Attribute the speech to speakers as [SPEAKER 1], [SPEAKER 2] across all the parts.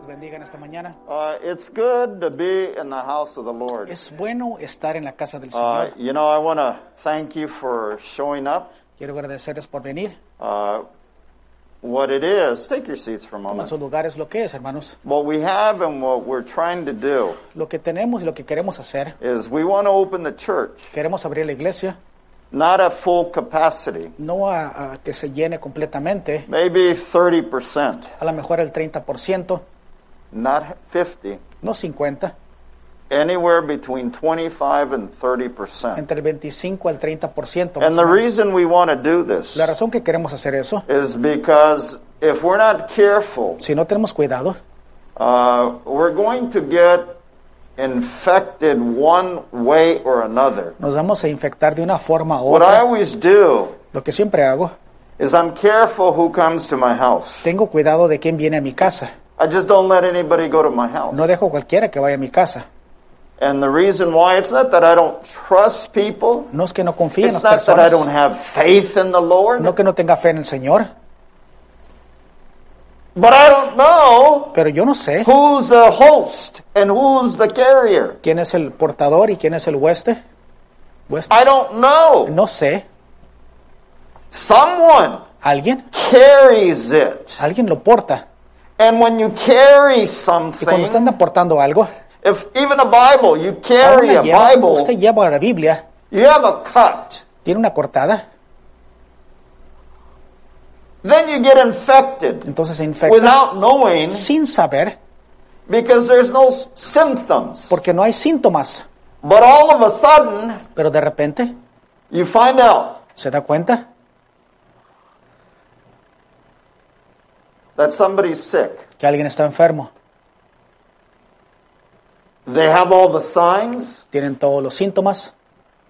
[SPEAKER 1] los bendiga en esta mañana.
[SPEAKER 2] Uh, it's good to be in the house of the Lord.
[SPEAKER 1] Es bueno estar en la casa del
[SPEAKER 2] Uh,
[SPEAKER 1] Señor.
[SPEAKER 2] you know, I want to thank you for showing up.
[SPEAKER 1] Quiero agradecerles por venir.
[SPEAKER 2] Uh, what it is, take your seats for a
[SPEAKER 1] En
[SPEAKER 2] moment.
[SPEAKER 1] su lugar es lo que es, hermanos.
[SPEAKER 2] What we have and what we're trying to do
[SPEAKER 1] Lo que tenemos y lo que queremos hacer.
[SPEAKER 2] is we want to open the church,
[SPEAKER 1] Queremos abrir la iglesia,
[SPEAKER 2] not at full capacity,
[SPEAKER 1] no a, a que se llene completamente,
[SPEAKER 2] maybe 30%,
[SPEAKER 1] a lo mejor el 30%,
[SPEAKER 2] not 50,
[SPEAKER 1] no 50%,
[SPEAKER 2] anywhere between 25 and 30%.
[SPEAKER 1] entre el 25 al 30%. más
[SPEAKER 2] And
[SPEAKER 1] o
[SPEAKER 2] the
[SPEAKER 1] menos.
[SPEAKER 2] reason we want to do this
[SPEAKER 1] La razón que queremos hacer eso,
[SPEAKER 2] is because if we're not careful,
[SPEAKER 1] si no tenemos cuidado,
[SPEAKER 2] uh, we're going to get infected one way or another.
[SPEAKER 1] nos vamos a infectar de una forma u
[SPEAKER 2] What I
[SPEAKER 1] otra.
[SPEAKER 2] always do
[SPEAKER 1] Lo que siempre hago,
[SPEAKER 2] is I'm careful who comes to my house.
[SPEAKER 1] tengo cuidado de quién viene a mi casa.
[SPEAKER 2] I just don't let anybody go to my house.
[SPEAKER 1] No dejo cualquiera que vaya a mi casa.
[SPEAKER 2] And the reason why, it's not that I don't trust people.
[SPEAKER 1] No es que no confíe en
[SPEAKER 2] It's
[SPEAKER 1] las
[SPEAKER 2] not that I
[SPEAKER 1] personas,
[SPEAKER 2] don't have faith in the Lord.
[SPEAKER 1] no que no tenga fe en el Señor,
[SPEAKER 2] But I don't know
[SPEAKER 1] pero yo no sé
[SPEAKER 2] who's the host and who's the carrier.
[SPEAKER 1] quién es el portador y quién es el hueste. Hueste.
[SPEAKER 2] I don't know.
[SPEAKER 1] No sé,
[SPEAKER 2] Someone
[SPEAKER 1] alguien,
[SPEAKER 2] carries it.
[SPEAKER 1] alguien lo porta.
[SPEAKER 2] And when you carry
[SPEAKER 1] Y cuando usted
[SPEAKER 2] something,
[SPEAKER 1] anda portando algo,
[SPEAKER 2] if even a Bible, you
[SPEAKER 1] ahora
[SPEAKER 2] carry
[SPEAKER 1] la
[SPEAKER 2] a
[SPEAKER 1] lleva, como
[SPEAKER 2] Bible,
[SPEAKER 1] usted lleva la Biblia,
[SPEAKER 2] you have a cut.
[SPEAKER 1] tiene una cortada,
[SPEAKER 2] Then you get infected
[SPEAKER 1] entonces se infecta
[SPEAKER 2] without knowing
[SPEAKER 1] sin saber,
[SPEAKER 2] because there's no s- symptoms.
[SPEAKER 1] porque no hay síntomas.
[SPEAKER 2] But all of a sudden,
[SPEAKER 1] Pero de repente
[SPEAKER 2] you find out
[SPEAKER 1] se da cuenta
[SPEAKER 2] that somebody's sick.
[SPEAKER 1] que alguien está enfermo.
[SPEAKER 2] They have all the signs,
[SPEAKER 1] Tienen todos los síntomas,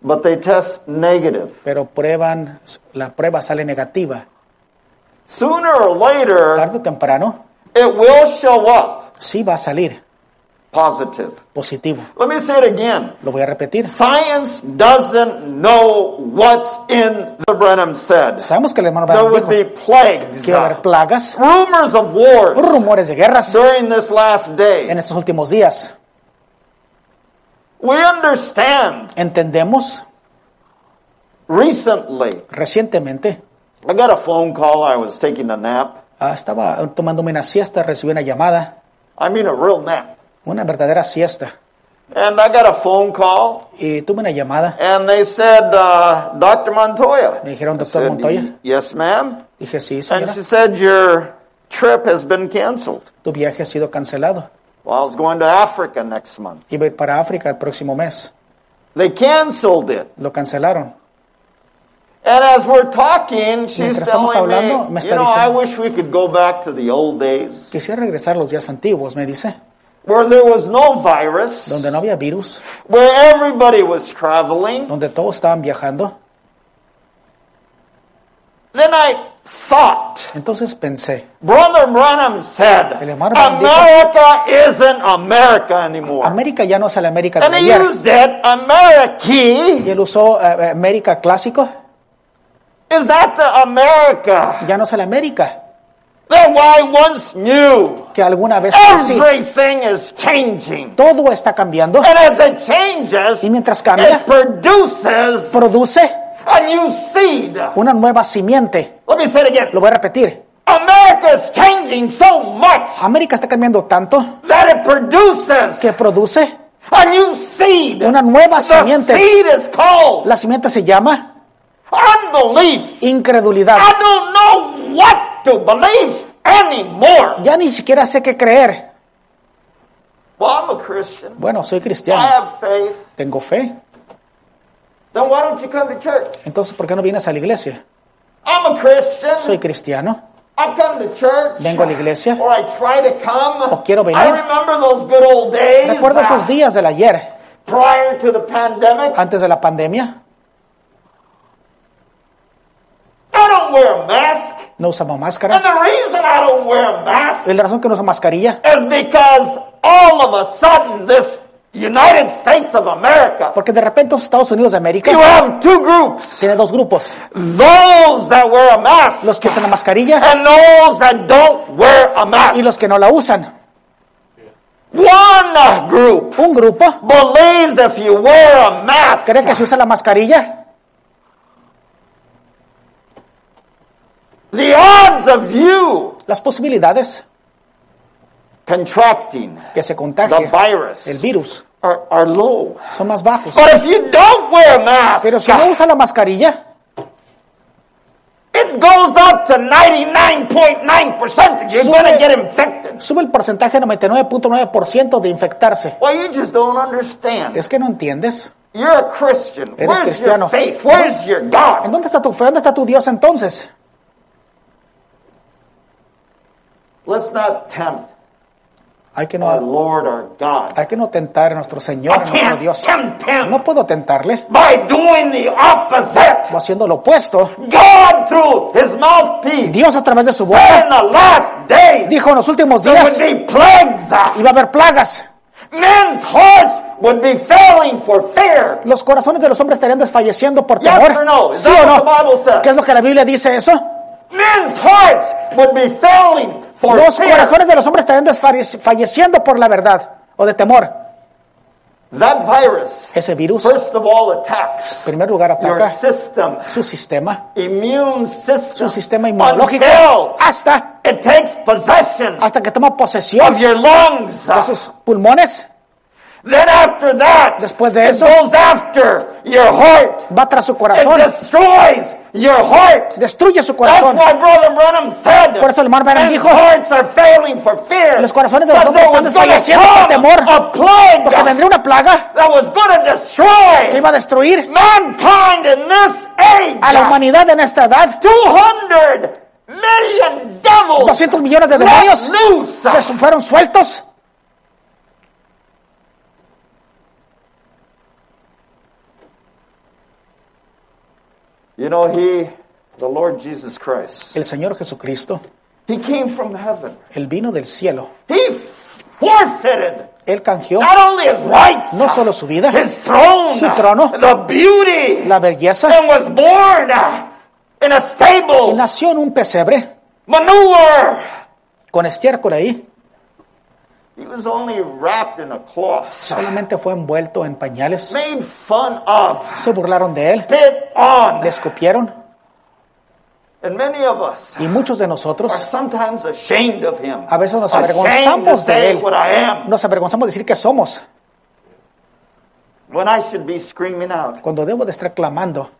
[SPEAKER 2] but they test negative.
[SPEAKER 1] pero prueban, la prueba sale negativa.
[SPEAKER 2] Sooner or later,
[SPEAKER 1] Tarde o temprano,
[SPEAKER 2] it will show up
[SPEAKER 1] sí va a salir
[SPEAKER 2] positive.
[SPEAKER 1] positivo.
[SPEAKER 2] Let me say it again.
[SPEAKER 1] Lo voy a repetir.
[SPEAKER 2] Science doesn't know what's in the Brenham said.
[SPEAKER 1] Sabemos que el hermano
[SPEAKER 2] There
[SPEAKER 1] Branham
[SPEAKER 2] would
[SPEAKER 1] dijo
[SPEAKER 2] be
[SPEAKER 1] que
[SPEAKER 2] plagues,
[SPEAKER 1] iba a haber plagas,
[SPEAKER 2] rumors of wars
[SPEAKER 1] rumores de guerras
[SPEAKER 2] during this last
[SPEAKER 1] en
[SPEAKER 2] day.
[SPEAKER 1] estos últimos días.
[SPEAKER 2] We understand
[SPEAKER 1] Entendemos
[SPEAKER 2] recently.
[SPEAKER 1] recientemente,
[SPEAKER 2] I got a phone call. I was taking a nap.
[SPEAKER 1] ah, estaba tomándome una siesta, recibí una llamada,
[SPEAKER 2] I mean, a real nap.
[SPEAKER 1] una verdadera siesta.
[SPEAKER 2] And I got a phone call.
[SPEAKER 1] Y tuve una llamada,
[SPEAKER 2] And they said, uh, Dr. Montoya.
[SPEAKER 1] Me dijeron,
[SPEAKER 2] I
[SPEAKER 1] "Doctor Montoya."
[SPEAKER 2] Yes, ma'am.
[SPEAKER 1] dije, sí,
[SPEAKER 2] And
[SPEAKER 1] señora,
[SPEAKER 2] she said, your trip has been canceled.
[SPEAKER 1] tu viaje ha sido cancelado.
[SPEAKER 2] Well, I was going to Africa next month.
[SPEAKER 1] Iba a ir para África el próximo mes.
[SPEAKER 2] They canceled it.
[SPEAKER 1] Lo cancelaron.
[SPEAKER 2] And as we're talking, she's
[SPEAKER 1] Mientras estamos
[SPEAKER 2] telling
[SPEAKER 1] hablando, me
[SPEAKER 2] me, you
[SPEAKER 1] está
[SPEAKER 2] know, I
[SPEAKER 1] diciendo-
[SPEAKER 2] wish we could go back to the old days
[SPEAKER 1] Quisiera regresar a los días antiguos, me dice,
[SPEAKER 2] where there was no virus,
[SPEAKER 1] donde no había virus,
[SPEAKER 2] where everybody was traveling.
[SPEAKER 1] donde todos estaban viajando.
[SPEAKER 2] Then I thought,
[SPEAKER 1] Entonces pensé,
[SPEAKER 2] Brother Branham said,
[SPEAKER 1] El hermano Branham dijo-
[SPEAKER 2] America isn't America anymore.
[SPEAKER 1] América ya no es la América
[SPEAKER 2] And
[SPEAKER 1] de
[SPEAKER 2] he
[SPEAKER 1] ayer.
[SPEAKER 2] used that America.
[SPEAKER 1] Y él usó eh, eh, América clásico,
[SPEAKER 2] Is that the America
[SPEAKER 1] ya no es el América,
[SPEAKER 2] that I once knew?
[SPEAKER 1] que alguna vez
[SPEAKER 2] ¡Ah,
[SPEAKER 1] fue así.
[SPEAKER 2] Everything is changing.
[SPEAKER 1] Todo está cambiando
[SPEAKER 2] And as it changes,
[SPEAKER 1] y mientras
[SPEAKER 2] it
[SPEAKER 1] cambia,
[SPEAKER 2] produces
[SPEAKER 1] produce
[SPEAKER 2] a new seed. Let
[SPEAKER 1] una nueva simiente.
[SPEAKER 2] me say it again.
[SPEAKER 1] Lo voy a repetir.
[SPEAKER 2] America is changing so much
[SPEAKER 1] América está cambiando tanto
[SPEAKER 2] that it produces
[SPEAKER 1] que produce
[SPEAKER 2] a new seed.
[SPEAKER 1] una nueva
[SPEAKER 2] The
[SPEAKER 1] simiente.
[SPEAKER 2] seed is called
[SPEAKER 1] La simiente se llama
[SPEAKER 2] unbelief.
[SPEAKER 1] incredulidad.
[SPEAKER 2] I don't know what to believe anymore.
[SPEAKER 1] Ya ni siquiera sé qué creer.
[SPEAKER 2] Well, I'm a Christian.
[SPEAKER 1] Bueno, soy
[SPEAKER 2] I
[SPEAKER 1] cristiano,
[SPEAKER 2] have faith.
[SPEAKER 1] tengo fe.
[SPEAKER 2] Then why don't you come to church?
[SPEAKER 1] Entonces, ¿por qué no vienes a la iglesia?
[SPEAKER 2] I'm a Christian.
[SPEAKER 1] Soy cristiano,
[SPEAKER 2] I come to church.
[SPEAKER 1] vengo a la iglesia.
[SPEAKER 2] Or I try to come.
[SPEAKER 1] O quiero venir.
[SPEAKER 2] I remember those good old days.
[SPEAKER 1] Recuerdo
[SPEAKER 2] uh,
[SPEAKER 1] esos días Ah. del ayer,
[SPEAKER 2] Prior to the pandemic.
[SPEAKER 1] antes de la pandemia.
[SPEAKER 2] I don't wear a mask.
[SPEAKER 1] No usamos
[SPEAKER 2] And
[SPEAKER 1] máscara.
[SPEAKER 2] the reason I don't wear a mask
[SPEAKER 1] Y La razón que no uso mascarilla,
[SPEAKER 2] is because all of a sudden this United States of America,
[SPEAKER 1] porque de repente los Estados Unidos de
[SPEAKER 2] you
[SPEAKER 1] América
[SPEAKER 2] have two groups.
[SPEAKER 1] tiene dos grupos.
[SPEAKER 2] Those that wear a mask
[SPEAKER 1] Ah. Los que usan la mascarilla
[SPEAKER 2] and those that don't wear a mask.
[SPEAKER 1] y los que no la usan.
[SPEAKER 2] One group
[SPEAKER 1] Un grupo
[SPEAKER 2] believes if you wear a mask,
[SPEAKER 1] cree que si usa la mascarilla,
[SPEAKER 2] the odds of you
[SPEAKER 1] las posibilidades
[SPEAKER 2] contracting
[SPEAKER 1] que se
[SPEAKER 2] the
[SPEAKER 1] contagie el
[SPEAKER 2] virus
[SPEAKER 1] virus
[SPEAKER 2] are, are low.
[SPEAKER 1] son más bajos.
[SPEAKER 2] But if you don't wear a mask,
[SPEAKER 1] Pero si no usa la mascarilla,
[SPEAKER 2] it goes up to 99.9%. You're
[SPEAKER 1] Sube.
[SPEAKER 2] going to get infected.
[SPEAKER 1] sube el porcentaje de 99.9% de infectarse.
[SPEAKER 2] Well, you just don't understand.
[SPEAKER 1] Es que no entiendes.
[SPEAKER 2] You're a Christian.
[SPEAKER 1] Eres
[SPEAKER 2] Where's your
[SPEAKER 1] cristiano.
[SPEAKER 2] faith? Where's your
[SPEAKER 1] ¿En
[SPEAKER 2] God?
[SPEAKER 1] dónde está tu fe? ¿Dónde está tu Dios entonces?
[SPEAKER 2] Let's not tempt
[SPEAKER 1] Hay que
[SPEAKER 2] our
[SPEAKER 1] no,
[SPEAKER 2] Lord our God.
[SPEAKER 1] hay que no tentar a nuestro Señor,
[SPEAKER 2] I
[SPEAKER 1] a nuestro
[SPEAKER 2] can't
[SPEAKER 1] Dios.
[SPEAKER 2] tempt him
[SPEAKER 1] No puedo tentarle
[SPEAKER 2] by doing the opposite.
[SPEAKER 1] o haciendo lo opuesto.
[SPEAKER 2] God through his mouthpiece
[SPEAKER 1] Dios a través de su
[SPEAKER 2] said
[SPEAKER 1] boca
[SPEAKER 2] in the last days
[SPEAKER 1] dijo en los últimos
[SPEAKER 2] there
[SPEAKER 1] días
[SPEAKER 2] would be plagues.
[SPEAKER 1] iba a haber plagas.
[SPEAKER 2] Men's hearts would be failing for fear.
[SPEAKER 1] Los corazones de los hombres estarían desfalleciendo por
[SPEAKER 2] Yes
[SPEAKER 1] temor.
[SPEAKER 2] or no? Is
[SPEAKER 1] ¿Sí
[SPEAKER 2] that
[SPEAKER 1] o
[SPEAKER 2] what the Bible says?
[SPEAKER 1] no? ¿Qué es lo que la Biblia dice eso?
[SPEAKER 2] Men's hearts would be failing for
[SPEAKER 1] Los
[SPEAKER 2] fear.
[SPEAKER 1] corazones de los hombres estarían desfalleciendo por la verdad o de temor.
[SPEAKER 2] That virus,
[SPEAKER 1] Ese virus, en
[SPEAKER 2] first of all, attacks
[SPEAKER 1] primer lugar,
[SPEAKER 2] Pues, your
[SPEAKER 1] ataca
[SPEAKER 2] system,
[SPEAKER 1] su sistema,
[SPEAKER 2] immune system,
[SPEAKER 1] su sistema inmunológico,
[SPEAKER 2] until
[SPEAKER 1] hasta,
[SPEAKER 2] it takes possession
[SPEAKER 1] hasta que toma posesión
[SPEAKER 2] of your lungs.
[SPEAKER 1] de sus pulmones,
[SPEAKER 2] Then after that,
[SPEAKER 1] Después de eso-
[SPEAKER 2] it goes after your heart.
[SPEAKER 1] va tras su corazón,
[SPEAKER 2] It destroys your heart.
[SPEAKER 1] destruye su
[SPEAKER 2] That's
[SPEAKER 1] corazón.
[SPEAKER 2] why Brother Branham said,
[SPEAKER 1] Por eso el hermano Branham
[SPEAKER 2] "Men's
[SPEAKER 1] dijo,
[SPEAKER 2] hearts are failing for fear.
[SPEAKER 1] los corazones de los
[SPEAKER 2] But
[SPEAKER 1] hombres
[SPEAKER 2] there
[SPEAKER 1] están
[SPEAKER 2] was gonna
[SPEAKER 1] desfalleciendo por
[SPEAKER 2] come
[SPEAKER 1] temor,
[SPEAKER 2] a plague
[SPEAKER 1] porque vendría una plaga
[SPEAKER 2] that was going to destroy
[SPEAKER 1] que iba a destruir
[SPEAKER 2] mankind in this age.
[SPEAKER 1] a la humanidad en esta edad.
[SPEAKER 2] 200 million devils
[SPEAKER 1] 200 millones de demonios
[SPEAKER 2] let loose.
[SPEAKER 1] se su- fueron sueltos.
[SPEAKER 2] You know, he, the Lord Jesus Christ,
[SPEAKER 1] El Señor Jesucristo,
[SPEAKER 2] he came from heaven.
[SPEAKER 1] el vino del cielo,
[SPEAKER 2] He f- forfeited
[SPEAKER 1] él canjeó
[SPEAKER 2] not only his rights,
[SPEAKER 1] no solo su vida,
[SPEAKER 2] his throne,
[SPEAKER 1] Su trono.
[SPEAKER 2] the beauty,
[SPEAKER 1] la belleza,
[SPEAKER 2] and was born in a
[SPEAKER 1] y
[SPEAKER 2] stable,
[SPEAKER 1] nació en un pesebre
[SPEAKER 2] manure.
[SPEAKER 1] con estiércol ahí.
[SPEAKER 2] He was only wrapped in a cloth,
[SPEAKER 1] Solamente fue envuelto en pañales.
[SPEAKER 2] made fun of,
[SPEAKER 1] Se burlaron de él,
[SPEAKER 2] spit on.
[SPEAKER 1] le escupieron
[SPEAKER 2] And many of us
[SPEAKER 1] y muchos de
[SPEAKER 2] are
[SPEAKER 1] nosotros
[SPEAKER 2] sometimes ashamed of him.
[SPEAKER 1] A veces nos
[SPEAKER 2] ashamed to
[SPEAKER 1] avergonzamos de
[SPEAKER 2] say
[SPEAKER 1] él.
[SPEAKER 2] what I am
[SPEAKER 1] nos avergonzamos de decir que somos
[SPEAKER 2] when I should be screaming out.
[SPEAKER 1] cuando debo de estar clamando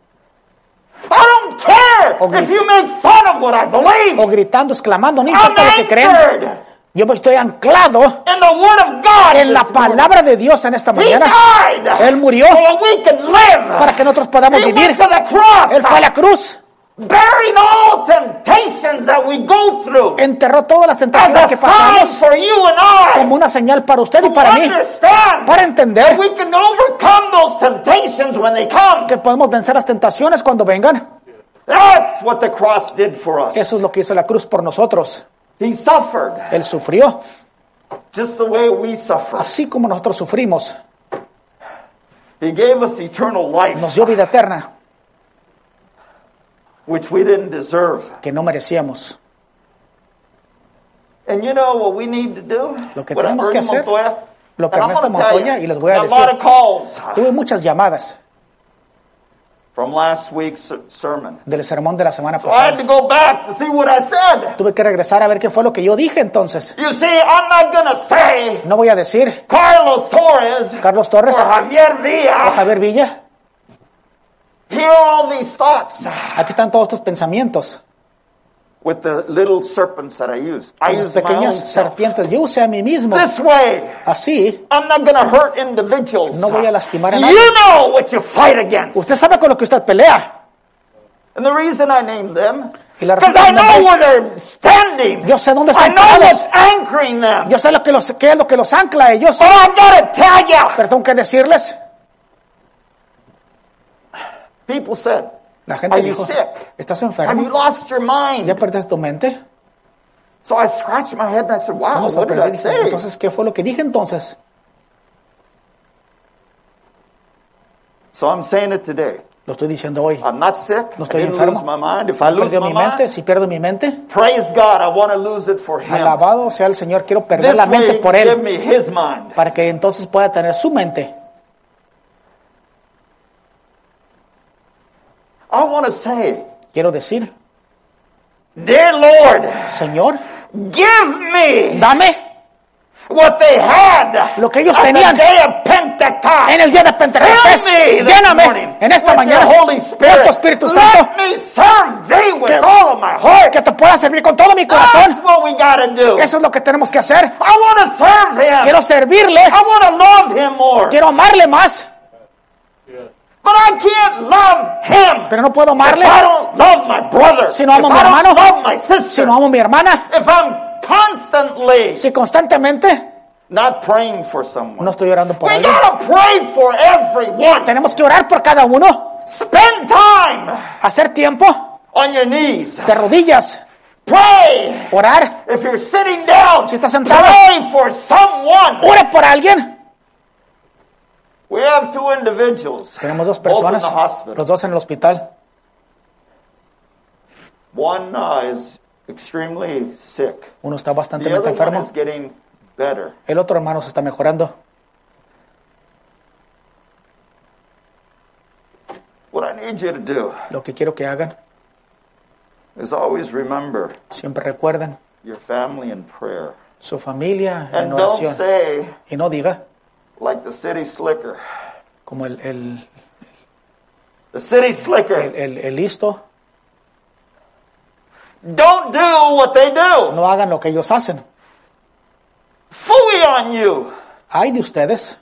[SPEAKER 2] I don't care
[SPEAKER 1] O gri-
[SPEAKER 2] if you make fun of what I believe.
[SPEAKER 1] o gritando, exclamando, no
[SPEAKER 2] I'm
[SPEAKER 1] importa lo que creen.
[SPEAKER 2] anchored in
[SPEAKER 1] Yo estoy anclado
[SPEAKER 2] the Word of God.
[SPEAKER 1] en la
[SPEAKER 2] this morning.
[SPEAKER 1] palabra de Dios en esta
[SPEAKER 2] He
[SPEAKER 1] mañana
[SPEAKER 2] died.
[SPEAKER 1] Él murió.
[SPEAKER 2] So that we could live.
[SPEAKER 1] para que nosotros podamos
[SPEAKER 2] He went
[SPEAKER 1] vivir.
[SPEAKER 2] to the cross.
[SPEAKER 1] Él fue a la cruz,
[SPEAKER 2] Bearing all temptations that we go through.
[SPEAKER 1] enterró todas las tentaciones
[SPEAKER 2] As
[SPEAKER 1] que
[SPEAKER 2] a sign
[SPEAKER 1] pasamos
[SPEAKER 2] for you and I.
[SPEAKER 1] como una señal para usted y
[SPEAKER 2] to
[SPEAKER 1] para mí,
[SPEAKER 2] Understand.
[SPEAKER 1] para entender
[SPEAKER 2] that we can overcome those temptations when they come.
[SPEAKER 1] que podemos vencer las tentaciones cuando vengan.
[SPEAKER 2] That's what the cross did for us.
[SPEAKER 1] Eso es lo que hizo la cruz por nosotros.
[SPEAKER 2] He suffered
[SPEAKER 1] Él sufrió,
[SPEAKER 2] just the way we suffer.
[SPEAKER 1] así como nosotros sufrimos.
[SPEAKER 2] He gave us eternal life,
[SPEAKER 1] Nos dio vida eterna
[SPEAKER 2] which we didn't deserve.
[SPEAKER 1] que no merecíamos.
[SPEAKER 2] And you know what we need to do?
[SPEAKER 1] Lo que
[SPEAKER 2] What
[SPEAKER 1] tenemos
[SPEAKER 2] Ernie
[SPEAKER 1] que hacer,
[SPEAKER 2] Montoya-
[SPEAKER 1] lo que
[SPEAKER 2] And I'm
[SPEAKER 1] Ernesto
[SPEAKER 2] gonna tell
[SPEAKER 1] Montoya,
[SPEAKER 2] you,
[SPEAKER 1] y les voy a
[SPEAKER 2] got lot
[SPEAKER 1] decir.
[SPEAKER 2] of calls
[SPEAKER 1] Tuve muchas llamadas
[SPEAKER 2] from last week's sermon.
[SPEAKER 1] del sermón de la semana
[SPEAKER 2] So I had
[SPEAKER 1] pasada.
[SPEAKER 2] to go back to see what I said.
[SPEAKER 1] Tuve que regresar a ver qué fue lo que yo dije entonces.
[SPEAKER 2] You see, I'm not going to say
[SPEAKER 1] No voy a decir
[SPEAKER 2] Carlos Torres
[SPEAKER 1] Carlos Torres
[SPEAKER 2] or Javier
[SPEAKER 1] o
[SPEAKER 2] Villa.
[SPEAKER 1] Javier Villa.
[SPEAKER 2] Hear all these thoughts.
[SPEAKER 1] Aquí están todos tus pensamientos.
[SPEAKER 2] with the little serpents that I use. I use my
[SPEAKER 1] Las
[SPEAKER 2] own
[SPEAKER 1] pequeñas
[SPEAKER 2] self.
[SPEAKER 1] serpientes. Yo usé a mí mismo.
[SPEAKER 2] This way,
[SPEAKER 1] Así.
[SPEAKER 2] I'm not going to hurt individuals.
[SPEAKER 1] No voy a lastimar a nadie.
[SPEAKER 2] You know what you fight against.
[SPEAKER 1] Usted sabe con lo que usted pelea.
[SPEAKER 2] And the reason I named them,
[SPEAKER 1] Y la
[SPEAKER 2] because
[SPEAKER 1] razón
[SPEAKER 2] I
[SPEAKER 1] que
[SPEAKER 2] know where they're standing.
[SPEAKER 1] Yo sé dónde
[SPEAKER 2] I
[SPEAKER 1] están
[SPEAKER 2] know
[SPEAKER 1] parados.
[SPEAKER 2] what's anchoring them.
[SPEAKER 1] Yo sé lo que los, qué es lo que los ancla a ellos.
[SPEAKER 2] But I got to tell you,
[SPEAKER 1] Perdón, que decirles?
[SPEAKER 2] people said,
[SPEAKER 1] La
[SPEAKER 2] Are
[SPEAKER 1] gente
[SPEAKER 2] you
[SPEAKER 1] dijo,
[SPEAKER 2] sick?
[SPEAKER 1] ¿estás
[SPEAKER 2] have you
[SPEAKER 1] enfermo?
[SPEAKER 2] lost your mind?
[SPEAKER 1] ¿Ya perdiste tu mente?
[SPEAKER 2] Ah, So I scratched my head and I said, wow,
[SPEAKER 1] No,
[SPEAKER 2] what did I
[SPEAKER 1] sorprendí. Dije,
[SPEAKER 2] say?
[SPEAKER 1] Entonces, ¿qué fue lo que dije entonces?
[SPEAKER 2] So I'm saying it today.
[SPEAKER 1] Lo estoy diciendo hoy.
[SPEAKER 2] I'm not sick. I
[SPEAKER 1] No estoy
[SPEAKER 2] didn't
[SPEAKER 1] enfermo.
[SPEAKER 2] lose my mind. If I lose
[SPEAKER 1] Perdió
[SPEAKER 2] my
[SPEAKER 1] mi mente,
[SPEAKER 2] mind,
[SPEAKER 1] si pierdo mi mente,
[SPEAKER 2] praise God, I want to lose it for Him.
[SPEAKER 1] alabado sea el Señor, quiero perder
[SPEAKER 2] This
[SPEAKER 1] la mente
[SPEAKER 2] way,
[SPEAKER 1] por
[SPEAKER 2] give
[SPEAKER 1] Él,
[SPEAKER 2] me His mind.
[SPEAKER 1] para que entonces pueda tener su mente.
[SPEAKER 2] I want to say,
[SPEAKER 1] Quiero decir,
[SPEAKER 2] Dear Lord,
[SPEAKER 1] Señor,
[SPEAKER 2] give me
[SPEAKER 1] dame
[SPEAKER 2] what they had
[SPEAKER 1] Lo que ellos
[SPEAKER 2] on
[SPEAKER 1] tenían.
[SPEAKER 2] the day of Pentecost.
[SPEAKER 1] en el día de Pentecostés,
[SPEAKER 2] Fill me this
[SPEAKER 1] lléname
[SPEAKER 2] morning
[SPEAKER 1] en esta
[SPEAKER 2] with your
[SPEAKER 1] mañana
[SPEAKER 2] Holy
[SPEAKER 1] con
[SPEAKER 2] Spirit.
[SPEAKER 1] tu Espíritu Santo,
[SPEAKER 2] Let me serve thee with
[SPEAKER 1] Que-
[SPEAKER 2] all of my heart.
[SPEAKER 1] que te pueda servir con todo mi
[SPEAKER 2] That's
[SPEAKER 1] corazón.
[SPEAKER 2] what we got to do.
[SPEAKER 1] Eso es lo que tenemos que hacer.
[SPEAKER 2] I want to serve him.
[SPEAKER 1] Quiero servirle,
[SPEAKER 2] I want to love him more.
[SPEAKER 1] quiero amarle más,
[SPEAKER 2] But I can't love him
[SPEAKER 1] pero no puedo
[SPEAKER 2] if
[SPEAKER 1] amarle
[SPEAKER 2] I don't love my brother.
[SPEAKER 1] Si no amo
[SPEAKER 2] if
[SPEAKER 1] a mi
[SPEAKER 2] I don't
[SPEAKER 1] hermano.
[SPEAKER 2] love my sister.
[SPEAKER 1] si no amo a mi hermana,
[SPEAKER 2] if I'm constantly
[SPEAKER 1] si constantemente
[SPEAKER 2] not praying for someone.
[SPEAKER 1] no estoy orando por
[SPEAKER 2] We
[SPEAKER 1] alguien.
[SPEAKER 2] got to pray for everyone.
[SPEAKER 1] Tenemos que orar por cada uno,
[SPEAKER 2] Spend time
[SPEAKER 1] hacer tiempo
[SPEAKER 2] on your knees.
[SPEAKER 1] de rodillas,
[SPEAKER 2] Pray.
[SPEAKER 1] orar,
[SPEAKER 2] If you're sitting down,
[SPEAKER 1] Si estás sentado.
[SPEAKER 2] pray for someone.
[SPEAKER 1] ore por alguien.
[SPEAKER 2] We have two individuals.
[SPEAKER 1] Tenemos dos
[SPEAKER 2] both in the
[SPEAKER 1] personas,
[SPEAKER 2] hospital.
[SPEAKER 1] los dos en el hospital.
[SPEAKER 2] One uh, is extremely sick.
[SPEAKER 1] Uno está bastante
[SPEAKER 2] The other one
[SPEAKER 1] enfermo,
[SPEAKER 2] is getting better.
[SPEAKER 1] el otro hermano se está mejorando.
[SPEAKER 2] What I need you to do
[SPEAKER 1] Lo que quiero que hagan,
[SPEAKER 2] is always remember
[SPEAKER 1] siempre recuerden
[SPEAKER 2] your family in prayer.
[SPEAKER 1] su familia en
[SPEAKER 2] And don't
[SPEAKER 1] oración.
[SPEAKER 2] say,
[SPEAKER 1] Y no diga,
[SPEAKER 2] like the city slicker,
[SPEAKER 1] como el, el,
[SPEAKER 2] the city
[SPEAKER 1] el-
[SPEAKER 2] slicker,
[SPEAKER 1] el- el listo,
[SPEAKER 2] don't do what they do.
[SPEAKER 1] no hagan lo que ellos hacen.
[SPEAKER 2] Fooey on you.
[SPEAKER 1] Hay de ustedes,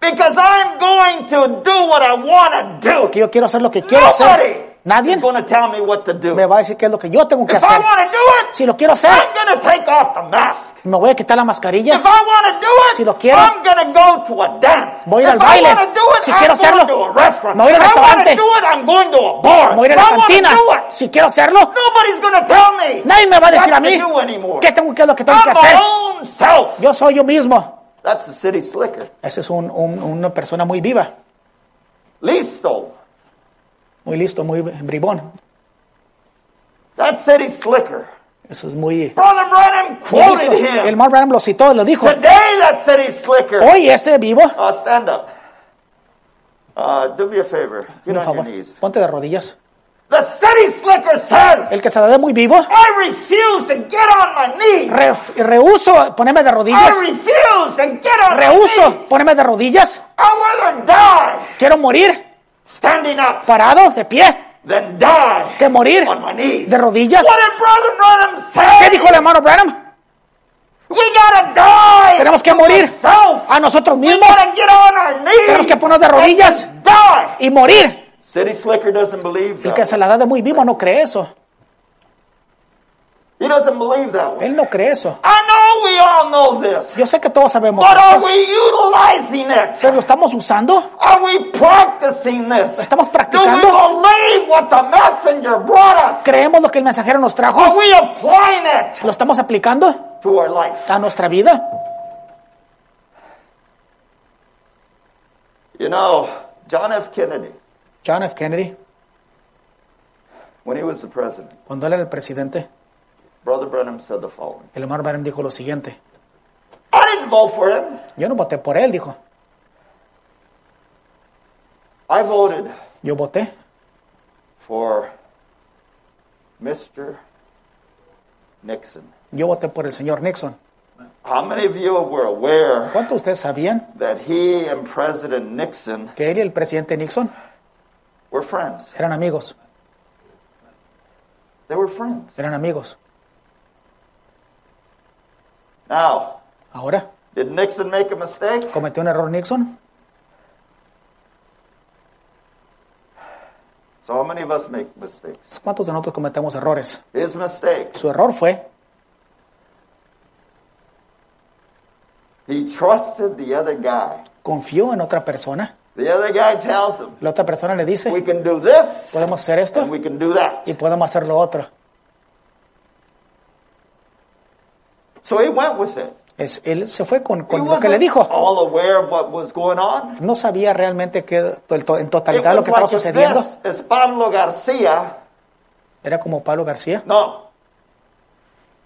[SPEAKER 2] Because I'm going to do what I want to
[SPEAKER 1] porque
[SPEAKER 2] do.
[SPEAKER 1] yo quiero hacer lo que quiero
[SPEAKER 2] Nobody
[SPEAKER 1] hacer. Nadie
[SPEAKER 2] is going to tell me what to do.
[SPEAKER 1] me va a decir qué es lo que yo tengo que
[SPEAKER 2] If I
[SPEAKER 1] hacer.
[SPEAKER 2] want to do
[SPEAKER 1] Si
[SPEAKER 2] it,
[SPEAKER 1] lo quiero hacer,
[SPEAKER 2] I'm going to take off the mask.
[SPEAKER 1] me voy a quitar la mascarilla.
[SPEAKER 2] If I want to do it,
[SPEAKER 1] Si lo quiero.
[SPEAKER 2] I'm going to go to a dance.
[SPEAKER 1] Voy a ir
[SPEAKER 2] if
[SPEAKER 1] al
[SPEAKER 2] I
[SPEAKER 1] baile.
[SPEAKER 2] want to do it,
[SPEAKER 1] Si
[SPEAKER 2] I'm
[SPEAKER 1] quiero
[SPEAKER 2] going
[SPEAKER 1] hacerlo,
[SPEAKER 2] to a restaurant.
[SPEAKER 1] me voy a ir al
[SPEAKER 2] if
[SPEAKER 1] restaurante.
[SPEAKER 2] I want to do it, I'm going to a bar.
[SPEAKER 1] Me voy a ir
[SPEAKER 2] if
[SPEAKER 1] a la
[SPEAKER 2] I want
[SPEAKER 1] cantina.
[SPEAKER 2] to do it,
[SPEAKER 1] Si quiero hacerlo,
[SPEAKER 2] nobody's going to tell me.
[SPEAKER 1] nadie me va a decir
[SPEAKER 2] what
[SPEAKER 1] a mí
[SPEAKER 2] to do anymore.
[SPEAKER 1] qué tengo que es lo que tengo
[SPEAKER 2] I'm
[SPEAKER 1] que hacer.
[SPEAKER 2] my own self.
[SPEAKER 1] Yo soy yo mismo.
[SPEAKER 2] That's the city slicker.
[SPEAKER 1] Esa es un- un- una persona muy viva,
[SPEAKER 2] Listo.
[SPEAKER 1] muy listo, muy bribón.
[SPEAKER 2] That's city slicker.
[SPEAKER 1] Eso es muy
[SPEAKER 2] Brother Branham quoted
[SPEAKER 1] listo. El Oh.
[SPEAKER 2] him.
[SPEAKER 1] Mark Branham lo citó, lo dijo.
[SPEAKER 2] Today, that city slicker.
[SPEAKER 1] Hoy ese vivo,
[SPEAKER 2] Uh, stand up. Uh, do me a favor. Get
[SPEAKER 1] por
[SPEAKER 2] on your
[SPEAKER 1] favor,
[SPEAKER 2] knees.
[SPEAKER 1] ponte de rodillas.
[SPEAKER 2] The city slicker says.
[SPEAKER 1] El que se la dé muy vivo,
[SPEAKER 2] I refuse to get on my knees.
[SPEAKER 1] re- rehuso ponerme de rodillas.
[SPEAKER 2] I refuse to get on my
[SPEAKER 1] Rehuso
[SPEAKER 2] knees.
[SPEAKER 1] ponerme de rodillas.
[SPEAKER 2] I'd rather die
[SPEAKER 1] Quiero morir
[SPEAKER 2] standing up
[SPEAKER 1] parado, de pie,
[SPEAKER 2] than die
[SPEAKER 1] que morir
[SPEAKER 2] on my knees.
[SPEAKER 1] de rodillas.
[SPEAKER 2] What did Brother Branham
[SPEAKER 1] ¿Qué
[SPEAKER 2] say?
[SPEAKER 1] dijo el hermano Branham?
[SPEAKER 2] We gotta die
[SPEAKER 1] Tenemos que morir
[SPEAKER 2] self.
[SPEAKER 1] a nosotros
[SPEAKER 2] We
[SPEAKER 1] mismos
[SPEAKER 2] gotta get on our knees.
[SPEAKER 1] Tenemos que ponernos de rodillas.
[SPEAKER 2] and Die.
[SPEAKER 1] y morir.
[SPEAKER 2] City Slicker doesn't believe
[SPEAKER 1] El
[SPEAKER 2] that.
[SPEAKER 1] que se la da de muy vivo no cree eso.
[SPEAKER 2] He doesn't believe that way.
[SPEAKER 1] Él no cree eso.
[SPEAKER 2] I know we all know this,
[SPEAKER 1] Yo sé que todos sabemos
[SPEAKER 2] but
[SPEAKER 1] esto,
[SPEAKER 2] are we utilizing it?
[SPEAKER 1] pero lo estamos usando.
[SPEAKER 2] Are we practicing this?
[SPEAKER 1] Estamos
[SPEAKER 2] Do we
[SPEAKER 1] practicando.
[SPEAKER 2] believe what the messenger brought us?
[SPEAKER 1] Creemos lo que el mensajero nos trajo.
[SPEAKER 2] Are we applying it
[SPEAKER 1] Lo estamos aplicando
[SPEAKER 2] to our life?
[SPEAKER 1] a nuestra vida.
[SPEAKER 2] You know, John F. Kennedy,
[SPEAKER 1] John F. Kennedy,
[SPEAKER 2] when he was the president,
[SPEAKER 1] cuando él era el presidente,
[SPEAKER 2] Brother Brenham said the following
[SPEAKER 1] el hermano Barron dijo lo siguiente.
[SPEAKER 2] I didn't vote for him.
[SPEAKER 1] Yo no voté por él, dijo.
[SPEAKER 2] I voted
[SPEAKER 1] Yo voté
[SPEAKER 2] for Mr. Nixon.
[SPEAKER 1] Yo voté por el señor Nixon.
[SPEAKER 2] How many of you were aware
[SPEAKER 1] ¿Cuántos de ustedes sabían
[SPEAKER 2] that he and President Nixon
[SPEAKER 1] que él y el presidente Nixon
[SPEAKER 2] were friends?
[SPEAKER 1] eran amigos?
[SPEAKER 2] They were friends.
[SPEAKER 1] Eran amigos.
[SPEAKER 2] Now,
[SPEAKER 1] Ahora,
[SPEAKER 2] did Nixon make a mistake?
[SPEAKER 1] ¿cometió un error Nixon?
[SPEAKER 2] So, how many of us make mistakes?
[SPEAKER 1] ¿Cuántos de nosotros cometemos errores?
[SPEAKER 2] His mistake,
[SPEAKER 1] Su error fue,
[SPEAKER 2] he trusted the other guy.
[SPEAKER 1] confió en otra persona.
[SPEAKER 2] The other guy tells him,
[SPEAKER 1] La otra persona le
[SPEAKER 2] we
[SPEAKER 1] dice,
[SPEAKER 2] can do this
[SPEAKER 1] podemos hacer esto
[SPEAKER 2] and we can do that.
[SPEAKER 1] y podemos hacer lo otro.
[SPEAKER 2] So he went with it.
[SPEAKER 1] Es- él se fue con,
[SPEAKER 2] He
[SPEAKER 1] con lo que le
[SPEAKER 2] wasn't
[SPEAKER 1] dijo.
[SPEAKER 2] all aware of what was going on.
[SPEAKER 1] No sabía realmente que, to- to- en
[SPEAKER 2] It
[SPEAKER 1] totalidad lo
[SPEAKER 2] was
[SPEAKER 1] que estaba
[SPEAKER 2] like if
[SPEAKER 1] sucediendo.
[SPEAKER 2] this is Pablo Garcia.
[SPEAKER 1] Era como Pablo García.
[SPEAKER 2] No.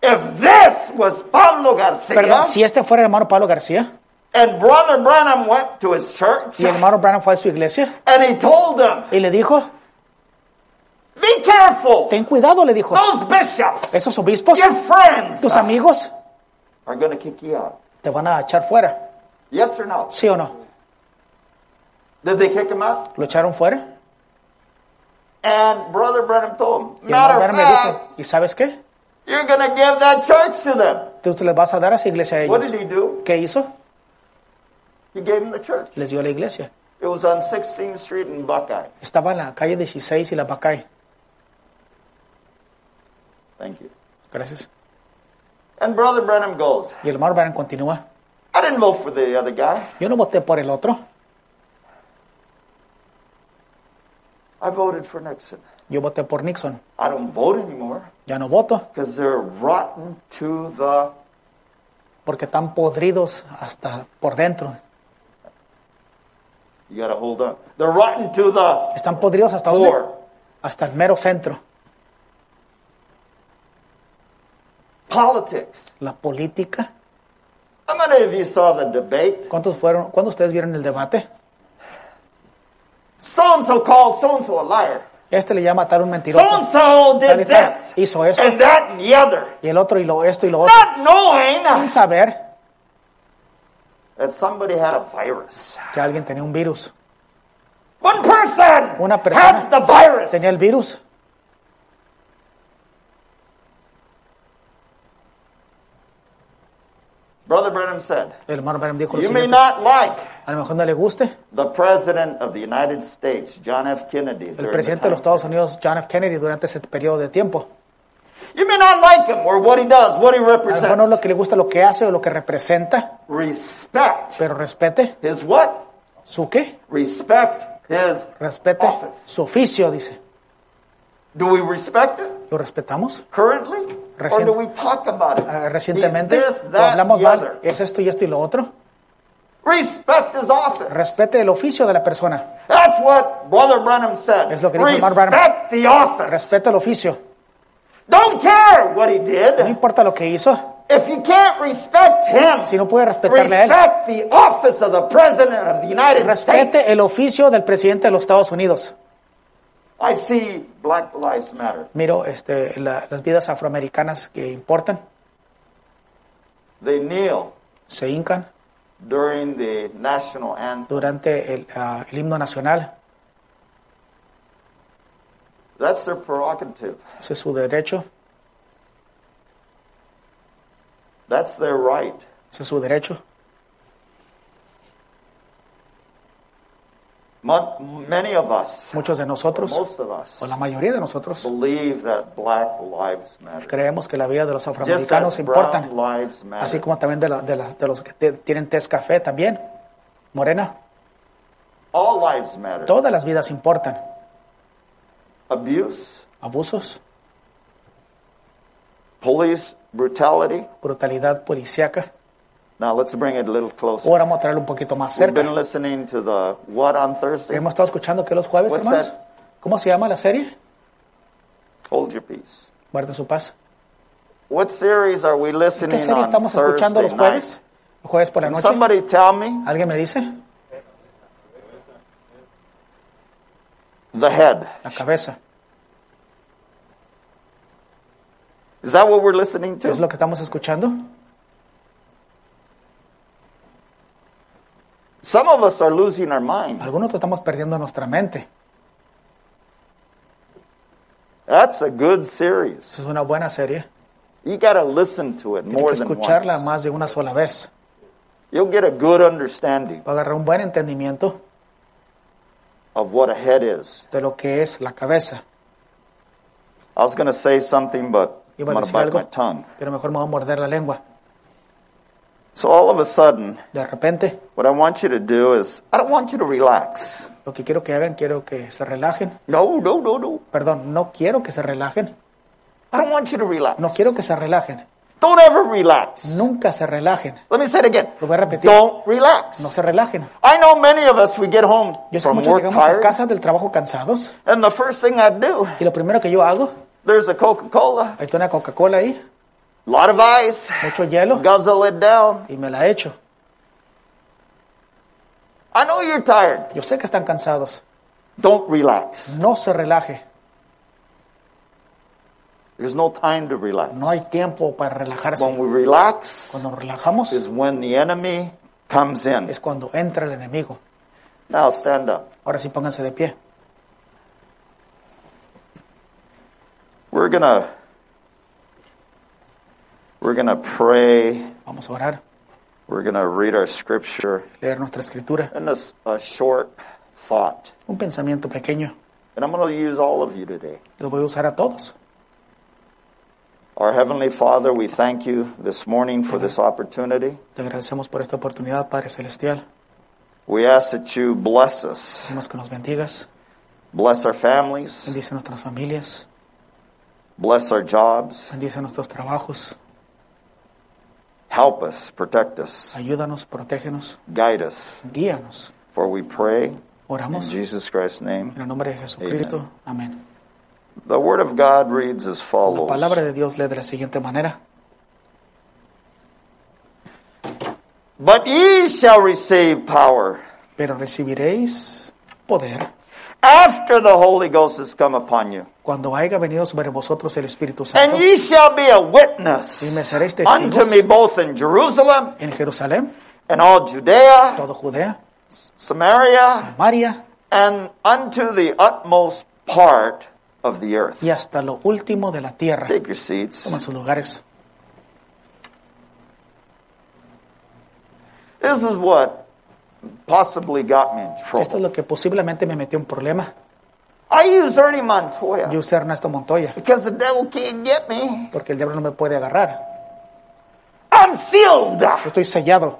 [SPEAKER 2] If this was Pablo Garcia
[SPEAKER 1] Perdón, si este fuera el hermano Pablo García
[SPEAKER 2] and Brother Branham went to his church
[SPEAKER 1] y el hermano Branham fue a su iglesia
[SPEAKER 2] and he told them,
[SPEAKER 1] y le dijo,
[SPEAKER 2] be careful.
[SPEAKER 1] ten cuidado, le dijo,
[SPEAKER 2] Those bishops,
[SPEAKER 1] esos obispos,
[SPEAKER 2] your friends,
[SPEAKER 1] tus amigos,
[SPEAKER 2] are going to kick you out.
[SPEAKER 1] te van a echar fuera.
[SPEAKER 2] Yes or no?
[SPEAKER 1] ¿Sí o no?
[SPEAKER 2] Did they kick him out?
[SPEAKER 1] Lo echaron fuera.
[SPEAKER 2] And Brother Branham told him,
[SPEAKER 1] Y el hermano
[SPEAKER 2] matter of
[SPEAKER 1] Branham le
[SPEAKER 2] fact,
[SPEAKER 1] dijo, ¿y sabes qué?
[SPEAKER 2] you're going to give that church to them.
[SPEAKER 1] Tú te les vas a dar a esa iglesia a
[SPEAKER 2] What
[SPEAKER 1] ellos.
[SPEAKER 2] did he do?
[SPEAKER 1] ¿Qué hizo?
[SPEAKER 2] He gave him the church.
[SPEAKER 1] Les dio la iglesia.
[SPEAKER 2] It was on 16th Street in Buckeye.
[SPEAKER 1] Estaba en la calle 16 y la Bacay.
[SPEAKER 2] Thank you.
[SPEAKER 1] Gracias.
[SPEAKER 2] And Brother Branham goes,
[SPEAKER 1] Y el hermano Branham continúa.
[SPEAKER 2] I didn't vote for the other guy.
[SPEAKER 1] Yo no voté por el otro,
[SPEAKER 2] I voted for Nixon.
[SPEAKER 1] yo voté por Nixon.
[SPEAKER 2] I don't vote anymore
[SPEAKER 1] Ya no voto
[SPEAKER 2] because they're rotten to the.
[SPEAKER 1] porque están podridos hasta por dentro.
[SPEAKER 2] You got to hold on. They're rotten to the
[SPEAKER 1] Están podridos hasta dónde?
[SPEAKER 2] core.
[SPEAKER 1] Hasta el mero centro.
[SPEAKER 2] Politics.
[SPEAKER 1] La política.
[SPEAKER 2] How many of you saw the debate?
[SPEAKER 1] ¿Cuántos fueron? ¿Cuándo ustedes vieron el debate?
[SPEAKER 2] So and so called so and so a liar.
[SPEAKER 1] Este le llama a tal un
[SPEAKER 2] So and
[SPEAKER 1] mentiroso.
[SPEAKER 2] so
[SPEAKER 1] Tal y
[SPEAKER 2] did
[SPEAKER 1] tal.
[SPEAKER 2] this.
[SPEAKER 1] Hizo eso.
[SPEAKER 2] And that and the other.
[SPEAKER 1] Y el otro y lo esto y lo otro.
[SPEAKER 2] Not
[SPEAKER 1] Sin
[SPEAKER 2] knowing
[SPEAKER 1] saber
[SPEAKER 2] that somebody had a virus.
[SPEAKER 1] que alguien tenía un virus.
[SPEAKER 2] One person
[SPEAKER 1] Una persona
[SPEAKER 2] had the virus.
[SPEAKER 1] ¿Tenía el virus?
[SPEAKER 2] Brother Branham said,
[SPEAKER 1] El hermano Branham dijo lo
[SPEAKER 2] You may
[SPEAKER 1] siguiente.
[SPEAKER 2] not like
[SPEAKER 1] A lo mejor no le guste.
[SPEAKER 2] the President of the United States, John F. Kennedy.
[SPEAKER 1] El
[SPEAKER 2] during the
[SPEAKER 1] presidente de los
[SPEAKER 2] time.
[SPEAKER 1] Estados Unidos, John F. Kennedy, durante ese periodo de tiempo.
[SPEAKER 2] You may not like him or what he does, what he
[SPEAKER 1] A lo mejor no es lo
[SPEAKER 2] represents.
[SPEAKER 1] que le gusta, lo que hace o lo que representa,
[SPEAKER 2] Respect
[SPEAKER 1] pero respete
[SPEAKER 2] his what?
[SPEAKER 1] su qué.
[SPEAKER 2] Respect his
[SPEAKER 1] Respete
[SPEAKER 2] office.
[SPEAKER 1] su oficio, dice.
[SPEAKER 2] Do we respect it
[SPEAKER 1] ¿Lo respetamos?
[SPEAKER 2] currently? or
[SPEAKER 1] Recient-
[SPEAKER 2] do we talk about it?
[SPEAKER 1] Ah,
[SPEAKER 2] He's
[SPEAKER 1] recientemente
[SPEAKER 2] this,
[SPEAKER 1] lo
[SPEAKER 2] that,
[SPEAKER 1] hablamos
[SPEAKER 2] the
[SPEAKER 1] mal.
[SPEAKER 2] other.
[SPEAKER 1] Es esto y esto y lo otro.
[SPEAKER 2] Respect his office.
[SPEAKER 1] Respete el oficio de la persona.
[SPEAKER 2] That's what Brother Branham said.
[SPEAKER 1] Es lo que dijo el hermano Branham.
[SPEAKER 2] Respect the office.
[SPEAKER 1] Respete el oficio.
[SPEAKER 2] Don't care what he
[SPEAKER 1] No
[SPEAKER 2] did.
[SPEAKER 1] importa lo que hizo.
[SPEAKER 2] If you can't respect him,
[SPEAKER 1] Si no puede respetarle a él,
[SPEAKER 2] respect the office of the President of the United States.
[SPEAKER 1] respete el oficio del presidente de los Estados Unidos.
[SPEAKER 2] I see Black Lives Matter.
[SPEAKER 1] Miro este, la- las vidas afroamericanas que importan.
[SPEAKER 2] They kneel
[SPEAKER 1] Se hincan
[SPEAKER 2] during the national anthem.
[SPEAKER 1] durante el, ah, el himno nacional.
[SPEAKER 2] That's their prerogative.
[SPEAKER 1] Ese es su derecho.
[SPEAKER 2] That's their right.
[SPEAKER 1] Ese es su derecho.
[SPEAKER 2] Mon- Many of us,
[SPEAKER 1] Muchos de nosotros,
[SPEAKER 2] most of us,
[SPEAKER 1] o la mayoría de nosotros,
[SPEAKER 2] believe that Black Lives Matter.
[SPEAKER 1] creemos que la vida de los
[SPEAKER 2] Just as
[SPEAKER 1] afroamericanos
[SPEAKER 2] brown
[SPEAKER 1] importan,
[SPEAKER 2] lives
[SPEAKER 1] así
[SPEAKER 2] matter.
[SPEAKER 1] como también de, la- de las- de los que te- tienen tez café también. Morena,
[SPEAKER 2] All lives matter.
[SPEAKER 1] todas las vidas importan.
[SPEAKER 2] Abuse,
[SPEAKER 1] Abusos,
[SPEAKER 2] police brutality.
[SPEAKER 1] brutalidad policíaca.
[SPEAKER 2] Now let's bring it a little closer.
[SPEAKER 1] Ahora vamos a traerlo un poquito más
[SPEAKER 2] We've
[SPEAKER 1] cerca.
[SPEAKER 2] been listening to the what on Thursday?
[SPEAKER 1] Hemos estado escuchando que los jueves,
[SPEAKER 2] What's
[SPEAKER 1] hermanos.
[SPEAKER 2] that?
[SPEAKER 1] ¿Cómo se llama la serie?
[SPEAKER 2] Hold your peace.
[SPEAKER 1] Guarden su paz.
[SPEAKER 2] What series are we listening
[SPEAKER 1] ¿Qué serie
[SPEAKER 2] on
[SPEAKER 1] estamos
[SPEAKER 2] Thursday
[SPEAKER 1] escuchando los
[SPEAKER 2] night?
[SPEAKER 1] jueves? Los jueves por la noche.
[SPEAKER 2] Somebody tell me
[SPEAKER 1] ¿Alguien me dice?
[SPEAKER 2] the head.
[SPEAKER 1] La cabeza.
[SPEAKER 2] Is that what we're listening
[SPEAKER 1] ¿Qué es lo
[SPEAKER 2] to?
[SPEAKER 1] que estamos escuchando?
[SPEAKER 2] Some of us are losing our mind.
[SPEAKER 1] Algunos estamos perdiendo nuestra mente.
[SPEAKER 2] That's a good series.
[SPEAKER 1] Esa es una buena serie.
[SPEAKER 2] You got to listen to it
[SPEAKER 1] Tiene que
[SPEAKER 2] more than
[SPEAKER 1] escucharla
[SPEAKER 2] once.
[SPEAKER 1] más de una sola vez.
[SPEAKER 2] You'll get a good understanding
[SPEAKER 1] Va a agarrar un buen entendimiento
[SPEAKER 2] of what a head is.
[SPEAKER 1] de lo que es la cabeza.
[SPEAKER 2] I was going to say something, but I'm
[SPEAKER 1] Iba a
[SPEAKER 2] going to
[SPEAKER 1] decir
[SPEAKER 2] bite my
[SPEAKER 1] algo,
[SPEAKER 2] tongue.
[SPEAKER 1] pero mejor me voy a morder la lengua.
[SPEAKER 2] So all of a sudden,
[SPEAKER 1] De repente,
[SPEAKER 2] what I want you to do is, I don't want you to relax.
[SPEAKER 1] lo que quiero que hagan, quiero que se relajen.
[SPEAKER 2] No, no, no, no.
[SPEAKER 1] Perdón, no quiero que se relajen.
[SPEAKER 2] I don't want you to relax.
[SPEAKER 1] No quiero que se relajen.
[SPEAKER 2] Don't ever relax.
[SPEAKER 1] Nunca se relajen.
[SPEAKER 2] Let me say it again.
[SPEAKER 1] Lo voy a repetir.
[SPEAKER 2] Don't relax.
[SPEAKER 1] No se relajen.
[SPEAKER 2] I know many of us, we get home
[SPEAKER 1] Yo sé que
[SPEAKER 2] from
[SPEAKER 1] muchos
[SPEAKER 2] work
[SPEAKER 1] llegamos a
[SPEAKER 2] tired,
[SPEAKER 1] casa del trabajo cansados
[SPEAKER 2] and the first thing I do,
[SPEAKER 1] y lo primero que yo hago,
[SPEAKER 2] there's a Coca-Cola,
[SPEAKER 1] ahí está una Coca-Cola ahí,
[SPEAKER 2] a lot of ice,
[SPEAKER 1] mucho hielo
[SPEAKER 2] guzzle it down.
[SPEAKER 1] y me la echo.
[SPEAKER 2] I know you're tired.
[SPEAKER 1] Yo sé que están cansados.
[SPEAKER 2] Don't relax.
[SPEAKER 1] No se relaje.
[SPEAKER 2] There's no time to relax.
[SPEAKER 1] No hay tiempo para
[SPEAKER 2] When
[SPEAKER 1] relajarse.
[SPEAKER 2] we relax
[SPEAKER 1] Cuando nos relajamos
[SPEAKER 2] is when the enemy comes in.
[SPEAKER 1] es cuando entra el enemigo.
[SPEAKER 2] Now stand up.
[SPEAKER 1] Ahora sí pónganse de pie.
[SPEAKER 2] We're going to we're going to pray.
[SPEAKER 1] Vamos a orar,
[SPEAKER 2] We're going to read our scripture
[SPEAKER 1] leer nuestra escritura.
[SPEAKER 2] and a, s- a short thought.
[SPEAKER 1] Un pensamiento pequeño.
[SPEAKER 2] And I'm going to use all of you today.
[SPEAKER 1] Lo voy a usar a todos.
[SPEAKER 2] Our heavenly Father, we thank you this morning for this opportunity.
[SPEAKER 1] Te agradecemos por esta oportunidad, Padre Celestial.
[SPEAKER 2] We ask that you bless us.
[SPEAKER 1] Pedimos que nos bendigas.
[SPEAKER 2] Bless our families,
[SPEAKER 1] Bendice nuestras familias.
[SPEAKER 2] bless our jobs.
[SPEAKER 1] Bendice nuestros trabajos.
[SPEAKER 2] Help us, protect us,
[SPEAKER 1] Ayúdanos, protégenos,
[SPEAKER 2] guide us.
[SPEAKER 1] guíanos.
[SPEAKER 2] For we pray in
[SPEAKER 1] Oramos en
[SPEAKER 2] Jesus Christ's name.
[SPEAKER 1] el nombre de Jesucristo. Amén.
[SPEAKER 2] The Word of God reads as
[SPEAKER 1] La palabra
[SPEAKER 2] follows
[SPEAKER 1] de Dios lee de la siguiente manera.
[SPEAKER 2] But ye shall receive power
[SPEAKER 1] Pero recibiréis poder
[SPEAKER 2] after the Holy Ghost has come upon you,
[SPEAKER 1] cuando haya venido sobre vosotros el Espíritu Santo
[SPEAKER 2] and ye shall be a
[SPEAKER 1] Y me
[SPEAKER 2] witness
[SPEAKER 1] seréis
[SPEAKER 2] unto
[SPEAKER 1] testigos.
[SPEAKER 2] me both in Jerusalem
[SPEAKER 1] en Jerusalén,
[SPEAKER 2] and all Judea,
[SPEAKER 1] todo Judea,
[SPEAKER 2] Samaria,
[SPEAKER 1] Samaria
[SPEAKER 2] and unto the utmost part of the earth.
[SPEAKER 1] y hasta lo último de la tierra.
[SPEAKER 2] Take your seats.
[SPEAKER 1] Toman sus lugares.
[SPEAKER 2] This is what possibly got me in
[SPEAKER 1] Esto es
[SPEAKER 2] trouble.
[SPEAKER 1] lo que posiblemente me metió en problema.
[SPEAKER 2] I use Ernie Montoya
[SPEAKER 1] Yo usé a Ernesto Montoya
[SPEAKER 2] because the devil can't get me.
[SPEAKER 1] porque el diablo no me puede agarrar.
[SPEAKER 2] I'm sealed.
[SPEAKER 1] Yo estoy sellado.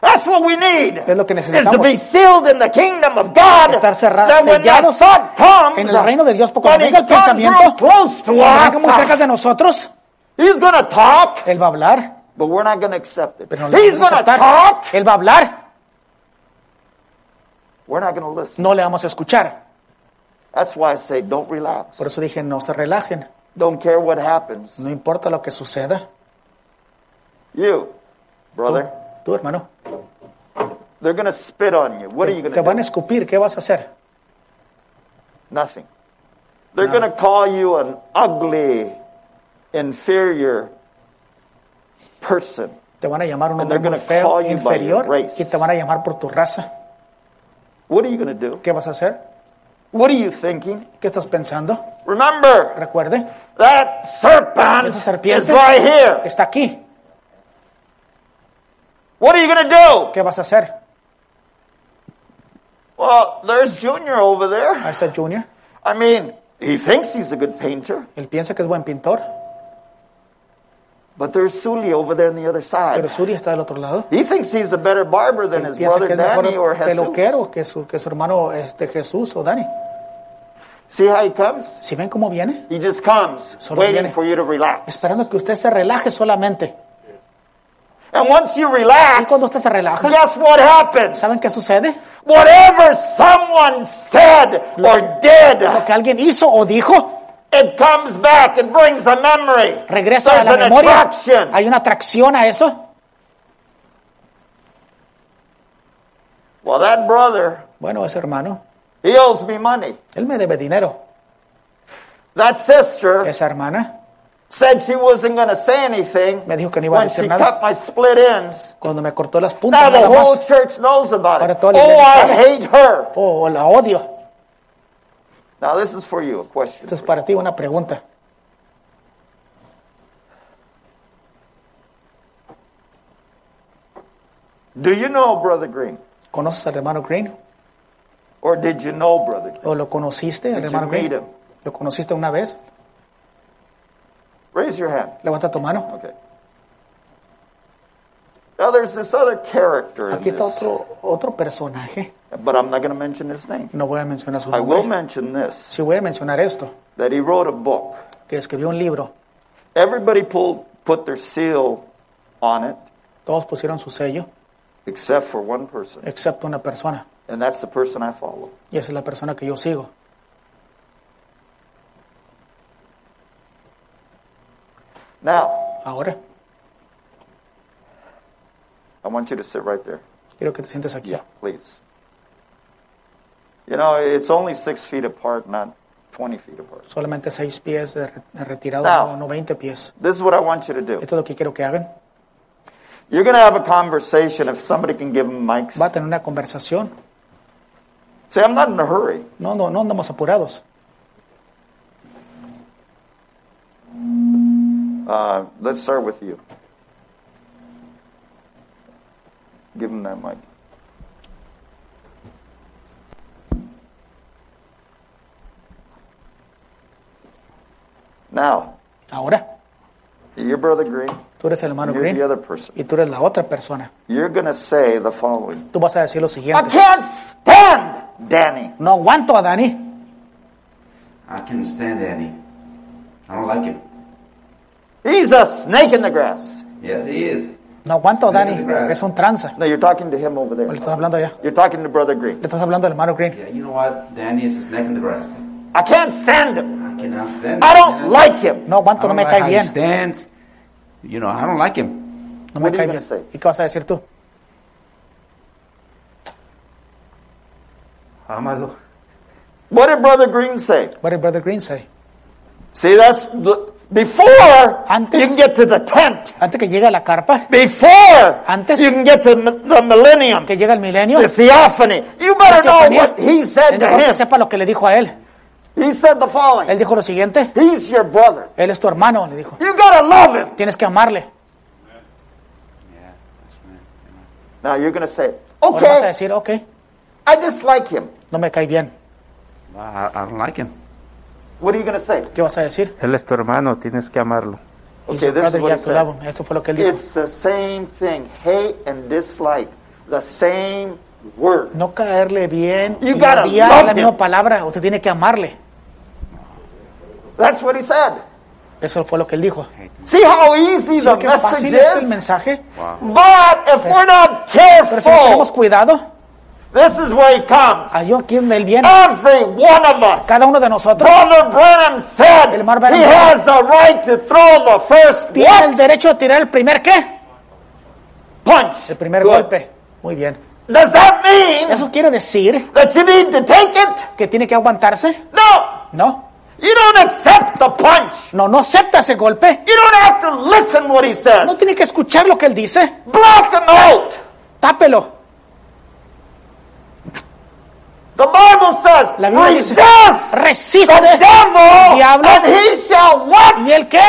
[SPEAKER 2] That's what we need.
[SPEAKER 1] Es lo que
[SPEAKER 2] Is to be
[SPEAKER 1] necesitamos.
[SPEAKER 2] sealed in the kingdom of God.
[SPEAKER 1] Estar cerra-
[SPEAKER 2] That when that
[SPEAKER 1] sellados
[SPEAKER 2] thought comes,
[SPEAKER 1] en el reino de Dios, porque
[SPEAKER 2] when
[SPEAKER 1] cuando
[SPEAKER 2] he
[SPEAKER 1] venga el
[SPEAKER 2] comes real
[SPEAKER 1] pensamiento,
[SPEAKER 2] close to
[SPEAKER 1] cuando venga muy cerca
[SPEAKER 2] us,
[SPEAKER 1] de nosotros,
[SPEAKER 2] he's going to talk,
[SPEAKER 1] él va a hablar.
[SPEAKER 2] but we're not going to accept it.
[SPEAKER 1] Pero no le
[SPEAKER 2] he's
[SPEAKER 1] vamos a
[SPEAKER 2] going to
[SPEAKER 1] aceptar.
[SPEAKER 2] talk,
[SPEAKER 1] Él va a hablar.
[SPEAKER 2] we're not going to listen.
[SPEAKER 1] No le vamos a escuchar.
[SPEAKER 2] That's why I say don't relax.
[SPEAKER 1] Por eso dije, no se relajen.
[SPEAKER 2] Don't care what happens.
[SPEAKER 1] No importa lo que suceda.
[SPEAKER 2] You, brother,
[SPEAKER 1] Tú, hermano,
[SPEAKER 2] they're going to spit on you. What are you going
[SPEAKER 1] te
[SPEAKER 2] to do?
[SPEAKER 1] van a escupir. ¿Qué vas a hacer?
[SPEAKER 2] Nothing. They're going to call you an ugly, inferior person.
[SPEAKER 1] Te van a llamar un
[SPEAKER 2] And
[SPEAKER 1] hombre
[SPEAKER 2] they're
[SPEAKER 1] muy
[SPEAKER 2] gonna call
[SPEAKER 1] feo,
[SPEAKER 2] you by your
[SPEAKER 1] inferior,
[SPEAKER 2] race.
[SPEAKER 1] y te van a llamar por tu raza.
[SPEAKER 2] What are you going to do?
[SPEAKER 1] ¿Qué vas a hacer?
[SPEAKER 2] What are you thinking?
[SPEAKER 1] ¿Qué estás pensando?
[SPEAKER 2] Remember,
[SPEAKER 1] Recuerde,
[SPEAKER 2] that serpent
[SPEAKER 1] Esa serpiente.
[SPEAKER 2] is right here.
[SPEAKER 1] está aquí.
[SPEAKER 2] What are you going to do?
[SPEAKER 1] ¿Qué vas a hacer?
[SPEAKER 2] Well, there's Junior over
[SPEAKER 1] Ahí
[SPEAKER 2] there.
[SPEAKER 1] está este Junior.
[SPEAKER 2] I mean, he thinks he's a good painter,
[SPEAKER 1] Él piensa que es buen pintor,
[SPEAKER 2] but there's Sully over there on the other side.
[SPEAKER 1] pero Suri está del otro lado.
[SPEAKER 2] He thinks he's a better barber than his
[SPEAKER 1] Piensa
[SPEAKER 2] brother
[SPEAKER 1] que es
[SPEAKER 2] Danny or
[SPEAKER 1] mejor
[SPEAKER 2] Jesus.
[SPEAKER 1] peluquero que su, que su hermano este, Jesús o Dani.
[SPEAKER 2] See how he comes?
[SPEAKER 1] Si ven cómo viene,
[SPEAKER 2] He just comes,
[SPEAKER 1] Solo
[SPEAKER 2] waiting
[SPEAKER 1] viene.
[SPEAKER 2] for you to relax.
[SPEAKER 1] esperando que usted se relaje solamente.
[SPEAKER 2] And once you
[SPEAKER 1] Y
[SPEAKER 2] relax,
[SPEAKER 1] cuando usted se relaja,
[SPEAKER 2] guess what happens?
[SPEAKER 1] ¿saben qué sucede?
[SPEAKER 2] Whatever someone said or
[SPEAKER 1] Lo
[SPEAKER 2] did,
[SPEAKER 1] que alguien hizo o dijo
[SPEAKER 2] it comes back. It brings a memory.
[SPEAKER 1] regresa a
[SPEAKER 2] There's
[SPEAKER 1] la
[SPEAKER 2] an
[SPEAKER 1] memoria.
[SPEAKER 2] attraction.
[SPEAKER 1] Hay una atracción a eso.
[SPEAKER 2] Well, that brother,
[SPEAKER 1] Bueno, ese hermano,
[SPEAKER 2] he owes me money.
[SPEAKER 1] él me debe dinero.
[SPEAKER 2] That sister
[SPEAKER 1] Esa hermana
[SPEAKER 2] said she wasn't going to say anything
[SPEAKER 1] me dijo que no iba a
[SPEAKER 2] when she
[SPEAKER 1] decir nada
[SPEAKER 2] cut my split ends.
[SPEAKER 1] cuando me cortó las
[SPEAKER 2] Now
[SPEAKER 1] puntas.
[SPEAKER 2] the
[SPEAKER 1] Nada
[SPEAKER 2] whole
[SPEAKER 1] más.
[SPEAKER 2] church knows about it.
[SPEAKER 1] Ahora toda la
[SPEAKER 2] Oh,
[SPEAKER 1] iglesia
[SPEAKER 2] I
[SPEAKER 1] sabe.
[SPEAKER 2] hate her.
[SPEAKER 1] Oh, la odio.
[SPEAKER 2] Now, this is for you a question.
[SPEAKER 1] Esto es para ti una pregunta.
[SPEAKER 2] Do you know Brother Green?
[SPEAKER 1] ¿Conoces al hermano Green?
[SPEAKER 2] Or did you know Brother Green?
[SPEAKER 1] ¿O lo conociste, al
[SPEAKER 2] Did
[SPEAKER 1] hermano
[SPEAKER 2] you meet
[SPEAKER 1] Green?
[SPEAKER 2] him?
[SPEAKER 1] ¿Lo conociste una vez?
[SPEAKER 2] Raise your hand.
[SPEAKER 1] Levanta tu mano.
[SPEAKER 2] Okay. Now, there's this other character in
[SPEAKER 1] Aquí está
[SPEAKER 2] this,
[SPEAKER 1] otro, otro personaje.
[SPEAKER 2] but I'm not going to mention his name.
[SPEAKER 1] No voy a mencionar su
[SPEAKER 2] I will
[SPEAKER 1] nombre.
[SPEAKER 2] mention this
[SPEAKER 1] Sí voy a mencionar esto,
[SPEAKER 2] that he wrote a book.
[SPEAKER 1] que escribió un libro.
[SPEAKER 2] Everybody pulled put their seal on it,
[SPEAKER 1] Todos pusieron su sello,
[SPEAKER 2] except for one person,
[SPEAKER 1] excepto una persona.
[SPEAKER 2] and that's the person I follow.
[SPEAKER 1] Y esa es la persona que yo sigo.
[SPEAKER 2] Now,
[SPEAKER 1] Ahora,
[SPEAKER 2] I want you to sit right there.
[SPEAKER 1] quiero que te sientes aquí.
[SPEAKER 2] Yeah, please. You know, it's only six feet apart, not 20 feet apart.
[SPEAKER 1] Solamente seis pies de, re- de retirado,
[SPEAKER 2] Now.
[SPEAKER 1] no, no 20 pies.
[SPEAKER 2] This is what I want you to do.
[SPEAKER 1] Esto es lo que quiero que hagan.
[SPEAKER 2] You're going to have a conversation if somebody can give them mics.
[SPEAKER 1] Va a tener una conversación.
[SPEAKER 2] Say, I'm not in a hurry.
[SPEAKER 1] No, no, no andamos apurados.
[SPEAKER 2] Uh, let's start with you. Give them that mic. Now,
[SPEAKER 1] Ahora,
[SPEAKER 2] your brother Green,
[SPEAKER 1] tú eres el hermano
[SPEAKER 2] you're the
[SPEAKER 1] Green
[SPEAKER 2] other person.
[SPEAKER 1] y tú eres la otra persona.
[SPEAKER 2] You're going to say the following
[SPEAKER 1] Tú vas a decir lo
[SPEAKER 2] I
[SPEAKER 1] siguiente.
[SPEAKER 2] can't stand Danny.
[SPEAKER 1] No aguanto a Dani.
[SPEAKER 3] I can't stand Danny. I don't like him.
[SPEAKER 2] He's a snake in the grass.
[SPEAKER 3] Yes, he is.
[SPEAKER 1] No aguanto a
[SPEAKER 3] Snake in
[SPEAKER 1] Dani.
[SPEAKER 3] the grass.
[SPEAKER 1] Es un tranza.
[SPEAKER 2] No, you're talking to him over
[SPEAKER 1] ¿O Le
[SPEAKER 2] there.
[SPEAKER 1] estás hablando allá.
[SPEAKER 2] You're talking to brother Green.
[SPEAKER 1] Le estás hablando al hermano Green.
[SPEAKER 3] Yeah, you know what? Danny is a snake in the grass.
[SPEAKER 2] I can't stand him.
[SPEAKER 3] I cannot stand him.
[SPEAKER 2] I don't like him.
[SPEAKER 1] No aguanto,
[SPEAKER 2] Ah,
[SPEAKER 1] no me cae
[SPEAKER 3] how he
[SPEAKER 1] bien.
[SPEAKER 3] stands. You know, I don't like him.
[SPEAKER 1] No
[SPEAKER 2] este, What
[SPEAKER 1] me
[SPEAKER 2] are
[SPEAKER 1] cae
[SPEAKER 2] you
[SPEAKER 1] bien.
[SPEAKER 2] gonna say?
[SPEAKER 1] ¿Y qué vas a decir tú?
[SPEAKER 3] How am I look?
[SPEAKER 2] What did brother Green say?
[SPEAKER 1] What did Brother Green say?
[SPEAKER 2] See, that's the- before
[SPEAKER 1] Antes-
[SPEAKER 2] you can get to the tent.
[SPEAKER 1] Antes que llegue a la carpa,
[SPEAKER 2] Before
[SPEAKER 1] Antes-
[SPEAKER 2] you can get to mi- the millennium,
[SPEAKER 1] que llegue el milenio,
[SPEAKER 2] the theophany. You better know
[SPEAKER 1] teofanía,
[SPEAKER 2] what he said to
[SPEAKER 1] tienes que
[SPEAKER 2] him.
[SPEAKER 1] sepa lo que le dijo a él.
[SPEAKER 2] He said the following.
[SPEAKER 1] Él dijo lo siguiente.
[SPEAKER 2] He's your brother.
[SPEAKER 1] Él es tu hermano, le dijo.
[SPEAKER 2] You gotta love him.
[SPEAKER 1] Tienes que amarle.
[SPEAKER 3] Yeah, that's right.
[SPEAKER 2] Now you're gonna say,
[SPEAKER 1] Ahora vas a
[SPEAKER 2] okay,
[SPEAKER 1] decir, ok,
[SPEAKER 2] I dislike him.
[SPEAKER 1] no me cae bien.
[SPEAKER 3] I, I don't like him.
[SPEAKER 2] What are you gonna say?
[SPEAKER 1] ¿Qué vas a decir?
[SPEAKER 4] Él es tu hermano, tienes que amarlo.
[SPEAKER 1] Y
[SPEAKER 2] Okay, this is
[SPEAKER 1] su brother
[SPEAKER 2] what
[SPEAKER 1] ya
[SPEAKER 2] he
[SPEAKER 1] tu
[SPEAKER 2] said.
[SPEAKER 1] lado. Eso fue lo que él dijo.
[SPEAKER 2] It's the same thing. Hate and dislike. The same word.
[SPEAKER 1] No caerle bien
[SPEAKER 2] You
[SPEAKER 1] y
[SPEAKER 2] gotta
[SPEAKER 1] odiar
[SPEAKER 2] love
[SPEAKER 1] la
[SPEAKER 2] him.
[SPEAKER 1] misma palabra. Usted tiene que amarle.
[SPEAKER 2] That's what he said.
[SPEAKER 1] Eso fue lo que él dijo.
[SPEAKER 2] See how easy
[SPEAKER 1] Sí,
[SPEAKER 2] the
[SPEAKER 1] qué fácil
[SPEAKER 2] message
[SPEAKER 1] es el
[SPEAKER 2] is?
[SPEAKER 1] mensaje.
[SPEAKER 2] But if we're not
[SPEAKER 1] Pero si no tenemos
[SPEAKER 2] careful,
[SPEAKER 1] cuidado,
[SPEAKER 2] this is where he comes.
[SPEAKER 1] allí aquí donde él
[SPEAKER 2] Oh.
[SPEAKER 1] viene,
[SPEAKER 2] Every one of us.
[SPEAKER 1] cada uno de nosotros
[SPEAKER 2] Brother Branham said
[SPEAKER 1] El hermano Branham
[SPEAKER 2] he
[SPEAKER 1] dijo-
[SPEAKER 2] has the right to throw the first
[SPEAKER 1] tiene el
[SPEAKER 2] what?
[SPEAKER 1] derecho a tirar el primer qué?
[SPEAKER 2] punch.
[SPEAKER 1] El primer
[SPEAKER 2] Good.
[SPEAKER 1] golpe. Muy bien.
[SPEAKER 2] Does that mean
[SPEAKER 1] ¿Eso quiere decir
[SPEAKER 2] that you need to take it?
[SPEAKER 1] que tiene que aguantarse?
[SPEAKER 2] No.
[SPEAKER 1] No.
[SPEAKER 2] You don't accept the punch.
[SPEAKER 1] No, no acepta ese golpe.
[SPEAKER 2] You don't have to listen what he says.
[SPEAKER 1] No tiene que escuchar lo que él dice.
[SPEAKER 2] Block him out.
[SPEAKER 1] Tápelo.
[SPEAKER 2] The Bible says,
[SPEAKER 1] La Biblia dice,
[SPEAKER 2] resist
[SPEAKER 1] resiste.
[SPEAKER 2] the devil,
[SPEAKER 1] diablo.
[SPEAKER 2] and he shall what?
[SPEAKER 1] ¿Y él qué?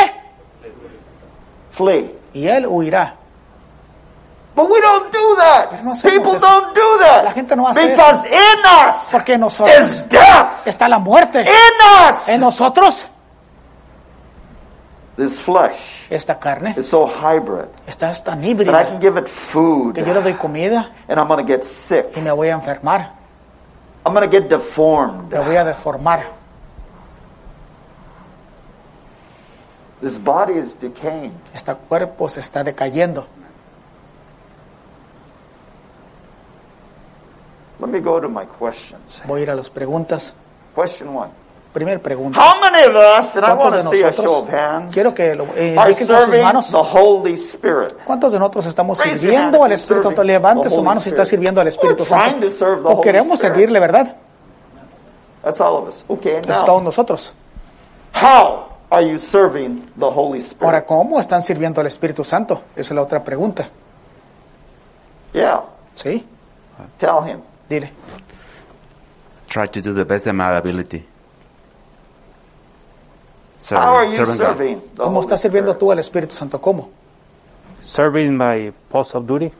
[SPEAKER 2] Flee.
[SPEAKER 1] Y él huirá.
[SPEAKER 2] But we don't do that.
[SPEAKER 1] Pero no hacemos
[SPEAKER 2] People
[SPEAKER 1] eso.
[SPEAKER 2] don't do that.
[SPEAKER 1] La gente no hace eso.
[SPEAKER 2] because in us
[SPEAKER 1] Porque
[SPEAKER 2] is
[SPEAKER 1] en nosotros
[SPEAKER 2] death.
[SPEAKER 1] está la muerte.
[SPEAKER 2] In us
[SPEAKER 1] En nosotros
[SPEAKER 2] this flesh
[SPEAKER 1] esta carne
[SPEAKER 2] is so hybrid
[SPEAKER 1] está tan
[SPEAKER 2] that I can
[SPEAKER 1] híbrida
[SPEAKER 2] give it food
[SPEAKER 1] que yo le doy comida
[SPEAKER 2] and I'm going to get sick.
[SPEAKER 1] y me voy a enfermar.
[SPEAKER 2] I'm going to get deformed.
[SPEAKER 1] Me voy a deformar.
[SPEAKER 2] This body is decaying.
[SPEAKER 1] Este cuerpo se está decayendo.
[SPEAKER 2] Let me go to my questions.
[SPEAKER 1] Voy a ir a las preguntas.
[SPEAKER 2] Question one.
[SPEAKER 1] Primer pregunta.
[SPEAKER 2] How many of us, and I
[SPEAKER 1] ¿Cuántos
[SPEAKER 2] want
[SPEAKER 1] de
[SPEAKER 2] to see a show of
[SPEAKER 1] nosotros?
[SPEAKER 2] hands,
[SPEAKER 1] Quiero que lo eh,
[SPEAKER 2] are
[SPEAKER 1] indiquen con sus
[SPEAKER 2] serving
[SPEAKER 1] manos.
[SPEAKER 2] the Holy Spirit?
[SPEAKER 1] ¿Cuántos de nosotros estamos
[SPEAKER 2] Raise your hand
[SPEAKER 1] sirviendo al
[SPEAKER 2] if you're
[SPEAKER 1] Espíritu Santo?
[SPEAKER 2] serving
[SPEAKER 1] Levante
[SPEAKER 2] the
[SPEAKER 1] su
[SPEAKER 2] Holy
[SPEAKER 1] mano si está
[SPEAKER 2] Spirit.
[SPEAKER 1] sirviendo al Espíritu
[SPEAKER 2] We're trying
[SPEAKER 1] Santo.
[SPEAKER 2] to serve the
[SPEAKER 1] O
[SPEAKER 2] Holy
[SPEAKER 1] queremos
[SPEAKER 2] Spirit.
[SPEAKER 1] servirle, ¿verdad?
[SPEAKER 2] That's all of us. Okay,
[SPEAKER 1] Eso es todos
[SPEAKER 2] now,
[SPEAKER 1] nosotros.
[SPEAKER 2] how are you serving the Holy
[SPEAKER 1] Ahora,
[SPEAKER 2] Spirit?
[SPEAKER 1] ¿cómo están sirviendo al Espíritu Santo? Esa es la otra pregunta.
[SPEAKER 2] Yeah,
[SPEAKER 1] ¿Sí?
[SPEAKER 2] tell him.
[SPEAKER 1] Dile.
[SPEAKER 3] Try to do the best of my ability. Serve,
[SPEAKER 2] How are you
[SPEAKER 3] Uh, serving God.
[SPEAKER 2] serving the
[SPEAKER 1] ¿Cómo
[SPEAKER 2] Holy
[SPEAKER 1] estás sirviendo
[SPEAKER 2] Spirit?
[SPEAKER 1] tú al Espíritu Santo? ¿Cómo?
[SPEAKER 4] Serving my post of duty.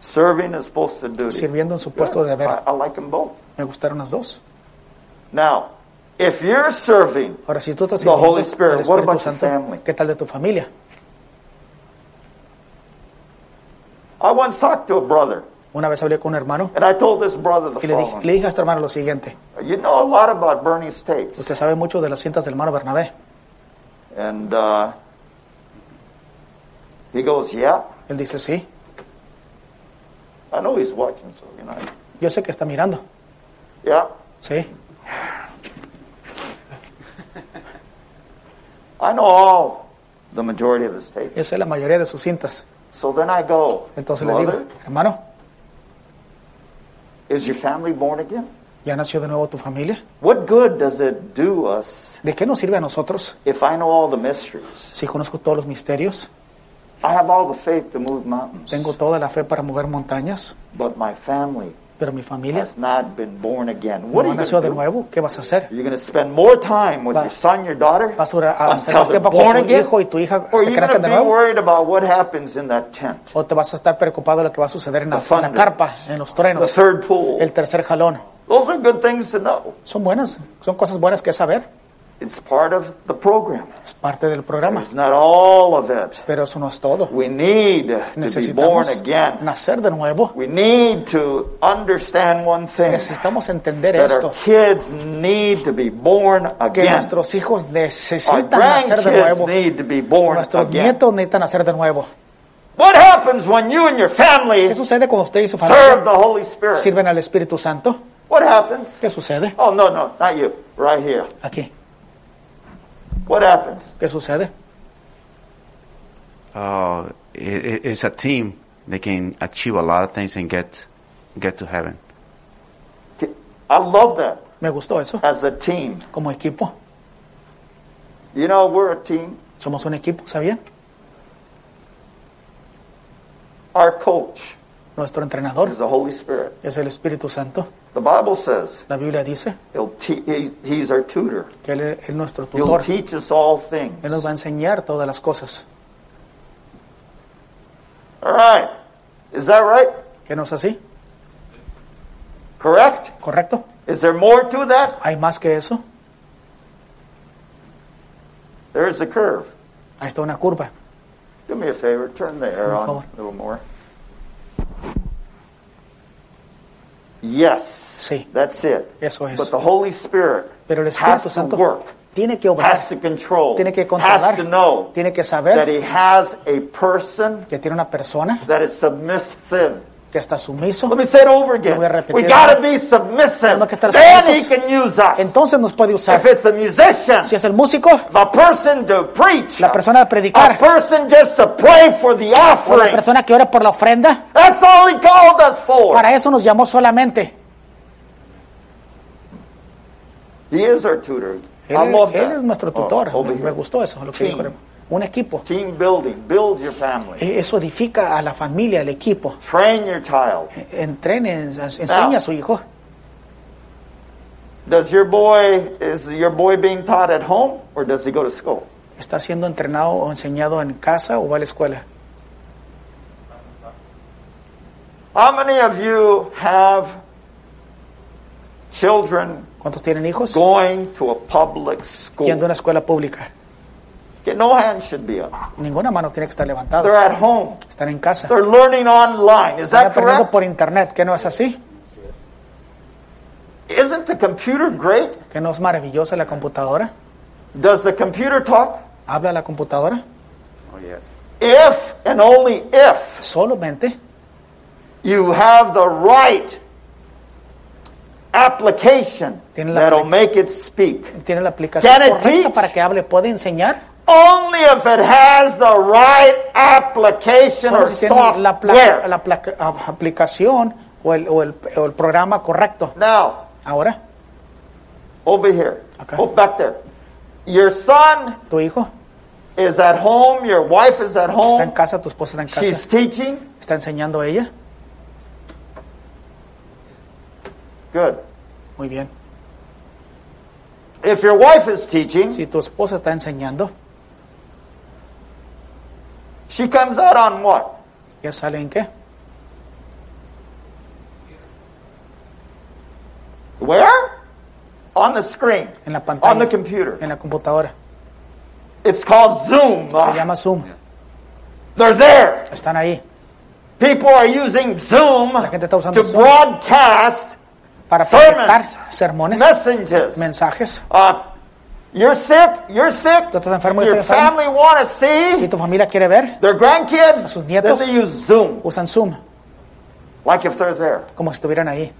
[SPEAKER 2] Serving is supposed to do.
[SPEAKER 1] Sirviendo en su puesto de
[SPEAKER 2] I,
[SPEAKER 1] deber.
[SPEAKER 2] I like them both.
[SPEAKER 1] Me gustaron las dos.
[SPEAKER 2] Now, if you're serving,
[SPEAKER 1] Ahora, si tú estás
[SPEAKER 2] The
[SPEAKER 1] sirviendo
[SPEAKER 2] Holy Spirit,
[SPEAKER 1] al
[SPEAKER 2] what about
[SPEAKER 1] Espíritu
[SPEAKER 2] your
[SPEAKER 1] Santo,
[SPEAKER 2] family?
[SPEAKER 1] ¿qué tal de tu familia?
[SPEAKER 2] I once talked to a brother,
[SPEAKER 1] Una vez hablé con un hermano
[SPEAKER 2] and I told this brother the
[SPEAKER 1] y le dije, le
[SPEAKER 2] following.
[SPEAKER 1] dije a este hermano lo siguiente.
[SPEAKER 2] You know a lot about Bernie States.
[SPEAKER 1] Usted sabe mucho de las cintas del hermano Bernabé.
[SPEAKER 2] And uh, He goes, Yeah,
[SPEAKER 1] Él dice, sí,
[SPEAKER 2] I know he's watching, so you know.
[SPEAKER 1] yo sé que está mirando.
[SPEAKER 2] Yeah,
[SPEAKER 1] Sí,
[SPEAKER 2] I know all the majority of his tapes.
[SPEAKER 1] yo sé la mayoría de sus cintas.
[SPEAKER 2] So then I go,
[SPEAKER 1] Entonces le
[SPEAKER 2] Brother,
[SPEAKER 1] digo, hermano,
[SPEAKER 2] is your family born again?
[SPEAKER 1] ¿ya nació de nuevo tu familia?
[SPEAKER 2] What good does it do us
[SPEAKER 1] ¿De qué nos sirve a nosotros
[SPEAKER 2] if I know all the mysteries?
[SPEAKER 1] si conozco todos los misterios?
[SPEAKER 2] I have all the faith to move mountains,
[SPEAKER 1] Tengo toda la fe para mover montañas,
[SPEAKER 2] but my family
[SPEAKER 1] pero mi familia
[SPEAKER 2] has not been born again. What
[SPEAKER 1] no
[SPEAKER 2] are you
[SPEAKER 1] nació
[SPEAKER 2] going
[SPEAKER 1] de
[SPEAKER 2] to do?
[SPEAKER 1] nuevo. ¿Qué vas a hacer?
[SPEAKER 2] Are you going to spend more time with
[SPEAKER 1] Va-
[SPEAKER 2] your son, your daughter,
[SPEAKER 1] ¿Vas a durar- a hacer
[SPEAKER 2] until
[SPEAKER 1] más
[SPEAKER 2] they're
[SPEAKER 1] tiempo
[SPEAKER 2] born
[SPEAKER 1] con tu
[SPEAKER 2] again?
[SPEAKER 1] hijo y tu hija
[SPEAKER 2] Or are
[SPEAKER 1] hasta
[SPEAKER 2] you
[SPEAKER 1] que
[SPEAKER 2] going to
[SPEAKER 1] nazcan de
[SPEAKER 2] be
[SPEAKER 1] nuevo?
[SPEAKER 2] worried about what happens in that tent,
[SPEAKER 1] ¿O te vas a estar preocupado de lo que va a suceder en la,
[SPEAKER 2] The
[SPEAKER 1] en la
[SPEAKER 2] thunder.
[SPEAKER 1] carpa, en los
[SPEAKER 2] the
[SPEAKER 1] truenos,
[SPEAKER 2] third pool?
[SPEAKER 1] el tercer jalón?
[SPEAKER 2] Those are good things to know.
[SPEAKER 1] Son buenas, son cosas buenas que saber.
[SPEAKER 2] It's part of the program.
[SPEAKER 1] Es parte del programa,
[SPEAKER 2] It's not all of it.
[SPEAKER 1] pero eso no es todo.
[SPEAKER 2] We need to be born
[SPEAKER 1] Necesitamos
[SPEAKER 2] again.
[SPEAKER 1] nacer de nuevo.
[SPEAKER 2] We need to understand one thing
[SPEAKER 1] Necesitamos entender
[SPEAKER 2] that our
[SPEAKER 1] esto,
[SPEAKER 2] kids need to be born
[SPEAKER 1] que
[SPEAKER 2] again.
[SPEAKER 1] nuestros hijos
[SPEAKER 2] Our
[SPEAKER 1] necesitan nacer de
[SPEAKER 2] grandkids
[SPEAKER 1] nuevo.
[SPEAKER 2] need to be born
[SPEAKER 1] Nuestros
[SPEAKER 2] again.
[SPEAKER 1] nietos necesitan nacer de nuevo.
[SPEAKER 2] What happens when you and your family
[SPEAKER 1] ¿Qué sucede cuando usted y su
[SPEAKER 2] serve
[SPEAKER 1] familia
[SPEAKER 2] the Holy Spirit?
[SPEAKER 1] sirven al Espíritu Santo?
[SPEAKER 2] What happens?
[SPEAKER 1] ¿Qué sucede?
[SPEAKER 2] Oh, no, no, not you. Right here.
[SPEAKER 1] Aquí,
[SPEAKER 2] What happens?
[SPEAKER 1] ¿qué sucede?
[SPEAKER 3] Oh, it, it- it's a team. They can achieve a lot of things and get get to heaven.
[SPEAKER 2] I love that
[SPEAKER 1] Me gustó eso,
[SPEAKER 2] as a team.
[SPEAKER 1] como equipo.
[SPEAKER 2] You know, we're a team.
[SPEAKER 1] Somos un equipo, ¿sabían?
[SPEAKER 2] Our coach
[SPEAKER 1] Nuestro entrenador
[SPEAKER 2] is the Holy Spirit.
[SPEAKER 1] es el Espíritu Santo.
[SPEAKER 2] The Bible says
[SPEAKER 1] La Biblia dice
[SPEAKER 2] he'll te- he, He's our tutor.
[SPEAKER 1] que Él es nuestro
[SPEAKER 2] He'll
[SPEAKER 1] tutor.
[SPEAKER 2] teach us all
[SPEAKER 1] Él
[SPEAKER 2] things.
[SPEAKER 1] nos va a enseñar todas las cosas.
[SPEAKER 2] All right. Is that right?
[SPEAKER 1] ¿Qué no es así?
[SPEAKER 2] Correct?
[SPEAKER 1] ¿Correcto?
[SPEAKER 2] Is there more to that?
[SPEAKER 1] ¿Hay más que eso?
[SPEAKER 2] There is a curve.
[SPEAKER 1] Ahí está una curva.
[SPEAKER 2] Do me a favor, turn the air
[SPEAKER 1] Por
[SPEAKER 2] on
[SPEAKER 1] favor.
[SPEAKER 2] a little more. Yes,
[SPEAKER 1] Sí.
[SPEAKER 2] that's it.
[SPEAKER 1] Eso es.
[SPEAKER 2] But the Holy Spirit
[SPEAKER 1] Pero el
[SPEAKER 2] has
[SPEAKER 1] Espíritu
[SPEAKER 2] to
[SPEAKER 1] Santo
[SPEAKER 2] work,
[SPEAKER 1] tiene que obrar,
[SPEAKER 2] has to control,
[SPEAKER 1] tiene que
[SPEAKER 2] has to
[SPEAKER 1] controlar,
[SPEAKER 2] know
[SPEAKER 1] tiene que
[SPEAKER 2] that
[SPEAKER 1] saber
[SPEAKER 2] He has a person
[SPEAKER 1] que tiene una persona
[SPEAKER 2] that is submissive.
[SPEAKER 1] que está sumiso.
[SPEAKER 2] Let me say it over again.
[SPEAKER 1] Voy a repetir.
[SPEAKER 2] We gotta be submissive.
[SPEAKER 1] Tenemos que estar
[SPEAKER 2] Then He
[SPEAKER 1] sumisos.
[SPEAKER 2] can use us.
[SPEAKER 1] Entonces nos puede
[SPEAKER 2] if
[SPEAKER 1] usar.
[SPEAKER 2] it's a musician,
[SPEAKER 1] Si es el músico,
[SPEAKER 2] a person to preach,
[SPEAKER 1] la persona a
[SPEAKER 2] a
[SPEAKER 1] predicar,
[SPEAKER 2] person just to pray for the
[SPEAKER 1] o la
[SPEAKER 2] offering.
[SPEAKER 1] persona que ora por la ofrenda,
[SPEAKER 2] That's all he called us for.
[SPEAKER 1] para eso nos llamó solamente.
[SPEAKER 2] He is our tutor.
[SPEAKER 1] Él,
[SPEAKER 2] I love
[SPEAKER 1] él
[SPEAKER 2] that.
[SPEAKER 1] es nuestro tutor.
[SPEAKER 2] Oh, over
[SPEAKER 1] me, me
[SPEAKER 2] here.
[SPEAKER 1] gustó eso, lo que
[SPEAKER 2] Team.
[SPEAKER 1] dijo, hermano. Un equipo.
[SPEAKER 2] Team building. Build your family.
[SPEAKER 1] E- Eso edifica a la familia, al equipo.
[SPEAKER 2] Train your child.
[SPEAKER 1] E- Entrene, ens- enseña a su hijo.
[SPEAKER 2] Does your boy is your boy being taught at home or does he go to school?
[SPEAKER 1] ¿Está siendo entrenado o enseñado en casa o va a la escuela?
[SPEAKER 2] How many of you have children
[SPEAKER 1] ¿Cuántos tienen hijos?
[SPEAKER 2] going to a public
[SPEAKER 1] Yendo a
[SPEAKER 2] school?
[SPEAKER 1] una escuela pública.
[SPEAKER 2] Okay, No hand should be up.
[SPEAKER 1] Ninguna mano tiene que estar
[SPEAKER 2] They're
[SPEAKER 1] levantada.
[SPEAKER 2] at home.
[SPEAKER 1] Están en casa.
[SPEAKER 2] They're learning online. Is
[SPEAKER 1] Están
[SPEAKER 2] that
[SPEAKER 1] aprendiendo
[SPEAKER 2] correct?
[SPEAKER 1] por internet. ¿Qué no es así?
[SPEAKER 2] Isn't the computer great?
[SPEAKER 1] ¿Qué no es maravillosa la computadora?
[SPEAKER 2] Does the computer talk?
[SPEAKER 1] ¿Habla la computadora?
[SPEAKER 3] Oh yes.
[SPEAKER 2] If and only if
[SPEAKER 1] Solamente
[SPEAKER 2] you have the right application
[SPEAKER 1] Tiene la
[SPEAKER 2] that'll
[SPEAKER 1] aplic-
[SPEAKER 2] make it speak.
[SPEAKER 1] tiene la aplicación
[SPEAKER 2] Can it
[SPEAKER 1] correcta
[SPEAKER 2] teach?
[SPEAKER 1] para que hable. ¿Puede enseñar?
[SPEAKER 2] Only if it has the right application
[SPEAKER 1] Solo
[SPEAKER 2] or
[SPEAKER 1] si tiene la, pla-
[SPEAKER 2] software.
[SPEAKER 1] la placa- a- aplicación o el, o el- o el programa correcto.
[SPEAKER 2] Now,
[SPEAKER 1] Ahora,
[SPEAKER 2] over here.
[SPEAKER 1] Okay.
[SPEAKER 2] Oh, back there. Your son
[SPEAKER 1] tu hijo
[SPEAKER 2] is at home, your wife is at
[SPEAKER 1] está en
[SPEAKER 2] home,
[SPEAKER 1] casa, tu esposa está en
[SPEAKER 2] she's
[SPEAKER 1] casa.
[SPEAKER 2] teaching.
[SPEAKER 1] ¿Está enseñando ella?
[SPEAKER 2] Good.
[SPEAKER 1] Muy bien.
[SPEAKER 2] If your wife is teaching,
[SPEAKER 1] Si tu esposa está enseñando,
[SPEAKER 2] she comes out on what?
[SPEAKER 1] ¿ya sale en qué?
[SPEAKER 2] Where? On the screen,
[SPEAKER 1] En la
[SPEAKER 2] on the
[SPEAKER 1] pantalla, en
[SPEAKER 2] computer.
[SPEAKER 1] la computadora.
[SPEAKER 2] It's called Zoom.
[SPEAKER 1] Se llama Zoom.
[SPEAKER 2] They're there.
[SPEAKER 1] Están ahí
[SPEAKER 2] People are using Zoom
[SPEAKER 1] gente está usando
[SPEAKER 2] to
[SPEAKER 1] Zoom.
[SPEAKER 2] broadcast
[SPEAKER 1] para
[SPEAKER 2] Sermons.
[SPEAKER 1] proyectar sermones,
[SPEAKER 2] messages.
[SPEAKER 1] mensajes.
[SPEAKER 2] Uh, You're sick, you're sick.
[SPEAKER 1] Tú estás enfermo, yo
[SPEAKER 2] Your
[SPEAKER 1] estoy enfermo.
[SPEAKER 2] family want to
[SPEAKER 1] ¿Y
[SPEAKER 2] see
[SPEAKER 1] tu familia quiere ver?
[SPEAKER 2] their grandkids.
[SPEAKER 1] sus
[SPEAKER 2] Then
[SPEAKER 1] nietos.
[SPEAKER 2] they use Zoom,
[SPEAKER 1] Usan Zoom,
[SPEAKER 2] like if they're there.
[SPEAKER 1] como si estuvieran ahí.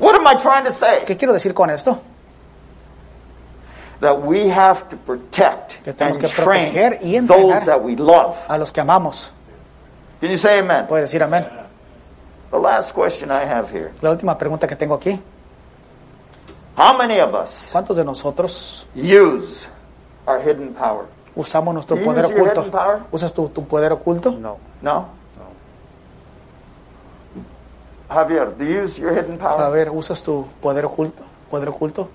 [SPEAKER 2] What am I trying to say?
[SPEAKER 1] ¿Qué quiero decir con esto?
[SPEAKER 2] That we have to protect
[SPEAKER 1] Que tenemos
[SPEAKER 2] and
[SPEAKER 1] que
[SPEAKER 2] train
[SPEAKER 1] proteger y entrenar.
[SPEAKER 2] those that we love.
[SPEAKER 1] A los que amamos.
[SPEAKER 2] Can you say amen?
[SPEAKER 1] Puedes decir amén.
[SPEAKER 2] The last question I have here.
[SPEAKER 1] La última pregunta que tengo aquí.
[SPEAKER 2] How many of us
[SPEAKER 1] ¿Cuántos de nosotros
[SPEAKER 2] use our hidden power?
[SPEAKER 1] usamos nuestro
[SPEAKER 2] Do you
[SPEAKER 1] poder
[SPEAKER 2] use your
[SPEAKER 1] oculto?
[SPEAKER 2] hidden power?
[SPEAKER 1] ¿Usas tu, tu poder oculto?
[SPEAKER 4] No.
[SPEAKER 2] No? Javier, do you use your hidden
[SPEAKER 1] A
[SPEAKER 2] power?
[SPEAKER 1] ver, ¿usas tu poder oculto? ¿Poder oculto?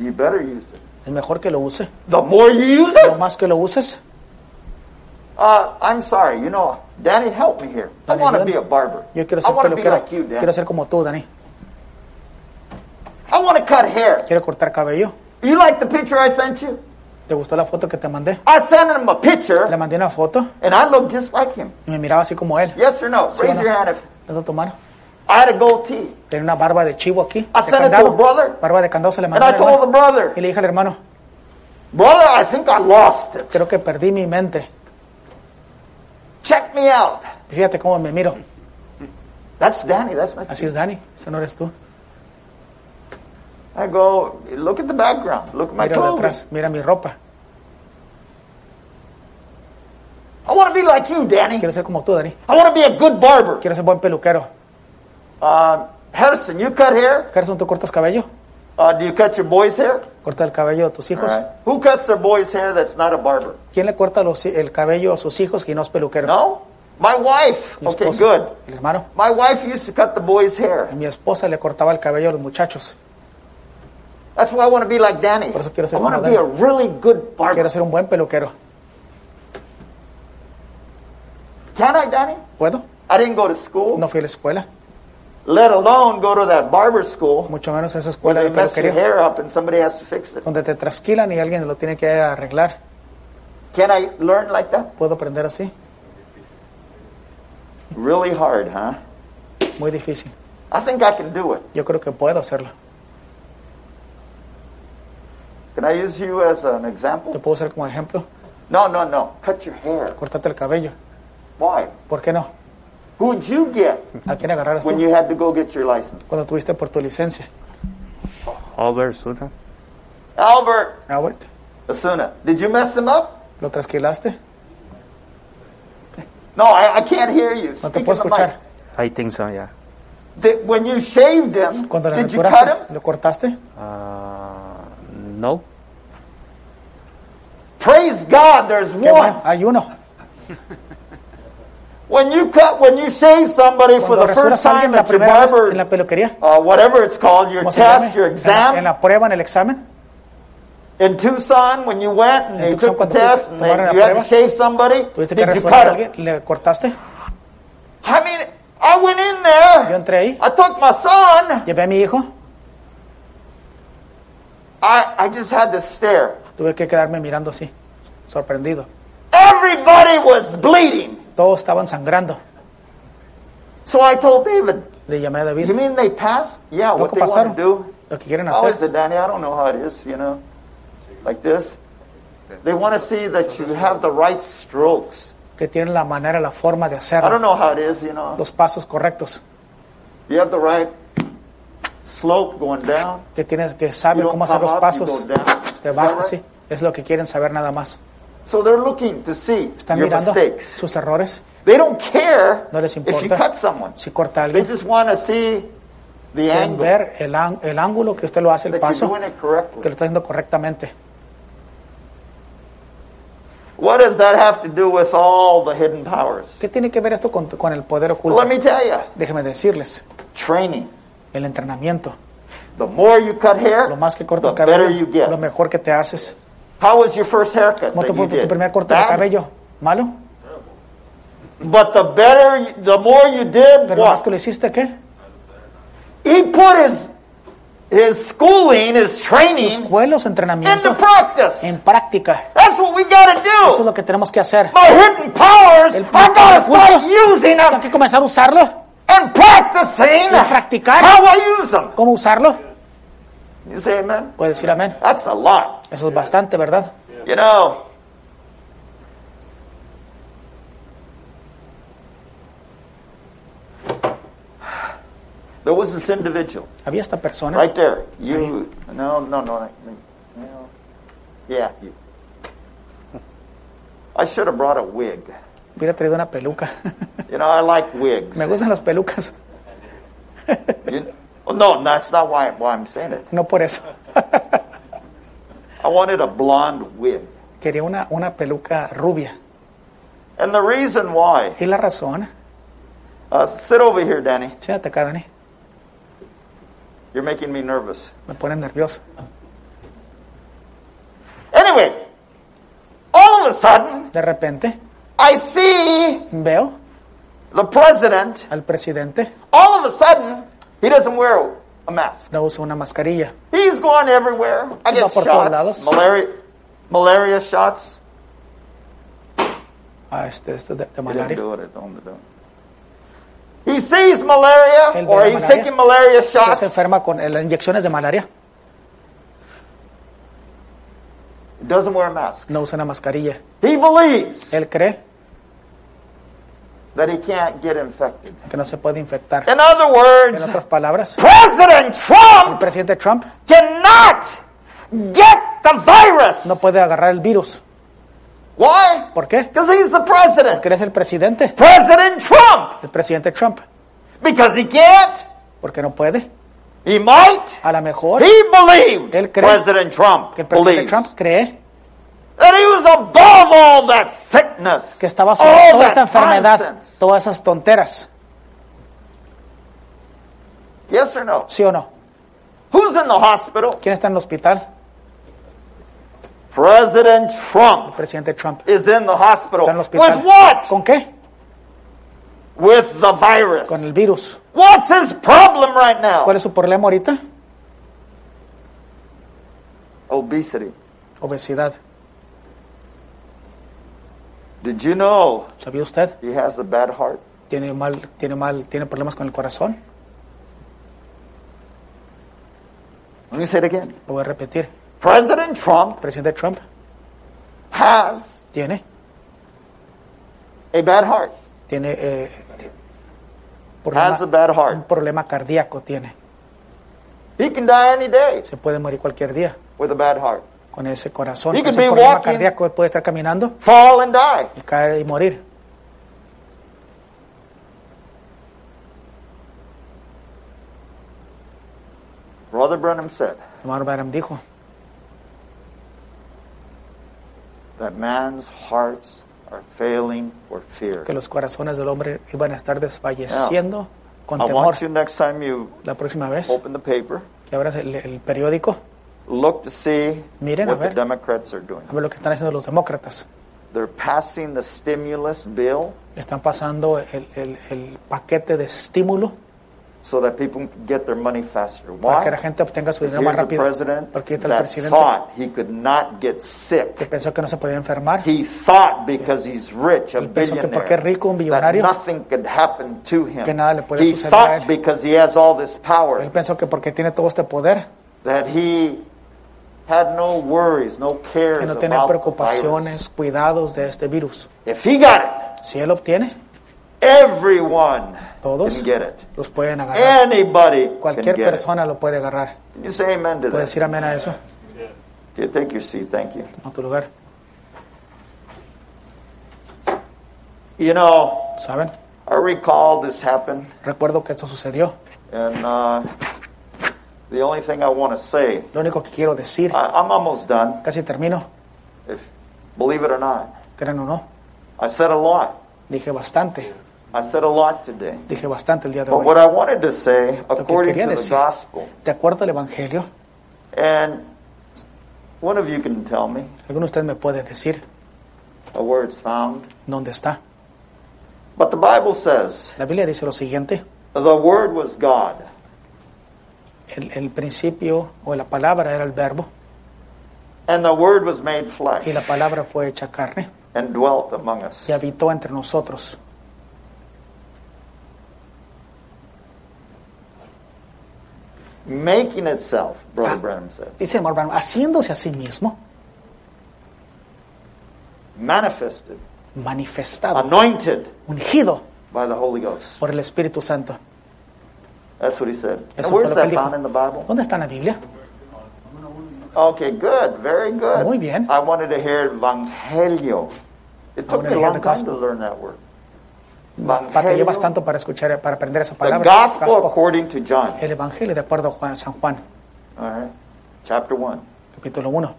[SPEAKER 2] You better use it.
[SPEAKER 1] Es mejor que lo use.
[SPEAKER 2] The more you use
[SPEAKER 1] Lo
[SPEAKER 2] it,
[SPEAKER 1] más que lo uses.
[SPEAKER 2] uh, I'm sorry, you know, Danny, help me here. I
[SPEAKER 1] Danny,
[SPEAKER 2] want to
[SPEAKER 1] Danny.
[SPEAKER 2] be a barber.
[SPEAKER 1] Yo quiero
[SPEAKER 2] I
[SPEAKER 1] ser
[SPEAKER 2] want to be
[SPEAKER 1] peluquero.
[SPEAKER 2] like you,
[SPEAKER 1] quiero
[SPEAKER 2] Danny.
[SPEAKER 1] ser como tú, Dani.
[SPEAKER 2] I want to cut hair.
[SPEAKER 1] Quiero cortar cabello.
[SPEAKER 2] You like the picture I sent you?
[SPEAKER 1] ¿Te gustó la foto que te mandé?
[SPEAKER 2] I sent him a
[SPEAKER 1] Le
[SPEAKER 2] picture,
[SPEAKER 1] mandé una foto
[SPEAKER 2] and I look just like him.
[SPEAKER 1] y me miraba así como él.
[SPEAKER 2] Yes or no?
[SPEAKER 1] o
[SPEAKER 2] Raise
[SPEAKER 1] no?
[SPEAKER 2] your hand if
[SPEAKER 1] Levanta tu mano.
[SPEAKER 2] I had a goatee.
[SPEAKER 1] Tenía una barba de chivo aquí.
[SPEAKER 2] I
[SPEAKER 1] de
[SPEAKER 2] sent it to
[SPEAKER 1] candado.
[SPEAKER 2] a brother.
[SPEAKER 1] Barba de candado se le
[SPEAKER 2] And
[SPEAKER 1] mandó.
[SPEAKER 2] I
[SPEAKER 1] al hermano.
[SPEAKER 2] told the brother,
[SPEAKER 1] Y le dije al hermano,
[SPEAKER 2] brother, I think I lost it.
[SPEAKER 1] creo que perdí mi mente.
[SPEAKER 2] Check me out.
[SPEAKER 1] Fíjate cómo me miro.
[SPEAKER 2] That's Danny. That's not.
[SPEAKER 1] Así es, Dani. Ese no eres tú.
[SPEAKER 2] I go look at the background. Look at my
[SPEAKER 1] Mira
[SPEAKER 2] clothing.
[SPEAKER 1] detrás. Mira mi ropa.
[SPEAKER 2] I want to be like you, Danny.
[SPEAKER 1] Quiero ser como tú, Dani.
[SPEAKER 2] I want to be a good barber.
[SPEAKER 1] Quiero ser buen peluquero.
[SPEAKER 2] Uh, Harrison, you cut hair?
[SPEAKER 1] Gerson, ¿tú cortas cabello?
[SPEAKER 2] Uh, do you cut your boys' hair?
[SPEAKER 1] Corta el cabello de tus
[SPEAKER 2] All
[SPEAKER 1] hijos.
[SPEAKER 2] right. Who cuts their boys' hair that's not a barber?
[SPEAKER 1] ¿Quién le corta los- el cabello a sus hijos que no es peluquero?
[SPEAKER 2] No? My wife.
[SPEAKER 1] Mi
[SPEAKER 2] Okay,
[SPEAKER 1] esposa.
[SPEAKER 2] good.
[SPEAKER 1] El hermano.
[SPEAKER 2] My wife used to cut the boys' hair.
[SPEAKER 1] Mi esposa le cortaba el cabello a los muchachos.
[SPEAKER 2] That's why I want to be like Danny.
[SPEAKER 1] Por eso quiero ser
[SPEAKER 2] I want
[SPEAKER 1] como
[SPEAKER 2] to be a
[SPEAKER 1] Danny.
[SPEAKER 2] really good barber.
[SPEAKER 1] Quiero ser un buen peluquero.
[SPEAKER 2] Can I, Danny?
[SPEAKER 1] ¿Puedo?
[SPEAKER 2] I didn't go to school,
[SPEAKER 1] No fui a la escuela.
[SPEAKER 2] let alone go to that barber school
[SPEAKER 1] Mucho menos a esa escuela
[SPEAKER 2] where
[SPEAKER 1] de
[SPEAKER 2] they mess your
[SPEAKER 1] peluquería.
[SPEAKER 2] hair up and somebody has to fix it.
[SPEAKER 1] Donde te trasquilan y alguien lo tiene que arreglar.
[SPEAKER 2] Can I learn like that?
[SPEAKER 1] ¿Puedo aprender así?
[SPEAKER 2] Really hard, huh?
[SPEAKER 1] Muy difícil.
[SPEAKER 2] I think I can do it.
[SPEAKER 1] Yo creo que puedo hacerlo.
[SPEAKER 2] Can I use you as an
[SPEAKER 1] Te
[SPEAKER 2] example?
[SPEAKER 1] puedo usar como ejemplo.
[SPEAKER 2] No, no, no. Cut your hair.
[SPEAKER 1] Cortate el cabello.
[SPEAKER 2] Why?
[SPEAKER 1] ¿Por qué no?
[SPEAKER 2] Who'd you get
[SPEAKER 1] ¿A quién agarraras
[SPEAKER 2] when
[SPEAKER 1] tú?
[SPEAKER 2] you had to go get your license?
[SPEAKER 1] Cuando tuviste por tu licencia.
[SPEAKER 4] Albert Zuna.
[SPEAKER 2] Albert
[SPEAKER 1] Albert,
[SPEAKER 2] Asuna. Did you mess him up?
[SPEAKER 1] Ah, ¿lo trasquilaste?
[SPEAKER 2] No, I, I can't hear you.
[SPEAKER 1] No te
[SPEAKER 2] Speak
[SPEAKER 1] puedo
[SPEAKER 2] in the mic.
[SPEAKER 1] escuchar.
[SPEAKER 4] I think so, yeah.
[SPEAKER 2] Did- when you shaved him,
[SPEAKER 1] Cuando le
[SPEAKER 2] did you cut
[SPEAKER 1] rasuraste,
[SPEAKER 2] him?
[SPEAKER 1] ¿lo cortaste?
[SPEAKER 4] Uh, no.
[SPEAKER 2] Praise God, there's
[SPEAKER 1] Qué bueno,
[SPEAKER 2] one.
[SPEAKER 1] hay uno.
[SPEAKER 2] When you cut, when you shave somebody for
[SPEAKER 1] Cuando
[SPEAKER 2] the first
[SPEAKER 1] rasuras a
[SPEAKER 2] time
[SPEAKER 1] alguien la
[SPEAKER 2] at your
[SPEAKER 1] primera vez en
[SPEAKER 2] barber,
[SPEAKER 1] la peluquería,
[SPEAKER 2] uh, whatever it's called, your
[SPEAKER 1] ¿cómo se llama?
[SPEAKER 2] test, your
[SPEAKER 1] En la- en
[SPEAKER 2] exam,
[SPEAKER 1] la prueba, en el examen,
[SPEAKER 2] in Tucson, when you went and
[SPEAKER 1] En
[SPEAKER 2] they took
[SPEAKER 1] Tucson,
[SPEAKER 2] the
[SPEAKER 1] cuando
[SPEAKER 2] test and they,
[SPEAKER 1] tomaron la
[SPEAKER 2] you had to
[SPEAKER 1] prueba,
[SPEAKER 2] shave somebody,
[SPEAKER 1] tuviste
[SPEAKER 2] did you
[SPEAKER 1] que rasurar a
[SPEAKER 2] cut him?
[SPEAKER 1] alguien, le cortaste.
[SPEAKER 2] I mean, I went in
[SPEAKER 1] Yo
[SPEAKER 2] there.
[SPEAKER 1] entré ahí,
[SPEAKER 2] I took my son.
[SPEAKER 1] llevé a mi hijo,
[SPEAKER 2] I, I just had to stare.
[SPEAKER 1] tuve que quedarme mirando así, sorprendido.
[SPEAKER 2] Everybody was bleeding.
[SPEAKER 1] Todos estaban sangrando.
[SPEAKER 2] So I told David,
[SPEAKER 1] Le llamé a
[SPEAKER 2] You
[SPEAKER 1] David,
[SPEAKER 2] mean they passed? Yeah,
[SPEAKER 1] ¿lo
[SPEAKER 2] what
[SPEAKER 1] que
[SPEAKER 2] they want
[SPEAKER 1] pasaron?
[SPEAKER 2] to do.
[SPEAKER 1] Lo que quieren
[SPEAKER 2] How is
[SPEAKER 1] hacer.
[SPEAKER 2] it, Danny? I don't know how it is, you know. Like this. They want to see that you have the right strokes.
[SPEAKER 1] Que tienen la manera, la forma de
[SPEAKER 2] I don't
[SPEAKER 1] hacerlo.
[SPEAKER 2] know how it is, you know.
[SPEAKER 1] Los pasos correctos.
[SPEAKER 2] You have the right slope going down.
[SPEAKER 1] Que, tienes, que
[SPEAKER 2] You
[SPEAKER 1] saben
[SPEAKER 2] don't
[SPEAKER 1] cómo hacer
[SPEAKER 2] come
[SPEAKER 1] los
[SPEAKER 2] up, you
[SPEAKER 1] pasos.
[SPEAKER 2] go down.
[SPEAKER 1] Usted
[SPEAKER 2] Is
[SPEAKER 1] baja
[SPEAKER 2] that
[SPEAKER 1] así.
[SPEAKER 2] right?
[SPEAKER 1] Es lo que quieren saber nada más.
[SPEAKER 2] So they're looking to see
[SPEAKER 1] Están
[SPEAKER 2] your
[SPEAKER 1] mirando
[SPEAKER 2] mistakes.
[SPEAKER 1] sus errores.
[SPEAKER 2] They don't care
[SPEAKER 1] No les
[SPEAKER 2] if you
[SPEAKER 1] importa.
[SPEAKER 2] cut someone.
[SPEAKER 1] Si corta
[SPEAKER 2] They
[SPEAKER 1] algo,
[SPEAKER 2] just want to see the
[SPEAKER 1] quieren
[SPEAKER 2] angle
[SPEAKER 1] ver el, ang- el ángulo que usted lo hace, el
[SPEAKER 2] that you're
[SPEAKER 1] paso,
[SPEAKER 2] doing it
[SPEAKER 1] que lo
[SPEAKER 2] correctly.
[SPEAKER 1] está haciendo correctamente.
[SPEAKER 2] What does that have to do with all the hidden powers?
[SPEAKER 1] ¿Qué tiene que ver esto con, con el poder
[SPEAKER 2] Let
[SPEAKER 1] oculto?
[SPEAKER 2] me tell you,
[SPEAKER 1] Déjeme decirles,
[SPEAKER 2] training.
[SPEAKER 1] el entrenamiento.
[SPEAKER 2] The more you cut hair,
[SPEAKER 1] Lo más que
[SPEAKER 2] the
[SPEAKER 1] cortas
[SPEAKER 2] better you
[SPEAKER 1] cabello, lo
[SPEAKER 2] get.
[SPEAKER 1] mejor que te haces.
[SPEAKER 2] How was your first haircut that
[SPEAKER 1] ¿Cómo te
[SPEAKER 2] you
[SPEAKER 1] fue tu
[SPEAKER 2] did?
[SPEAKER 1] primer corte de
[SPEAKER 2] Bad.
[SPEAKER 1] cabello? ¿Malo?
[SPEAKER 2] But the better, you- the more you did,
[SPEAKER 1] ¿Pero lo más
[SPEAKER 2] what?
[SPEAKER 1] que lo hiciste qué?
[SPEAKER 2] He put his his schooling, his training
[SPEAKER 1] Escuela,
[SPEAKER 2] into
[SPEAKER 1] su entrenamiento,
[SPEAKER 2] practice.
[SPEAKER 1] en práctica.
[SPEAKER 2] That's what we gotta
[SPEAKER 1] Eso es
[SPEAKER 2] do.
[SPEAKER 1] lo que tenemos que hacer.
[SPEAKER 2] My hidden powers,
[SPEAKER 1] El
[SPEAKER 2] I gotta start
[SPEAKER 1] oculto.
[SPEAKER 2] using
[SPEAKER 1] Tengo
[SPEAKER 2] them
[SPEAKER 1] que comenzar a usarlo,
[SPEAKER 2] and practicing
[SPEAKER 1] y practicar
[SPEAKER 2] how I use them.
[SPEAKER 1] cómo usarlo.
[SPEAKER 2] You say amen?
[SPEAKER 1] Puede decir amén.
[SPEAKER 2] That's a lot.
[SPEAKER 1] Eso es bastante, ¿verdad?
[SPEAKER 2] You know, there was this individual
[SPEAKER 1] Había esta persona.
[SPEAKER 2] right there. You, no, no, no, I- no. Yeah, you. I should have brought a wig.
[SPEAKER 1] Hubiera traído una peluca.
[SPEAKER 2] You know, I like wigs.
[SPEAKER 1] Me gustan las pelucas.
[SPEAKER 2] You- oh, no, that's not why, why I'm saying it.
[SPEAKER 1] No por eso.
[SPEAKER 2] I wanted a blonde wig.
[SPEAKER 1] Quería una, una peluca rubia.
[SPEAKER 2] And the reason why,
[SPEAKER 1] Y la razón,
[SPEAKER 2] uh, sit over here, Danny.
[SPEAKER 1] siéntate acá, Dani,
[SPEAKER 2] You're making me nervous.
[SPEAKER 1] me pone nervioso.
[SPEAKER 2] Anyway, all of a sudden,
[SPEAKER 1] De repente
[SPEAKER 2] I see
[SPEAKER 1] veo
[SPEAKER 2] the president.
[SPEAKER 1] al presidente,
[SPEAKER 2] All of a sudden, he doesn't wear a mask.
[SPEAKER 1] no usa una mascarilla.
[SPEAKER 2] He's going everywhere. I
[SPEAKER 1] Va
[SPEAKER 2] get
[SPEAKER 1] por todos
[SPEAKER 2] shots,
[SPEAKER 1] lados.
[SPEAKER 2] malaria, malaria shots.
[SPEAKER 1] Ah, este, este de, de
[SPEAKER 2] He didn't
[SPEAKER 1] malaria.
[SPEAKER 2] do it. I told him to do it. He sees malaria,
[SPEAKER 1] Él ve
[SPEAKER 2] or
[SPEAKER 1] la
[SPEAKER 2] he's
[SPEAKER 1] malaria.
[SPEAKER 2] taking malaria
[SPEAKER 1] Se, se
[SPEAKER 2] shots.
[SPEAKER 1] enferma con eh, las inyecciones de malaria.
[SPEAKER 2] Doesn't wear a mask.
[SPEAKER 1] No usa una mascarilla.
[SPEAKER 2] He believes
[SPEAKER 1] Él cree
[SPEAKER 2] that he can't get infected.
[SPEAKER 1] que no se puede infectar.
[SPEAKER 2] In other
[SPEAKER 1] En
[SPEAKER 2] words,
[SPEAKER 1] otras palabras,
[SPEAKER 2] President
[SPEAKER 1] el
[SPEAKER 2] Trump
[SPEAKER 1] presidente Trump
[SPEAKER 2] cannot get the virus.
[SPEAKER 1] no puede agarrar el virus.
[SPEAKER 2] Why?
[SPEAKER 1] ¿Por qué?
[SPEAKER 2] Because he's the
[SPEAKER 1] Porque
[SPEAKER 2] president.
[SPEAKER 1] él es el presidente.
[SPEAKER 2] President Trump.
[SPEAKER 1] El presidente Trump.
[SPEAKER 2] Because he can't.
[SPEAKER 1] Porque no puede.
[SPEAKER 2] He might.
[SPEAKER 1] A lo mejor
[SPEAKER 2] He believed
[SPEAKER 1] Él cree
[SPEAKER 2] President Trump
[SPEAKER 1] que el presidente
[SPEAKER 2] believes
[SPEAKER 1] Trump cree
[SPEAKER 2] that he was above all that sickness.
[SPEAKER 1] que estaba sobre
[SPEAKER 2] all
[SPEAKER 1] toda
[SPEAKER 2] that
[SPEAKER 1] esta enfermedad,
[SPEAKER 2] nonsense.
[SPEAKER 1] todas esas tonteras.
[SPEAKER 2] Yes or no?
[SPEAKER 1] ¿Sí o no?
[SPEAKER 2] Who's in the hospital?
[SPEAKER 1] ¿Quién está en el hospital?
[SPEAKER 2] President
[SPEAKER 1] El
[SPEAKER 2] Trump
[SPEAKER 1] presidente Trump.
[SPEAKER 2] is in the hospital.
[SPEAKER 1] Está en el hospital.
[SPEAKER 2] With what?
[SPEAKER 1] ¿Con qué?
[SPEAKER 2] With the virus.
[SPEAKER 1] Con el virus.
[SPEAKER 2] What's his problem right now?
[SPEAKER 1] ¿Cuál es su problema ahorita?
[SPEAKER 2] Obesity.
[SPEAKER 1] Obesidad.
[SPEAKER 2] Did you know
[SPEAKER 1] ¿Sabía usted?
[SPEAKER 2] he has a bad heart?
[SPEAKER 1] Tiene mal, tiene mal, tiene problemas con el corazón.
[SPEAKER 2] Let me say it again.
[SPEAKER 1] Lo voy a repetir.
[SPEAKER 2] President Trump
[SPEAKER 1] El presidente Trump
[SPEAKER 2] has
[SPEAKER 1] tiene,
[SPEAKER 2] a bad heart.
[SPEAKER 1] tiene eh, ti- problema-
[SPEAKER 2] Has a bad
[SPEAKER 1] un
[SPEAKER 2] heart.
[SPEAKER 1] problema cardíaco tiene.
[SPEAKER 2] He can die any day
[SPEAKER 1] Se puede morir cualquier día
[SPEAKER 2] with a bad heart.
[SPEAKER 1] con ese corazón,
[SPEAKER 2] He
[SPEAKER 1] con
[SPEAKER 2] could
[SPEAKER 1] ese
[SPEAKER 2] be
[SPEAKER 1] problema
[SPEAKER 2] walking.
[SPEAKER 1] cardíaco. Él puede estar caminando
[SPEAKER 2] Fall and die.
[SPEAKER 1] y caer y morir.
[SPEAKER 2] Brother Branham said
[SPEAKER 1] Hermano Barham dijo,
[SPEAKER 2] that man's hearts are failing for fear.
[SPEAKER 1] que los corazones del hombre iban a estar desfalleciendo con
[SPEAKER 2] I
[SPEAKER 1] temor.
[SPEAKER 2] want you next time you
[SPEAKER 1] La próxima vez
[SPEAKER 2] open the paper,
[SPEAKER 1] que abras el, el periódico,
[SPEAKER 2] look to see
[SPEAKER 1] Miren, a
[SPEAKER 2] what the
[SPEAKER 1] ver.
[SPEAKER 2] Democrats are doing.
[SPEAKER 1] a ver lo que están haciendo los demócratas.
[SPEAKER 2] They're passing the stimulus bill
[SPEAKER 1] Están pasando el, el- el paquete de estímulo
[SPEAKER 2] so that people can get their money faster.
[SPEAKER 1] para que la
[SPEAKER 2] Why?
[SPEAKER 1] gente obtenga su
[SPEAKER 2] Because
[SPEAKER 1] dinero
[SPEAKER 2] here's
[SPEAKER 1] más
[SPEAKER 2] a
[SPEAKER 1] rápido.
[SPEAKER 2] president
[SPEAKER 1] Porque está el
[SPEAKER 2] that
[SPEAKER 1] presidente
[SPEAKER 2] thought he could not get
[SPEAKER 1] que
[SPEAKER 2] sick.
[SPEAKER 1] pensó que no se podía enfermar.
[SPEAKER 2] He thought because he's rich, a
[SPEAKER 1] Él pensó que
[SPEAKER 2] billionaire,
[SPEAKER 1] porque es rico, un
[SPEAKER 2] that
[SPEAKER 1] millonario,
[SPEAKER 2] nothing could happen to him.
[SPEAKER 1] que nada le puede
[SPEAKER 2] He
[SPEAKER 1] suceder a
[SPEAKER 2] thought
[SPEAKER 1] él.
[SPEAKER 2] because he has all this power
[SPEAKER 1] Él pensó que porque tiene todo este poder,
[SPEAKER 2] that he had no worries, no cares
[SPEAKER 1] que no tiene
[SPEAKER 2] about the virus.
[SPEAKER 1] preocupaciones, cuidados de este virus.
[SPEAKER 2] If he got
[SPEAKER 1] Si él obtiene,
[SPEAKER 2] it, everyone
[SPEAKER 1] Todos.
[SPEAKER 2] can get it.
[SPEAKER 1] los pueden agarrar.
[SPEAKER 2] Anybody
[SPEAKER 1] Cualquier
[SPEAKER 2] can get
[SPEAKER 1] persona lo puede agarrar.
[SPEAKER 2] it. Can you say amen to
[SPEAKER 1] Puede
[SPEAKER 2] that?
[SPEAKER 1] decir amén a eso,
[SPEAKER 2] Okay, take your seat. Thank you.
[SPEAKER 1] a tu lugar.
[SPEAKER 2] You know,
[SPEAKER 1] ¿Saben?
[SPEAKER 2] I recall this happened,
[SPEAKER 1] Recuerdo que esto sucedió.
[SPEAKER 2] and uh, the only thing I want to say,
[SPEAKER 1] Lo único que quiero decir,
[SPEAKER 2] I, I'm almost done.
[SPEAKER 1] casi termino,
[SPEAKER 2] If believe it or not,
[SPEAKER 1] crean o no,
[SPEAKER 2] I said a lot.
[SPEAKER 1] dije bastante,
[SPEAKER 2] I said a lot today.
[SPEAKER 1] dije bastante el día de
[SPEAKER 2] But what
[SPEAKER 1] hoy.
[SPEAKER 2] I wanted to say, according to
[SPEAKER 1] quería
[SPEAKER 2] the
[SPEAKER 1] decir.
[SPEAKER 2] gospel,
[SPEAKER 1] De acuerdo al Evangelio,
[SPEAKER 2] and one of you can tell me.
[SPEAKER 1] alguno de ustedes me puede decir
[SPEAKER 2] a word's found.
[SPEAKER 1] dónde está.
[SPEAKER 2] But the Bible says
[SPEAKER 1] La Biblia dice lo siguiente,
[SPEAKER 2] the word was God,
[SPEAKER 1] el, el principio o la palabra era el verbo
[SPEAKER 2] and the word was made
[SPEAKER 1] y la
[SPEAKER 2] flesh
[SPEAKER 1] palabra fue hecha carne
[SPEAKER 2] and dwelt among us.
[SPEAKER 1] y habitó entre nosotros.
[SPEAKER 2] making itself, Brother
[SPEAKER 1] Ah.
[SPEAKER 2] Branham said,
[SPEAKER 1] Dice el hermano Branham, haciéndose a sí mismo
[SPEAKER 2] manifested,
[SPEAKER 1] manifestado,
[SPEAKER 2] anointed
[SPEAKER 1] ungido
[SPEAKER 2] by the Holy Ghost.
[SPEAKER 1] por el Espíritu Santo.
[SPEAKER 2] That's what he said.
[SPEAKER 1] Eso
[SPEAKER 2] And
[SPEAKER 1] fue
[SPEAKER 2] where's
[SPEAKER 1] lo que él
[SPEAKER 2] that
[SPEAKER 1] dijo.
[SPEAKER 2] found in the Bible?
[SPEAKER 1] ¿Dónde está en la Biblia?
[SPEAKER 2] Okay, good, very good.
[SPEAKER 1] Muy bien.
[SPEAKER 2] I wanted to hear evangelio. It took me a
[SPEAKER 1] wanted to hear
[SPEAKER 2] long
[SPEAKER 1] the
[SPEAKER 2] time to
[SPEAKER 1] gospel.
[SPEAKER 2] learn that word.
[SPEAKER 1] Te llevas
[SPEAKER 2] Evangelio.
[SPEAKER 1] tanto para escuchar, para aprender esa
[SPEAKER 2] The
[SPEAKER 1] palabra.
[SPEAKER 2] gospel
[SPEAKER 1] Gospel. Eh.
[SPEAKER 2] according to John.
[SPEAKER 1] El Evangelio de acuerdo a Juan, San Juan,
[SPEAKER 2] All right. Chapter 1,
[SPEAKER 1] capítulo 1,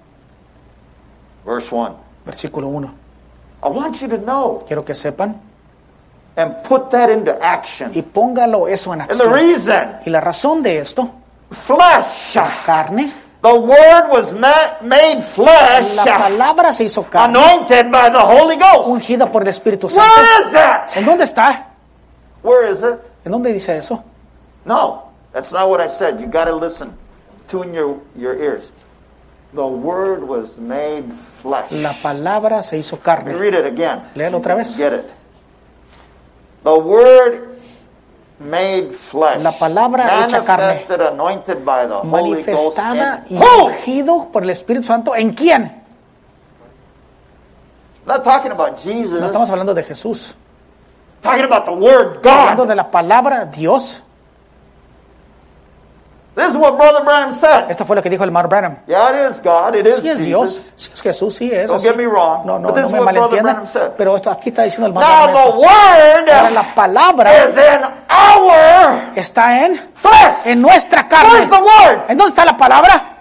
[SPEAKER 2] verse 1.
[SPEAKER 1] versículo 1.
[SPEAKER 2] I want you to know
[SPEAKER 1] Quiero que sepan
[SPEAKER 2] and put that into action.
[SPEAKER 1] y póngalo eso en
[SPEAKER 2] And the
[SPEAKER 1] acción.
[SPEAKER 2] reason,
[SPEAKER 1] Y la razón de esto,
[SPEAKER 2] flesh.
[SPEAKER 1] carne,
[SPEAKER 2] The word was ma- made
[SPEAKER 1] la
[SPEAKER 2] flesh,
[SPEAKER 1] palabra se
[SPEAKER 2] Ah,
[SPEAKER 1] hizo carne,
[SPEAKER 2] anointed by the Holy Ghost.
[SPEAKER 1] ungida por el Espíritu Santo.
[SPEAKER 2] Where is that?
[SPEAKER 1] ¿En dónde está?
[SPEAKER 2] Where is it?
[SPEAKER 1] ¿En dónde dice eso?
[SPEAKER 2] No, that's not what I said. You got to listen. Tune your, your ears. The word was made flesh.
[SPEAKER 1] La palabra se hizo
[SPEAKER 2] Let me
[SPEAKER 1] carne.
[SPEAKER 2] read it again.
[SPEAKER 1] Léelo otra vez.
[SPEAKER 2] Get it. The word made flesh.
[SPEAKER 1] La palabra hecha carne.
[SPEAKER 2] manifested, anointed by the Holy Ghost.
[SPEAKER 1] Manifestada
[SPEAKER 2] and-
[SPEAKER 1] y
[SPEAKER 2] Who?
[SPEAKER 1] ungido por el Espíritu Santo. ¿En quién?
[SPEAKER 2] Not talking about Jesus.
[SPEAKER 1] No estamos hablando de Jesús.
[SPEAKER 2] talking about the word
[SPEAKER 1] Hablando
[SPEAKER 2] God.
[SPEAKER 1] de la palabra Dios.
[SPEAKER 2] This is what Brother Branham said.
[SPEAKER 1] Esto fue lo que dijo el Mar Branham.
[SPEAKER 2] Yeah, it is God. It is
[SPEAKER 1] Sí es
[SPEAKER 2] Jesus.
[SPEAKER 1] Dios, sí es Jesús, sí es
[SPEAKER 2] Don't
[SPEAKER 1] así.
[SPEAKER 2] get me wrong,
[SPEAKER 1] No, no,
[SPEAKER 2] but this
[SPEAKER 1] no
[SPEAKER 2] is
[SPEAKER 1] me
[SPEAKER 2] what Brother
[SPEAKER 1] malentiendan.
[SPEAKER 2] Branham said.
[SPEAKER 1] Pero esto aquí está diciendo el Mar
[SPEAKER 2] Now
[SPEAKER 1] Branham
[SPEAKER 2] the
[SPEAKER 1] esto. Ahora
[SPEAKER 2] word
[SPEAKER 1] la palabra
[SPEAKER 2] is in our
[SPEAKER 1] está en,
[SPEAKER 2] flesh.
[SPEAKER 1] en nuestra
[SPEAKER 2] Where's
[SPEAKER 1] carne.
[SPEAKER 2] the word?
[SPEAKER 1] ¿En dónde está la palabra?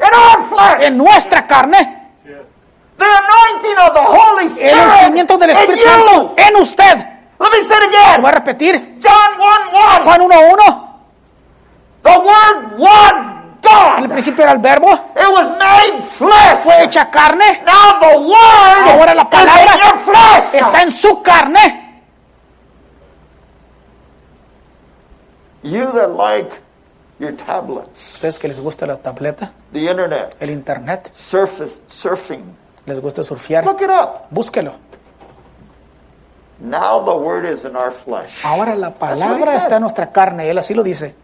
[SPEAKER 2] In our flesh.
[SPEAKER 1] En nuestra carne.
[SPEAKER 2] The anointing of the Holy Spirit.
[SPEAKER 1] El ungimiento del
[SPEAKER 2] in
[SPEAKER 1] Espíritu
[SPEAKER 2] you.
[SPEAKER 1] Santo en usted.
[SPEAKER 2] Let me say it
[SPEAKER 1] Lo voy
[SPEAKER 2] again.
[SPEAKER 1] a repetir.
[SPEAKER 2] John 1 1.
[SPEAKER 1] Juan 1.1.
[SPEAKER 2] The Word was
[SPEAKER 1] En el
[SPEAKER 2] God. It
[SPEAKER 1] principio era el verbo.
[SPEAKER 2] was made flesh.
[SPEAKER 1] Fue hecha carne.
[SPEAKER 2] Now the Word
[SPEAKER 1] Ahora la
[SPEAKER 2] is
[SPEAKER 1] palabra
[SPEAKER 2] in your flesh.
[SPEAKER 1] Está en su carne.
[SPEAKER 2] You that like your tablets,
[SPEAKER 1] Ustedes que les gusta la tableta,
[SPEAKER 2] the internet,
[SPEAKER 1] el internet,
[SPEAKER 2] surface, surfing,
[SPEAKER 1] les gusta surfear,
[SPEAKER 2] look it up.
[SPEAKER 1] búsquelo.
[SPEAKER 2] Now the Word is in our flesh.
[SPEAKER 1] Ahora la
[SPEAKER 2] what he
[SPEAKER 1] palabra
[SPEAKER 2] said.
[SPEAKER 1] está en nuestra carne. Él así lo dice.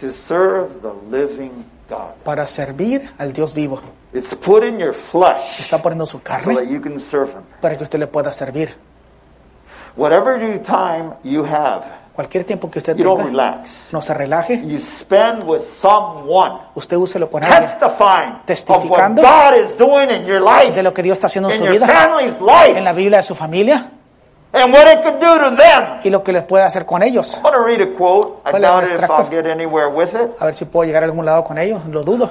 [SPEAKER 2] To serve the living God.
[SPEAKER 1] Para servir al Dios vivo.
[SPEAKER 2] It's put in your flesh
[SPEAKER 1] Está poniendo su
[SPEAKER 2] so
[SPEAKER 1] carne
[SPEAKER 2] that you can serve Him.
[SPEAKER 1] para que usted le pueda servir.
[SPEAKER 2] Whatever you- time you have,
[SPEAKER 1] Cualquier tiempo que usted
[SPEAKER 2] you don't
[SPEAKER 1] tenga,
[SPEAKER 2] relax.
[SPEAKER 1] no se relaje.
[SPEAKER 2] You spend with someone.
[SPEAKER 1] Usted úselo con alguien.
[SPEAKER 2] testifying of what
[SPEAKER 1] Testificando.
[SPEAKER 2] God is doing in your life,
[SPEAKER 1] De lo que Dios está haciendo en
[SPEAKER 2] in
[SPEAKER 1] su
[SPEAKER 2] your
[SPEAKER 1] vida.
[SPEAKER 2] family's
[SPEAKER 1] En la
[SPEAKER 2] life,
[SPEAKER 1] Biblia de su familia.
[SPEAKER 2] and what it could do to them.
[SPEAKER 1] Y lo que les puede hacer con ellos.
[SPEAKER 2] I want to read a quote. I
[SPEAKER 1] Hola,
[SPEAKER 2] doubt if
[SPEAKER 1] extracto.
[SPEAKER 2] I'll get anywhere with it.
[SPEAKER 1] A ver si puedo llegar a algún lado con ellos. Lo dudo.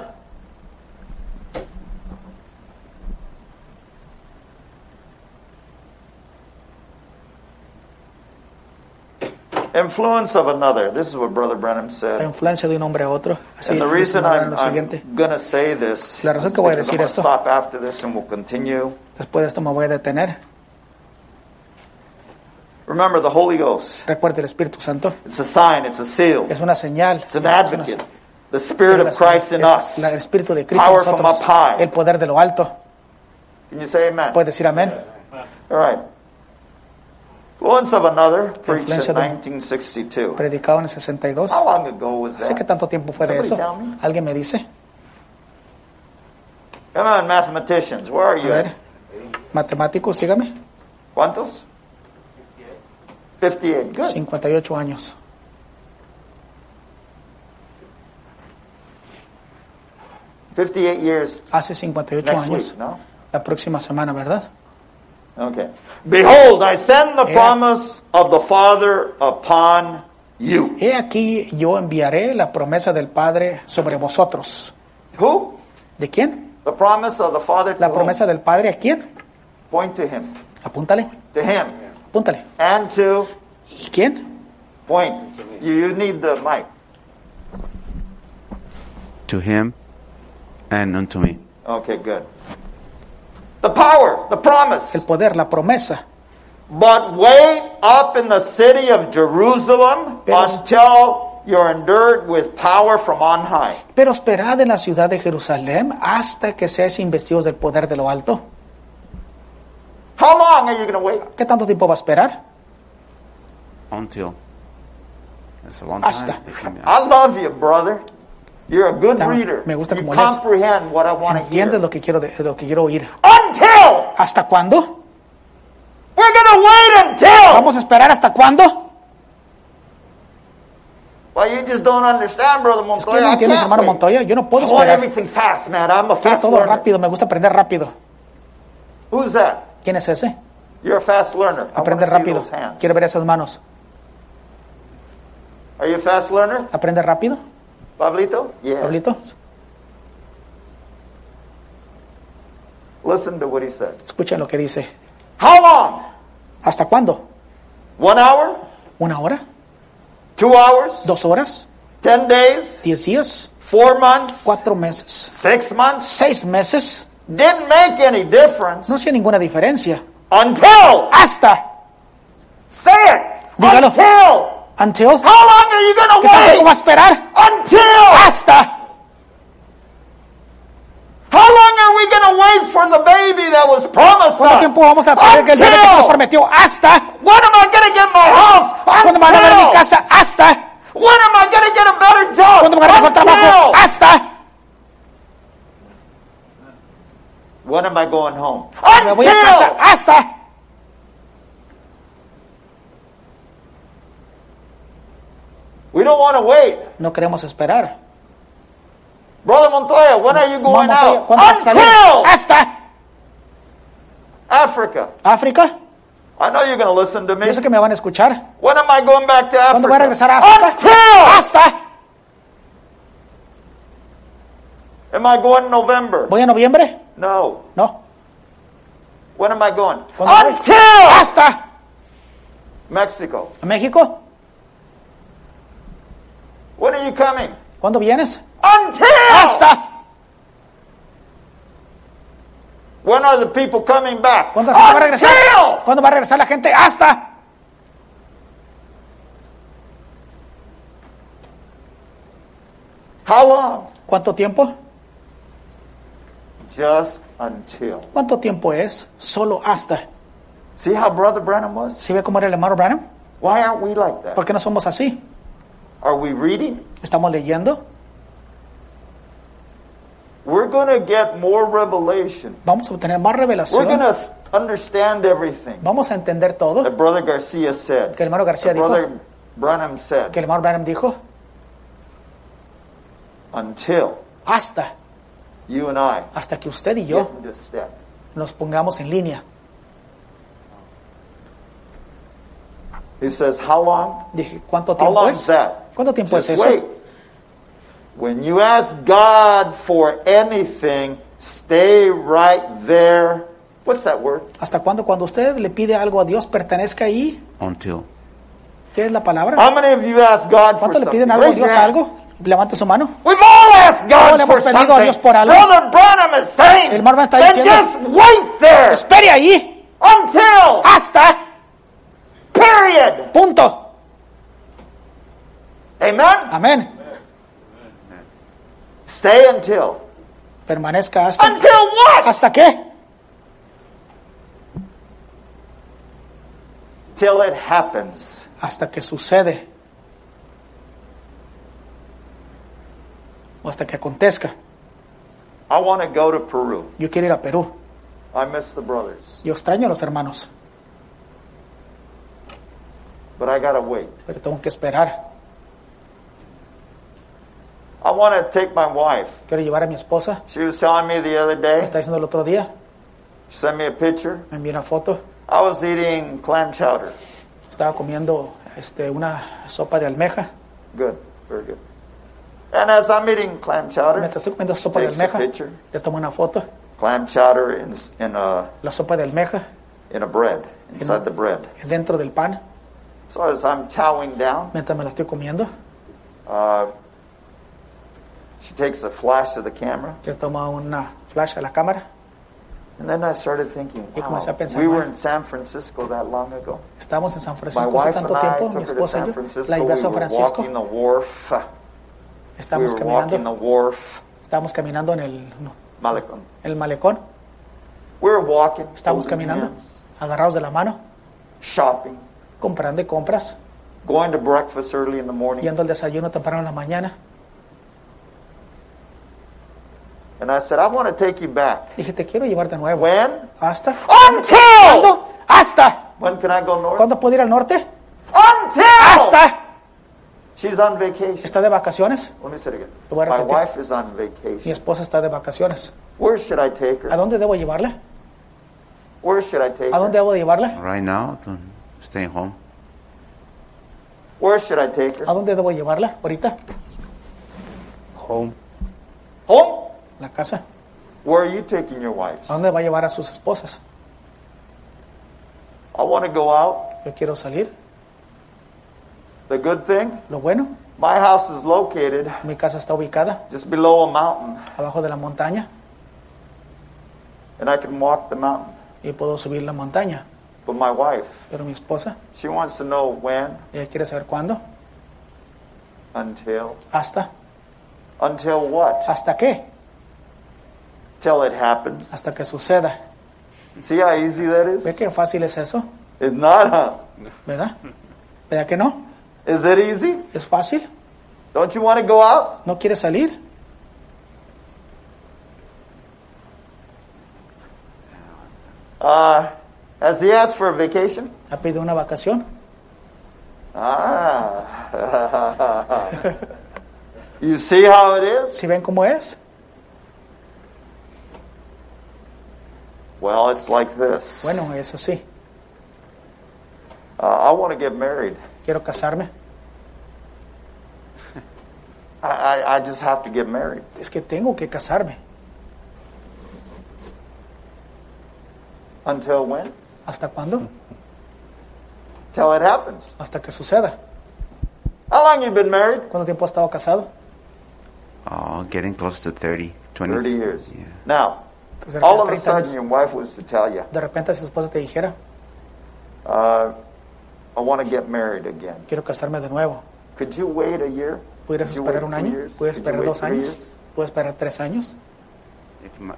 [SPEAKER 2] Influence of another. This is what Brother Branham
[SPEAKER 1] La
[SPEAKER 2] said.
[SPEAKER 1] influencia de un hombre a otro. Así
[SPEAKER 2] And the
[SPEAKER 1] es
[SPEAKER 2] reason
[SPEAKER 1] lo
[SPEAKER 2] I'm,
[SPEAKER 1] siguiente.
[SPEAKER 2] I'm going to say this
[SPEAKER 1] La razón
[SPEAKER 2] is
[SPEAKER 1] que voy a
[SPEAKER 2] because
[SPEAKER 1] decir
[SPEAKER 2] I'm gonna
[SPEAKER 1] esto.
[SPEAKER 2] stop after this and we'll continue.
[SPEAKER 1] Después de esto me voy a detener.
[SPEAKER 2] Remember, the Holy Ghost.
[SPEAKER 1] Recuerde el Espíritu Santo.
[SPEAKER 2] It's a sign. It's a seal.
[SPEAKER 1] Es una señal.
[SPEAKER 2] It's an
[SPEAKER 1] es una
[SPEAKER 2] advocate. The Spirit of
[SPEAKER 1] Es-
[SPEAKER 2] Christ in
[SPEAKER 1] es
[SPEAKER 2] us.
[SPEAKER 1] la- el Espíritu de Cristo en
[SPEAKER 2] Power from
[SPEAKER 1] nosotros.
[SPEAKER 2] up high.
[SPEAKER 1] El poder de lo alto.
[SPEAKER 2] Can you say amen?
[SPEAKER 1] Puede decir amén.
[SPEAKER 2] All right. Influence of another preached in
[SPEAKER 1] Influencia de un-
[SPEAKER 2] 1962.
[SPEAKER 1] Predicado en el 62.
[SPEAKER 2] How long ago was
[SPEAKER 1] No sé qué
[SPEAKER 2] that?
[SPEAKER 1] tanto tiempo fue de eso.
[SPEAKER 2] Somebody tell me.
[SPEAKER 1] ¿Alguien me dice?
[SPEAKER 2] Come on, mathematicians, where are
[SPEAKER 1] A
[SPEAKER 2] you?
[SPEAKER 1] ver.
[SPEAKER 2] at?
[SPEAKER 1] Matemáticos, dígame.
[SPEAKER 2] ¿Cuántos? 58. Good.
[SPEAKER 1] 58 años.
[SPEAKER 2] Fifty-eight years
[SPEAKER 1] Hace 58
[SPEAKER 2] next
[SPEAKER 1] años.
[SPEAKER 2] week. No.
[SPEAKER 1] La próxima semana, ¿verdad?
[SPEAKER 2] Okay. Behold, I send the
[SPEAKER 1] Yeah.
[SPEAKER 2] promise of the Father upon you.
[SPEAKER 1] He aquí yo enviaré la promesa del Padre sobre vosotros.
[SPEAKER 2] Who?
[SPEAKER 1] ¿De quién?
[SPEAKER 2] The promise of the Father. To
[SPEAKER 1] La
[SPEAKER 2] whom?
[SPEAKER 1] promesa del Padre a quién?
[SPEAKER 2] Point to him.
[SPEAKER 1] Apúntale,
[SPEAKER 2] To him.
[SPEAKER 1] apúntale.
[SPEAKER 2] And to
[SPEAKER 1] ¿Y quién?
[SPEAKER 2] point. You, you need the mic.
[SPEAKER 3] To him and unto me.
[SPEAKER 2] Okay. Good. The power. The promise.
[SPEAKER 1] El poder, la promesa.
[SPEAKER 2] But wait up in the city of Jerusalem
[SPEAKER 1] Pero-
[SPEAKER 2] until you're endured with power from on high.
[SPEAKER 1] Pero esperad en la ciudad de Jerusalén hasta que seáis investidos del poder de lo alto.
[SPEAKER 2] How long are you going to wait?
[SPEAKER 1] ¿Qué tanto tiempo va a esperar?
[SPEAKER 3] Until. It's a long
[SPEAKER 1] Hasta.
[SPEAKER 3] time. It can be-
[SPEAKER 2] I love you, brother. You're a good
[SPEAKER 1] Dame-
[SPEAKER 2] reader.
[SPEAKER 1] me gusta
[SPEAKER 2] you
[SPEAKER 1] como lees.
[SPEAKER 2] comprehend what I want to hear.
[SPEAKER 1] ¿Entiendes lo que quiero de- lo que quiero oír?
[SPEAKER 2] Until
[SPEAKER 1] ¿Hasta cuándo?
[SPEAKER 2] we're gonna wait until.
[SPEAKER 1] Vamos a esperar hasta cuándo?
[SPEAKER 2] Well, you just don't understand, brother
[SPEAKER 1] Es que no
[SPEAKER 2] Montoya. I
[SPEAKER 1] entiendes,
[SPEAKER 2] can't
[SPEAKER 1] hermano
[SPEAKER 2] wait.
[SPEAKER 1] Montoya. Yo no puedo
[SPEAKER 2] I want
[SPEAKER 1] esperar.
[SPEAKER 2] everything fast, man. I'm a
[SPEAKER 1] Quiero
[SPEAKER 2] fast
[SPEAKER 1] todo
[SPEAKER 2] learner.
[SPEAKER 1] rápido. Me gusta aprender rápido.
[SPEAKER 2] Who's that?
[SPEAKER 1] ¿Quién es ese?
[SPEAKER 2] You're a fast learner. I want
[SPEAKER 1] Aprende
[SPEAKER 2] to see
[SPEAKER 1] rápido.
[SPEAKER 2] those hands.
[SPEAKER 1] Quiero ver esas manos.
[SPEAKER 2] Are you a fast learner,
[SPEAKER 1] Aprende rápido,
[SPEAKER 2] Pablito? Yeah.
[SPEAKER 1] Pablito.
[SPEAKER 2] Listen to what he said.
[SPEAKER 1] Escuchen lo que dice.
[SPEAKER 2] How long?
[SPEAKER 1] ¿Hasta cuándo?
[SPEAKER 2] One hour?
[SPEAKER 1] ¿Una hora?
[SPEAKER 2] Two hours?
[SPEAKER 1] ¿Dos horas?
[SPEAKER 2] Ten days?
[SPEAKER 1] ¿Diez días?
[SPEAKER 2] Four months?
[SPEAKER 1] ¿Cuatro meses?
[SPEAKER 2] Six months?
[SPEAKER 1] ¿Seis meses?
[SPEAKER 2] Didn't make any difference
[SPEAKER 1] No hacía ninguna diferencia.
[SPEAKER 2] until.
[SPEAKER 1] ¡Hasta!
[SPEAKER 2] Say it.
[SPEAKER 1] Dígalo.
[SPEAKER 2] Until.
[SPEAKER 1] Until.
[SPEAKER 2] How long are you
[SPEAKER 1] ¿Qué tanto
[SPEAKER 2] gonna
[SPEAKER 1] va a
[SPEAKER 2] wait?
[SPEAKER 1] esperar?
[SPEAKER 2] Until.
[SPEAKER 1] ¡Hasta!
[SPEAKER 2] How long are we gonna wait for the baby that was promised
[SPEAKER 1] ¿Cuánto tiempo
[SPEAKER 2] us?
[SPEAKER 1] vamos a tener que el bebé que se nos
[SPEAKER 2] Until.
[SPEAKER 1] prometió? ¡Hasta!
[SPEAKER 2] When am I gonna get my house?
[SPEAKER 1] ¿Cuándo me van a ver mi
[SPEAKER 2] Until.
[SPEAKER 1] casa? ¡Hasta!
[SPEAKER 2] When am I gonna get a better job?
[SPEAKER 1] ¿Cuándo me van a mejor trabajo?
[SPEAKER 2] Until.
[SPEAKER 1] ¡Hasta!
[SPEAKER 2] When am I going home?
[SPEAKER 1] Me voy a casa.
[SPEAKER 2] Until.
[SPEAKER 1] ¡Hasta!
[SPEAKER 2] We don't want to wait.
[SPEAKER 1] No queremos esperar.
[SPEAKER 2] Brother Montoya, when are you going
[SPEAKER 1] Vamos, oye,
[SPEAKER 2] out?
[SPEAKER 1] ¿cuándo vas a salir?
[SPEAKER 2] Until
[SPEAKER 1] ¡Hasta!
[SPEAKER 2] Africa.
[SPEAKER 1] ¿África?
[SPEAKER 2] I know you're going to listen to me.
[SPEAKER 1] Yo sé que me van a escuchar.
[SPEAKER 2] When am I going back to
[SPEAKER 1] ¿Cuándo
[SPEAKER 2] Africa?
[SPEAKER 1] voy a regresar a África?
[SPEAKER 2] Until
[SPEAKER 1] ¡Hasta!
[SPEAKER 2] am I going in November?
[SPEAKER 1] ¿Voy a noviembre?
[SPEAKER 2] No.
[SPEAKER 1] No.
[SPEAKER 2] When am I going?
[SPEAKER 1] ¿Cuándo voy?
[SPEAKER 2] Until
[SPEAKER 1] ¡Hasta!
[SPEAKER 2] Mexico.
[SPEAKER 1] ¿A México?
[SPEAKER 2] When are you coming?
[SPEAKER 1] ¿Cuándo vienes?
[SPEAKER 2] Until
[SPEAKER 1] ¡Hasta!
[SPEAKER 2] when are the people coming back?
[SPEAKER 1] ¿Cuándo va a regresar?
[SPEAKER 2] Until
[SPEAKER 1] ¿Cuándo va a regresar la gente? ¡Hasta!
[SPEAKER 2] how long?
[SPEAKER 1] ¿Cuánto tiempo?
[SPEAKER 2] Just until.
[SPEAKER 1] ¿Cuánto tiempo es? Solo hasta.
[SPEAKER 2] See how Brother Branham was?
[SPEAKER 1] ¿Sí ve cómo era el hermano Branham?
[SPEAKER 2] Why aren't we like that?
[SPEAKER 1] ¿Por qué no somos así?
[SPEAKER 2] Are we reading?
[SPEAKER 1] ¿Estamos leyendo?
[SPEAKER 2] We're going to get more revelation.
[SPEAKER 1] Vamos a obtener más
[SPEAKER 2] We're going
[SPEAKER 1] revelación.
[SPEAKER 2] to understand everything
[SPEAKER 1] Vamos a entender todo
[SPEAKER 2] that Brother Garcia said.
[SPEAKER 1] que el hermano García
[SPEAKER 2] that
[SPEAKER 1] dijo,
[SPEAKER 2] Brother Branham said.
[SPEAKER 1] que el hermano Branham dijo,
[SPEAKER 2] Until
[SPEAKER 1] hasta,
[SPEAKER 2] you and I
[SPEAKER 1] hasta que usted y
[SPEAKER 2] get
[SPEAKER 1] yo
[SPEAKER 2] into step.
[SPEAKER 1] nos pongamos en línea.
[SPEAKER 2] He says, How long?
[SPEAKER 1] Dije, ¿cuánto
[SPEAKER 2] How
[SPEAKER 1] tiempo
[SPEAKER 2] long is
[SPEAKER 1] es?
[SPEAKER 2] that?
[SPEAKER 1] ¿Cuánto tiempo es
[SPEAKER 2] Just
[SPEAKER 1] eso?
[SPEAKER 2] wait. When you ask God for anything, stay right there. What's that word?
[SPEAKER 1] ¿Hasta cuándo? Cuando usted le pide algo a Dios, pertenezca ahí.
[SPEAKER 3] Until.
[SPEAKER 1] ¿Qué es la palabra?
[SPEAKER 2] How many of you ask God for
[SPEAKER 1] ¿Cuánto le
[SPEAKER 2] something?
[SPEAKER 1] piden algo a
[SPEAKER 2] Ah, pues, Raise your
[SPEAKER 1] Dios
[SPEAKER 2] hand.
[SPEAKER 1] algo? Levante su mano.
[SPEAKER 2] We've all asked
[SPEAKER 1] Todos le
[SPEAKER 2] God
[SPEAKER 1] hemos
[SPEAKER 2] for
[SPEAKER 1] pedido a
[SPEAKER 2] something.
[SPEAKER 1] Dios por algo.
[SPEAKER 2] Brother Branham is saying,
[SPEAKER 1] El hermano está
[SPEAKER 2] then
[SPEAKER 1] diciendo-
[SPEAKER 2] just wait there
[SPEAKER 1] Espere ahí.
[SPEAKER 2] until,
[SPEAKER 1] Hasta.
[SPEAKER 2] period.
[SPEAKER 1] Punto.
[SPEAKER 2] Amen?
[SPEAKER 1] Amén.
[SPEAKER 2] Stay until.
[SPEAKER 1] Permanezca hasta.
[SPEAKER 2] Until what?
[SPEAKER 1] ¿Hasta qué?
[SPEAKER 2] Till it happens.
[SPEAKER 1] Hasta que sucede. O hasta que acontezca.
[SPEAKER 2] I want to go to Peru.
[SPEAKER 1] Yo quiero ir a Perú.
[SPEAKER 2] I miss the brothers,
[SPEAKER 1] Yo extraño a los hermanos,
[SPEAKER 2] but I gotta wait.
[SPEAKER 1] pero tengo que esperar.
[SPEAKER 2] I want to take my wife.
[SPEAKER 1] Quiero llevar a mi esposa.
[SPEAKER 2] She was telling me the other
[SPEAKER 1] Me
[SPEAKER 2] day.
[SPEAKER 1] está diciendo el otro día.
[SPEAKER 2] She sent me a picture.
[SPEAKER 1] Me envió una foto.
[SPEAKER 2] I was eating clam chowder.
[SPEAKER 1] Estaba comiendo este, una sopa de almeja.
[SPEAKER 2] Good, very good. And as I'm eating clam chowder,
[SPEAKER 1] Mientras estoy comiendo sopa de
[SPEAKER 2] Takes a
[SPEAKER 1] almeja,
[SPEAKER 2] picture.
[SPEAKER 1] le tomo una foto.
[SPEAKER 2] clam chowder in s- in a
[SPEAKER 1] La sopa de almeja
[SPEAKER 2] in a bread inside the bread.
[SPEAKER 1] es dentro del pan.
[SPEAKER 2] So as I'm chowing down,
[SPEAKER 1] Mientras me la estoy comiendo,
[SPEAKER 2] uh, she takes a flash of the camera,
[SPEAKER 1] le tomo una flash a la cámara.
[SPEAKER 2] and then I started thinking,
[SPEAKER 1] Y comencé a
[SPEAKER 2] wow,
[SPEAKER 1] pensar,
[SPEAKER 2] we were
[SPEAKER 1] "Wow."
[SPEAKER 2] in San Francisco that long ago.
[SPEAKER 1] Estábamos en San
[SPEAKER 2] My
[SPEAKER 1] Francisco hace
[SPEAKER 2] wife and
[SPEAKER 1] tanto
[SPEAKER 2] I
[SPEAKER 1] tiempo. Mi
[SPEAKER 2] took her to
[SPEAKER 1] esposa
[SPEAKER 2] San
[SPEAKER 1] y yo
[SPEAKER 2] Francisco.
[SPEAKER 1] la
[SPEAKER 2] We
[SPEAKER 1] llevé a San
[SPEAKER 2] were
[SPEAKER 1] Francisco.
[SPEAKER 2] walking the wharf. We
[SPEAKER 1] Estábamos
[SPEAKER 2] were walking the
[SPEAKER 1] caminando,
[SPEAKER 2] wharf.
[SPEAKER 1] estábamos caminando en el, no,
[SPEAKER 2] Malecón.
[SPEAKER 1] en el malecón.
[SPEAKER 2] We were walking.
[SPEAKER 1] Estábamos
[SPEAKER 2] holding
[SPEAKER 1] caminando,
[SPEAKER 2] hands,
[SPEAKER 1] agarrados de la mano,
[SPEAKER 2] Shopping.
[SPEAKER 1] comprando y compras.
[SPEAKER 2] going to breakfast early in the morning.
[SPEAKER 1] yendo al desayuno temprano en la mañana.
[SPEAKER 2] And I said, I want to take you back.
[SPEAKER 1] Dije, te quiero llevar de nuevo.
[SPEAKER 2] When?
[SPEAKER 1] ¿Hasta?
[SPEAKER 2] Until!
[SPEAKER 1] ¿Cuándo? ¿Hasta?
[SPEAKER 2] When can I go north?
[SPEAKER 1] ¿Cuándo puedo ir al norte?
[SPEAKER 2] Until!
[SPEAKER 1] ¿Hasta?
[SPEAKER 2] She's on vacation.
[SPEAKER 1] ¿Está de vacaciones?
[SPEAKER 2] Let me say it again.
[SPEAKER 1] Voy a
[SPEAKER 2] My
[SPEAKER 1] repetir.
[SPEAKER 2] wife is on
[SPEAKER 1] Mi
[SPEAKER 2] vacation.
[SPEAKER 1] esposa está de vacaciones.
[SPEAKER 2] Where should I take
[SPEAKER 1] ¿A
[SPEAKER 2] her?
[SPEAKER 1] dónde debo llevarla?
[SPEAKER 2] Where should I take
[SPEAKER 1] ¿A dónde
[SPEAKER 2] her?
[SPEAKER 1] debo llevarla?
[SPEAKER 3] Right now, to stay home.
[SPEAKER 2] Where should I take
[SPEAKER 1] ¿A
[SPEAKER 2] her?
[SPEAKER 1] dónde debo llevarla? Ahorita,
[SPEAKER 4] Home.
[SPEAKER 2] Home?
[SPEAKER 1] la casa.
[SPEAKER 2] Where are you taking your wife?
[SPEAKER 1] ¿A dónde va a llevar a sus esposas?
[SPEAKER 2] I want to go out.
[SPEAKER 1] Yo quiero salir.
[SPEAKER 2] The good thing,
[SPEAKER 1] Lo bueno,
[SPEAKER 2] my house is located
[SPEAKER 1] mi casa está ubicada
[SPEAKER 2] just below a mountain,
[SPEAKER 1] abajo de la montaña
[SPEAKER 2] and I can walk the mountain.
[SPEAKER 1] y puedo subir la montaña.
[SPEAKER 2] But my wife,
[SPEAKER 1] Pero mi esposa,
[SPEAKER 2] she wants to know when,
[SPEAKER 1] ella quiere saber cuándo.
[SPEAKER 2] until,
[SPEAKER 1] ¿Hasta?
[SPEAKER 2] until what?
[SPEAKER 1] ¿Hasta qué?
[SPEAKER 2] Till it happens.
[SPEAKER 1] Hasta que suceda.
[SPEAKER 2] See how easy that is?
[SPEAKER 1] ¿Ve qué fácil es eso?
[SPEAKER 2] It's not, huh?
[SPEAKER 1] ¿Verdad? ¿Verdad que no?
[SPEAKER 2] Is it easy?
[SPEAKER 1] ¿Es fácil?
[SPEAKER 2] Don't you want to go out?
[SPEAKER 1] ¿No quiere salir?
[SPEAKER 2] Uh, has he asked for a vacation?
[SPEAKER 1] ¿Ha pedido una vacación?
[SPEAKER 2] Ah. you see how it is?
[SPEAKER 1] ¿Si ven cómo es?
[SPEAKER 2] Well, it's like this. Uh,
[SPEAKER 1] Bueno, eso sí.
[SPEAKER 2] I want to get married.
[SPEAKER 1] Quiero casarme.
[SPEAKER 2] I, I, I just have to get married.
[SPEAKER 1] Es que tengo que casarme.
[SPEAKER 2] Until when?
[SPEAKER 1] ¿Hasta cuándo?
[SPEAKER 2] Till it happens.
[SPEAKER 1] Hasta que suceda.
[SPEAKER 2] How long you been married?
[SPEAKER 1] ¿Cuánto tiempo ha estado casado?
[SPEAKER 3] Oh, getting close to 30, 20.
[SPEAKER 2] 30 years.
[SPEAKER 3] Yeah.
[SPEAKER 2] Now,
[SPEAKER 1] Entonces, Pues de
[SPEAKER 2] all of
[SPEAKER 1] repente,
[SPEAKER 2] a
[SPEAKER 1] 30
[SPEAKER 2] sudden,
[SPEAKER 1] años.
[SPEAKER 2] your wife was to tell you,
[SPEAKER 1] De repente si su esposa te dijera,
[SPEAKER 2] uh, I want to get married again.
[SPEAKER 1] quiero casarme de nuevo.
[SPEAKER 2] Could you wait a year?
[SPEAKER 1] ¿Pudieras
[SPEAKER 2] Could you wait
[SPEAKER 1] esperar un
[SPEAKER 2] two
[SPEAKER 1] año?
[SPEAKER 2] years?
[SPEAKER 1] ¿Puedes
[SPEAKER 2] Could you
[SPEAKER 1] esperar
[SPEAKER 2] wait
[SPEAKER 1] dos
[SPEAKER 2] three
[SPEAKER 1] años?
[SPEAKER 2] years?
[SPEAKER 1] ¿Puedes esperar tres años?
[SPEAKER 3] If, my,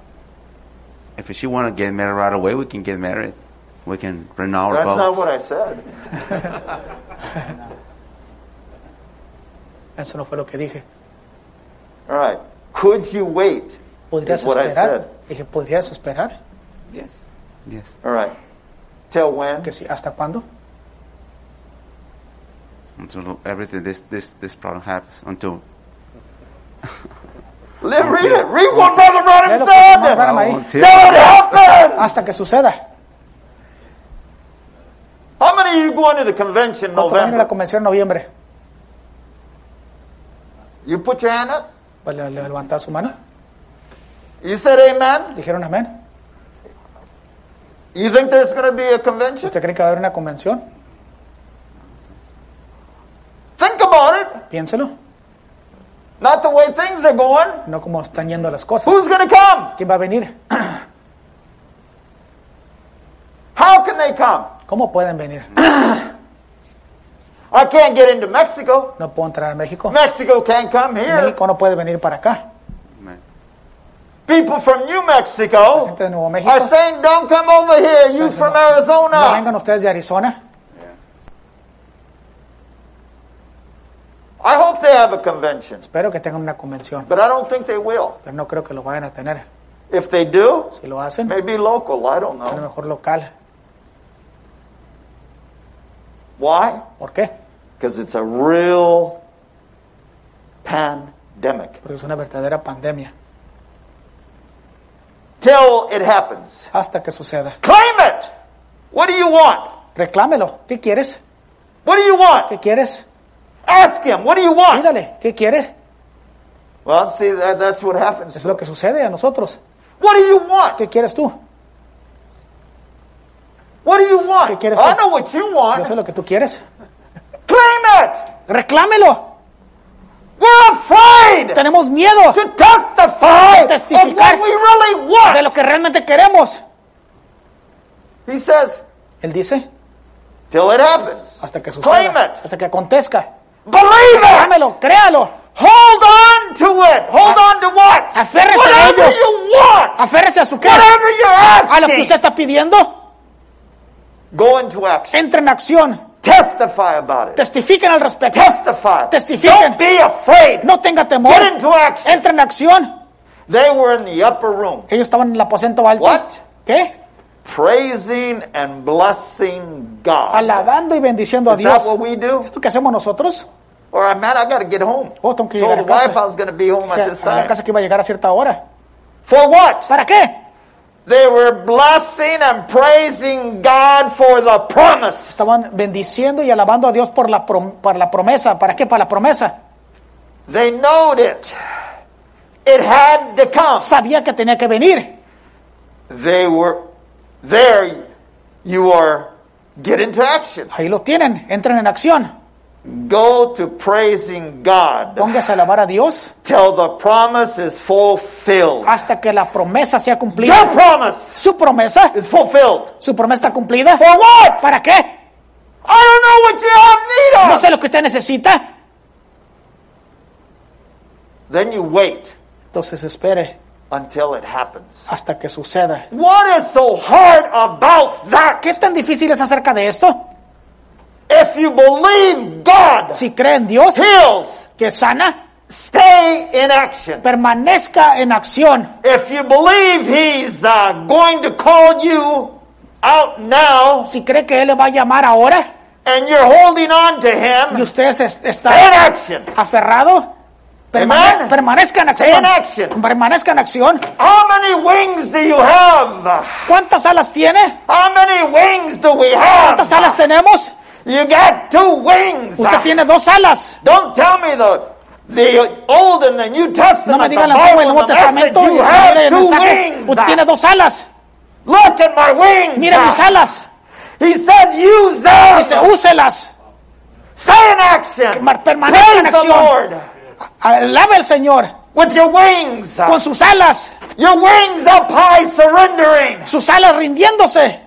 [SPEAKER 3] if she want to get married right away, we can get married. We can rent our
[SPEAKER 2] That's
[SPEAKER 3] boat.
[SPEAKER 2] not what I said.
[SPEAKER 1] Eso no fue lo que dije.
[SPEAKER 2] All right. Could you wait?
[SPEAKER 1] ¿Podrías
[SPEAKER 2] Is what I
[SPEAKER 1] esperar?
[SPEAKER 2] said.
[SPEAKER 1] Dije, ¿podrías esperar?
[SPEAKER 3] yes. Yes.
[SPEAKER 2] All right. Till when?
[SPEAKER 1] Que sí, ¿hasta cuándo?
[SPEAKER 3] Until everything, this, this, this problem happens. Until
[SPEAKER 2] Let, read it. Read what Brother Branham
[SPEAKER 1] Read it,
[SPEAKER 2] said.
[SPEAKER 1] Brother Branham. pues, Ahí.
[SPEAKER 3] until,
[SPEAKER 2] Till it happens.
[SPEAKER 1] Hasta que suceda.
[SPEAKER 2] How many of you going to the convention in
[SPEAKER 1] ¿Cuánto va a venir la
[SPEAKER 2] November?
[SPEAKER 1] convención en noviembre?
[SPEAKER 2] You put your hand up.
[SPEAKER 1] Pues le, le levantaba su mano.
[SPEAKER 2] You said amen.
[SPEAKER 1] Dijeron amén.
[SPEAKER 2] You think there's going to be a convention?
[SPEAKER 1] ¿Usted cree que va a haber una convención?
[SPEAKER 2] Think about it.
[SPEAKER 1] Piénselo.
[SPEAKER 2] Not the way things are going.
[SPEAKER 1] No como están yendo las cosas.
[SPEAKER 2] Who's going to come?
[SPEAKER 1] ¿Quién va a venir?
[SPEAKER 2] How can they come?
[SPEAKER 1] ¿Cómo pueden venir?
[SPEAKER 2] I can't get into Mexico.
[SPEAKER 1] No puedo entrar a México.
[SPEAKER 2] Mexico can't come here.
[SPEAKER 1] México no puede venir para acá.
[SPEAKER 2] People from New
[SPEAKER 1] La
[SPEAKER 2] Mexico
[SPEAKER 1] gente de Nuevo México.
[SPEAKER 2] are saying, don't come over here. You
[SPEAKER 1] Entonces,
[SPEAKER 2] from
[SPEAKER 1] no- No
[SPEAKER 2] Arizona.
[SPEAKER 1] vengan ustedes de Arizona.
[SPEAKER 2] I hope they have a convention,
[SPEAKER 1] Espero que tengan una convención.
[SPEAKER 2] but I don't think they will.
[SPEAKER 1] Pero no creo que lo vayan a tener.
[SPEAKER 2] If they do,
[SPEAKER 1] Si lo hacen, a
[SPEAKER 2] maybe local. I don't
[SPEAKER 1] lo
[SPEAKER 2] know.
[SPEAKER 1] mejor local.
[SPEAKER 2] Why?
[SPEAKER 1] ¿Por qué?
[SPEAKER 2] Because it's a real pandemic.
[SPEAKER 1] Porque es una verdadera pandemia.
[SPEAKER 2] Till it happens.
[SPEAKER 1] Hasta que suceda.
[SPEAKER 2] Claim it! What do you want?
[SPEAKER 1] Reclámelo. ¿Qué quieres?
[SPEAKER 2] What do you want?
[SPEAKER 1] ¿Qué quieres?
[SPEAKER 2] Ask him. What do you want?
[SPEAKER 1] Pídale. ¿Qué quieres?
[SPEAKER 2] Well, see, that, that's what happens.
[SPEAKER 1] Es lo que sucede a nosotros.
[SPEAKER 2] What do you want?
[SPEAKER 1] ¿Qué quieres tú?
[SPEAKER 2] What do you want?
[SPEAKER 1] ¿Qué quieres
[SPEAKER 2] I
[SPEAKER 1] tú?
[SPEAKER 2] know what you
[SPEAKER 1] Yo
[SPEAKER 2] want.
[SPEAKER 1] sé lo que tú quieres.
[SPEAKER 2] Claim it!
[SPEAKER 1] ¡Reclámelo!
[SPEAKER 2] We're afraid
[SPEAKER 1] ¡Tenemos miedo
[SPEAKER 2] to testify
[SPEAKER 1] Testificar.
[SPEAKER 2] of what we really
[SPEAKER 1] de
[SPEAKER 2] want.
[SPEAKER 1] lo que realmente queremos!
[SPEAKER 2] He says,
[SPEAKER 1] Él dice,
[SPEAKER 2] till it happens.
[SPEAKER 1] hasta que
[SPEAKER 2] Claim
[SPEAKER 1] suceda,
[SPEAKER 2] it.
[SPEAKER 1] hasta que acontezca.
[SPEAKER 2] Believe it.
[SPEAKER 1] ¡Reclámelo! ¡Créalo!
[SPEAKER 2] Hold on to it. Hold on to what?
[SPEAKER 1] Aférrese a
[SPEAKER 2] Whatever
[SPEAKER 1] ello.
[SPEAKER 2] you want.
[SPEAKER 1] Aférrese a su qué.
[SPEAKER 2] Whatever you're
[SPEAKER 1] A lo que
[SPEAKER 2] asking.
[SPEAKER 1] usted está pidiendo,
[SPEAKER 2] Go into action.
[SPEAKER 1] Eh- entre en acción.
[SPEAKER 2] Testify about it.
[SPEAKER 1] Testifiquen al respecto.
[SPEAKER 2] Testify.
[SPEAKER 1] Testifiquen.
[SPEAKER 2] Don't be afraid.
[SPEAKER 1] No Eh- tenga temor.
[SPEAKER 2] Get into action.
[SPEAKER 1] Entra en acción.
[SPEAKER 2] They were in the upper room
[SPEAKER 1] Ellos estaban en el aposento alto.
[SPEAKER 2] What?
[SPEAKER 1] ¿Qué?
[SPEAKER 2] praising and blessing God.
[SPEAKER 1] Alabando y bendiciendo a
[SPEAKER 2] Is that
[SPEAKER 1] Dios.
[SPEAKER 2] what we do?
[SPEAKER 1] ¿Es lo que hacemos nosotros?
[SPEAKER 2] Or man, I got to get home.
[SPEAKER 1] Oh, tengo que
[SPEAKER 2] Told
[SPEAKER 1] llegar
[SPEAKER 2] the
[SPEAKER 1] a casa.
[SPEAKER 2] wife I was going to be home at this
[SPEAKER 1] a la
[SPEAKER 2] time.
[SPEAKER 1] casa que iba a llegar a cierta hora.
[SPEAKER 2] For what?
[SPEAKER 1] ¿Para qué?
[SPEAKER 2] They were blessing and praising God for the promise.
[SPEAKER 1] Estaban bendiciendo y alabando a Dios por la, prom- para la promesa. ¿Para qué? Para la promesa.
[SPEAKER 2] They knowed it. It had to come.
[SPEAKER 1] Sabía que tenía que venir.
[SPEAKER 2] They were there. You are. Get into action.
[SPEAKER 1] Ahí lo tienen. Entren en acción.
[SPEAKER 2] Go to praising God
[SPEAKER 1] Póngase a alabar a Dios
[SPEAKER 2] till the promise is fulfilled.
[SPEAKER 1] hasta que la promesa sea
[SPEAKER 2] Your
[SPEAKER 1] cumplida.
[SPEAKER 2] promise
[SPEAKER 1] Su promesa.
[SPEAKER 2] is fulfilled.
[SPEAKER 1] Su promesa está cumplida.
[SPEAKER 2] For what?
[SPEAKER 1] ¿Para qué?
[SPEAKER 2] I don't know what you have need
[SPEAKER 1] No
[SPEAKER 2] of.
[SPEAKER 1] sé lo que usted necesita.
[SPEAKER 2] Then you wait
[SPEAKER 1] Entonces espere
[SPEAKER 2] until it happens.
[SPEAKER 1] hasta que suceda.
[SPEAKER 2] What is so hard about that?
[SPEAKER 1] ¿Qué tan difícil es acerca de esto?
[SPEAKER 2] If you believe God
[SPEAKER 1] Si cree en Dios
[SPEAKER 2] heals,
[SPEAKER 1] que sana,
[SPEAKER 2] stay in action.
[SPEAKER 1] permanezca en acción.
[SPEAKER 2] If you believe He's uh, going to call you out now
[SPEAKER 1] Si cree que Él le va a llamar ahora
[SPEAKER 2] and you're holding on to
[SPEAKER 1] y
[SPEAKER 2] Him,
[SPEAKER 1] usted es-
[SPEAKER 2] stay in
[SPEAKER 1] está
[SPEAKER 2] action.
[SPEAKER 1] aferrado, permane-
[SPEAKER 2] Amen.
[SPEAKER 1] permanezca en
[SPEAKER 2] Stay in
[SPEAKER 1] acción.
[SPEAKER 2] action.
[SPEAKER 1] Permanezca en acción.
[SPEAKER 2] How many wings do you have?
[SPEAKER 1] ¿Cuántas alas tiene?
[SPEAKER 2] How many wings do we
[SPEAKER 1] ¿Cuántas alas
[SPEAKER 2] have?
[SPEAKER 1] tenemos?
[SPEAKER 2] You got two wings.
[SPEAKER 1] Usted tiene dos alas.
[SPEAKER 2] Don't tell me the the Old and the New
[SPEAKER 1] No
[SPEAKER 2] Testament.
[SPEAKER 1] me digan
[SPEAKER 2] the
[SPEAKER 1] la Biblia, el
[SPEAKER 2] Bible,
[SPEAKER 1] Nuevo
[SPEAKER 2] and the message.
[SPEAKER 1] Testamento y
[SPEAKER 2] You
[SPEAKER 1] el
[SPEAKER 2] have
[SPEAKER 1] Padre, el mensaje.
[SPEAKER 2] two wings.
[SPEAKER 1] Usted tiene dos alas.
[SPEAKER 2] Look at my wings.
[SPEAKER 1] Mire mis alas.
[SPEAKER 2] He said, use them.
[SPEAKER 1] Dice, úselas.
[SPEAKER 2] Stay in action.
[SPEAKER 1] Mar- permanezca
[SPEAKER 2] Praise
[SPEAKER 1] en
[SPEAKER 2] the
[SPEAKER 1] acción.
[SPEAKER 2] Lord
[SPEAKER 1] Alaba al Señor
[SPEAKER 2] with your wings.
[SPEAKER 1] con sus alas.
[SPEAKER 2] Your wings up high, surrendering.
[SPEAKER 1] Sus alas rindiéndose.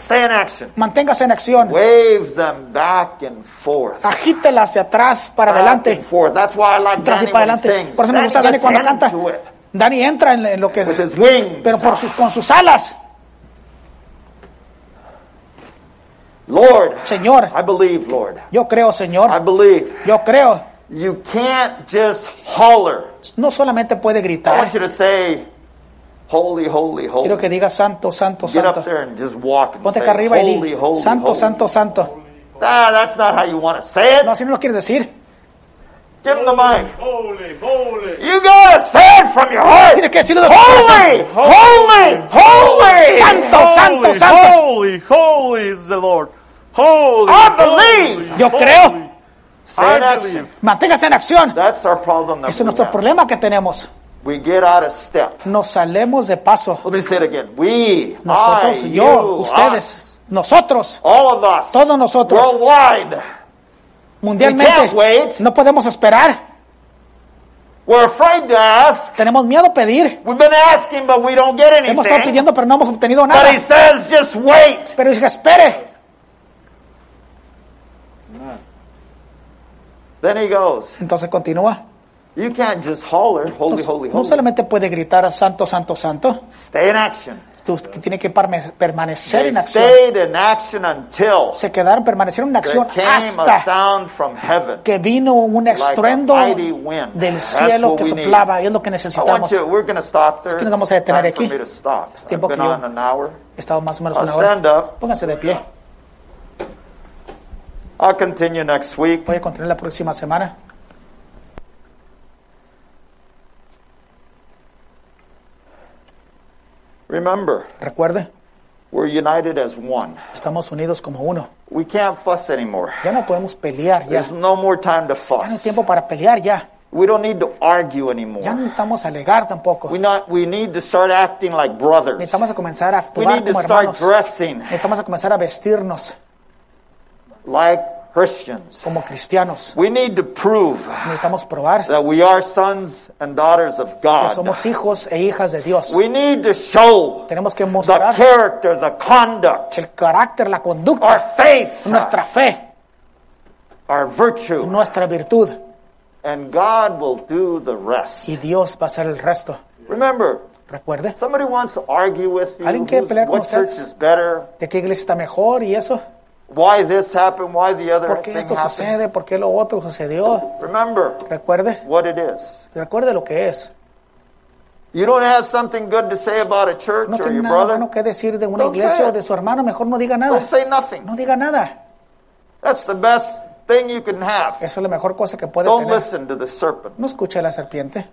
[SPEAKER 2] Stay in action.
[SPEAKER 1] Manténgase en acción.
[SPEAKER 2] Wave them back and forth.
[SPEAKER 1] Agítela hacia atrás, para
[SPEAKER 2] Back and
[SPEAKER 1] adelante.
[SPEAKER 2] forth. That's why I like
[SPEAKER 1] Atrás y
[SPEAKER 2] Danny
[SPEAKER 1] para
[SPEAKER 2] when he
[SPEAKER 1] adelante.
[SPEAKER 2] sings.
[SPEAKER 1] Por eso me
[SPEAKER 2] Danny
[SPEAKER 1] gusta Danny
[SPEAKER 2] gets
[SPEAKER 1] cuando
[SPEAKER 2] into
[SPEAKER 1] canta.
[SPEAKER 2] it
[SPEAKER 1] Dani entra en, en lo que...
[SPEAKER 2] With his wings.
[SPEAKER 1] Pero por sus- con sus alas.
[SPEAKER 2] Lord,
[SPEAKER 1] Señor,
[SPEAKER 2] I believe, Lord.
[SPEAKER 1] yo creo,
[SPEAKER 2] I
[SPEAKER 1] Señor.
[SPEAKER 2] believe.
[SPEAKER 1] Yo creo.
[SPEAKER 2] You can't just holler.
[SPEAKER 1] No solamente puede
[SPEAKER 2] I want
[SPEAKER 1] gritar.
[SPEAKER 2] you to say, Holy, holy, holy.
[SPEAKER 1] Quiero Eh. que diga santo, santo,
[SPEAKER 2] Get up
[SPEAKER 1] santo.
[SPEAKER 2] there and just walk and
[SPEAKER 1] Ponte
[SPEAKER 2] say,
[SPEAKER 1] acá arriba y
[SPEAKER 2] Holy,
[SPEAKER 1] di,
[SPEAKER 2] holy,
[SPEAKER 1] santo,
[SPEAKER 2] holy.
[SPEAKER 1] santo, santo.
[SPEAKER 2] Ah, that's not how you want to say it.
[SPEAKER 1] No, así no lo quieres decir.
[SPEAKER 2] Give him the mic.
[SPEAKER 4] Holy, holy.
[SPEAKER 2] You gotta say it from your heart.
[SPEAKER 1] Tienes que decirlo de
[SPEAKER 2] Holy,
[SPEAKER 1] corazón.
[SPEAKER 2] holy, holy.
[SPEAKER 1] Santo, santo,
[SPEAKER 4] Holy,
[SPEAKER 1] santo.
[SPEAKER 4] holy, holy is the Lord. Holy.
[SPEAKER 2] I believe.
[SPEAKER 4] holy,
[SPEAKER 1] Yo
[SPEAKER 4] holy.
[SPEAKER 1] creo.
[SPEAKER 2] Stay in
[SPEAKER 4] I
[SPEAKER 2] action.
[SPEAKER 4] believe.
[SPEAKER 1] Manténgase en acción.
[SPEAKER 2] That's our problem.
[SPEAKER 1] Ese es
[SPEAKER 2] Number
[SPEAKER 1] nuestro
[SPEAKER 2] one.
[SPEAKER 1] problema que tenemos.
[SPEAKER 2] We get out of step.
[SPEAKER 1] Nos salemos de paso.
[SPEAKER 2] Let me say it again. We, I,
[SPEAKER 1] Nosotros, yo,
[SPEAKER 2] you, us,
[SPEAKER 1] ustedes, nosotros,
[SPEAKER 2] all of us,
[SPEAKER 1] todos nosotros,
[SPEAKER 2] worldwide.
[SPEAKER 1] mundialmente,
[SPEAKER 2] can't wait.
[SPEAKER 1] no podemos esperar.
[SPEAKER 2] We're afraid to ask.
[SPEAKER 1] Tenemos miedo a pedir.
[SPEAKER 2] We've been asking, but we don't get
[SPEAKER 1] Hemos estado
[SPEAKER 2] anything.
[SPEAKER 1] pidiendo, pero no hemos obtenido
[SPEAKER 2] But he
[SPEAKER 1] nada.
[SPEAKER 2] says, just wait.
[SPEAKER 1] Pero dice, espere.
[SPEAKER 2] Then he goes,
[SPEAKER 1] Entonces continúa.
[SPEAKER 2] you can't just holler, holy,
[SPEAKER 1] Entonces,
[SPEAKER 2] holy,
[SPEAKER 1] no
[SPEAKER 2] holy.
[SPEAKER 1] solamente puede gritar santo, santo, santo.
[SPEAKER 2] Stay in action.
[SPEAKER 1] Tú- tiene que parme- permanecer
[SPEAKER 2] They
[SPEAKER 1] en acción.
[SPEAKER 2] stayed in action until
[SPEAKER 1] Se quedaron, permanecieron en
[SPEAKER 2] there
[SPEAKER 1] acción
[SPEAKER 2] came a
[SPEAKER 1] hasta
[SPEAKER 2] sound from heaven.
[SPEAKER 1] que vino un
[SPEAKER 2] a
[SPEAKER 1] estruendo
[SPEAKER 2] mighty wind.
[SPEAKER 1] del
[SPEAKER 2] That's
[SPEAKER 1] cielo
[SPEAKER 2] what
[SPEAKER 1] que
[SPEAKER 2] we need.
[SPEAKER 1] soplaba. Y es lo que
[SPEAKER 2] I want
[SPEAKER 1] necesitamos.
[SPEAKER 2] you, we're going to stop there.
[SPEAKER 1] que nos vamos a
[SPEAKER 2] It's
[SPEAKER 1] detener
[SPEAKER 2] time for
[SPEAKER 1] aquí.
[SPEAKER 2] me to stop. I've
[SPEAKER 1] tiempo
[SPEAKER 2] been
[SPEAKER 1] que yo-
[SPEAKER 2] on an hour.
[SPEAKER 1] He estado más o menos
[SPEAKER 2] I'll
[SPEAKER 1] una hora.
[SPEAKER 2] stand up.
[SPEAKER 1] Pónganse de pie.
[SPEAKER 2] I'll continue next week.
[SPEAKER 1] Voy a continuar la próxima semana.
[SPEAKER 2] Remember,
[SPEAKER 1] Recuerde,
[SPEAKER 2] we're united as one.
[SPEAKER 1] estamos unidos como uno.
[SPEAKER 2] We can't fuss anymore.
[SPEAKER 1] Ya no podemos pelear ya.
[SPEAKER 2] There's no more time to
[SPEAKER 1] Ya no hay
[SPEAKER 2] fuss.
[SPEAKER 1] tiempo para pelear ya.
[SPEAKER 2] We don't need to argue
[SPEAKER 1] Ya no
[SPEAKER 2] anymore.
[SPEAKER 1] necesitamos alegar tampoco.
[SPEAKER 2] We not. We need to start acting like brothers.
[SPEAKER 1] Necesitamos a comenzar a
[SPEAKER 2] We
[SPEAKER 1] actuar
[SPEAKER 2] need to
[SPEAKER 1] como
[SPEAKER 2] start
[SPEAKER 1] hermanos.
[SPEAKER 2] dressing
[SPEAKER 1] Necesitamos a comenzar a vestirnos
[SPEAKER 2] like Christians.
[SPEAKER 1] como cristianos.
[SPEAKER 2] We need to prove
[SPEAKER 1] Necesitamos probar
[SPEAKER 2] that we are sons and daughters of
[SPEAKER 1] que
[SPEAKER 2] God.
[SPEAKER 1] somos hijos e hijas de Dios.
[SPEAKER 2] We need to show
[SPEAKER 1] Tenemos que
[SPEAKER 2] the
[SPEAKER 1] mostrar
[SPEAKER 2] character, the conduct,
[SPEAKER 1] el carácter, la
[SPEAKER 2] our
[SPEAKER 1] conducta,
[SPEAKER 2] faith,
[SPEAKER 1] nuestra fe,
[SPEAKER 2] our virtue,
[SPEAKER 1] nuestra virtud.
[SPEAKER 2] and God will do the rest.
[SPEAKER 1] Y Dios va a hacer el resto.
[SPEAKER 2] Remember,
[SPEAKER 1] Recuerde,
[SPEAKER 2] somebody wants to argue with you
[SPEAKER 1] Alguien quiere
[SPEAKER 2] who's-
[SPEAKER 1] pelear con
[SPEAKER 2] what church
[SPEAKER 1] ustedes?
[SPEAKER 2] is better.
[SPEAKER 1] ¿de qué iglesia está mejor y eso?
[SPEAKER 2] why this happened, why the other
[SPEAKER 1] ¿Por
[SPEAKER 2] thing
[SPEAKER 1] qué esto
[SPEAKER 2] happened.
[SPEAKER 1] sucede? ¿Por qué lo otro sucedió?
[SPEAKER 2] Remember
[SPEAKER 1] Recuerde,
[SPEAKER 2] what it is.
[SPEAKER 1] recuerde lo que es.
[SPEAKER 2] You don't have something good to say about a church
[SPEAKER 1] No
[SPEAKER 2] or
[SPEAKER 1] tiene
[SPEAKER 2] your
[SPEAKER 1] nada
[SPEAKER 2] brother.
[SPEAKER 1] bueno que decir de una
[SPEAKER 2] Don't say
[SPEAKER 1] iglesia
[SPEAKER 2] it.
[SPEAKER 1] o de su hermano, mejor no diga nada.
[SPEAKER 2] Don't say nothing.
[SPEAKER 1] No diga nada.
[SPEAKER 2] That's the best thing you can have.
[SPEAKER 1] Eso es la mejor cosa que puede
[SPEAKER 2] Don't
[SPEAKER 1] tener.
[SPEAKER 2] listen to the serpent.
[SPEAKER 1] No escuche a la serpiente.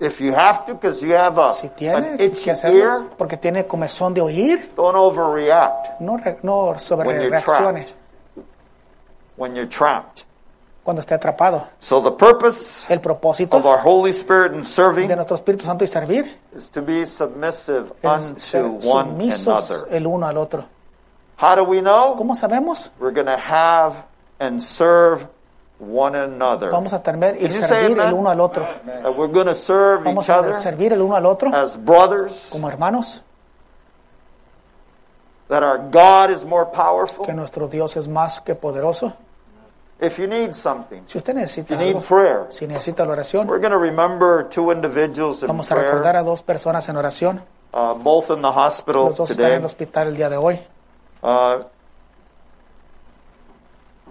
[SPEAKER 2] If you have to, because you have a,
[SPEAKER 1] Si tiene
[SPEAKER 2] an itchy
[SPEAKER 1] que
[SPEAKER 2] ear,
[SPEAKER 1] hacerlo, porque tiene comezón de oír,
[SPEAKER 2] don't overreact
[SPEAKER 1] no, re- no
[SPEAKER 2] When
[SPEAKER 1] sobre
[SPEAKER 2] you're
[SPEAKER 1] reaccione
[SPEAKER 2] trapped. when you're trapped.
[SPEAKER 1] cuando esté atrapado.
[SPEAKER 2] So the purpose
[SPEAKER 1] El
[SPEAKER 2] of
[SPEAKER 1] propósito
[SPEAKER 2] our Holy Spirit in serving
[SPEAKER 1] de nuestro Espíritu Santo y servir
[SPEAKER 2] is to be submissive
[SPEAKER 1] es
[SPEAKER 2] unto
[SPEAKER 1] ser
[SPEAKER 2] one
[SPEAKER 1] sumisos
[SPEAKER 2] another.
[SPEAKER 1] el uno al otro.
[SPEAKER 2] How do we know?
[SPEAKER 1] ¿Cómo sabemos?
[SPEAKER 2] We're going to have and serve one another.
[SPEAKER 1] Vamos a temer y
[SPEAKER 2] Can you say
[SPEAKER 1] servir
[SPEAKER 2] amen?
[SPEAKER 1] el uno al otro.
[SPEAKER 2] That we're going to serve
[SPEAKER 1] Vamos
[SPEAKER 2] each
[SPEAKER 1] a
[SPEAKER 2] other
[SPEAKER 1] servir el uno al otro
[SPEAKER 2] as brothers.
[SPEAKER 1] como hermanos,
[SPEAKER 2] That our God is more
[SPEAKER 1] que
[SPEAKER 2] powerful.
[SPEAKER 1] nuestro Dios es más que poderoso.
[SPEAKER 2] If you need something,
[SPEAKER 1] Si usted necesita
[SPEAKER 2] you need
[SPEAKER 1] algo,
[SPEAKER 2] prayer.
[SPEAKER 1] si necesita la oración,
[SPEAKER 2] We're going to remember two individuals in
[SPEAKER 1] vamos a recordar
[SPEAKER 2] prayer,
[SPEAKER 1] a dos personas en oración.
[SPEAKER 2] uh, both in the hospital
[SPEAKER 1] Los dos están en
[SPEAKER 2] today.
[SPEAKER 1] el hospital el día de hoy.
[SPEAKER 2] Uh,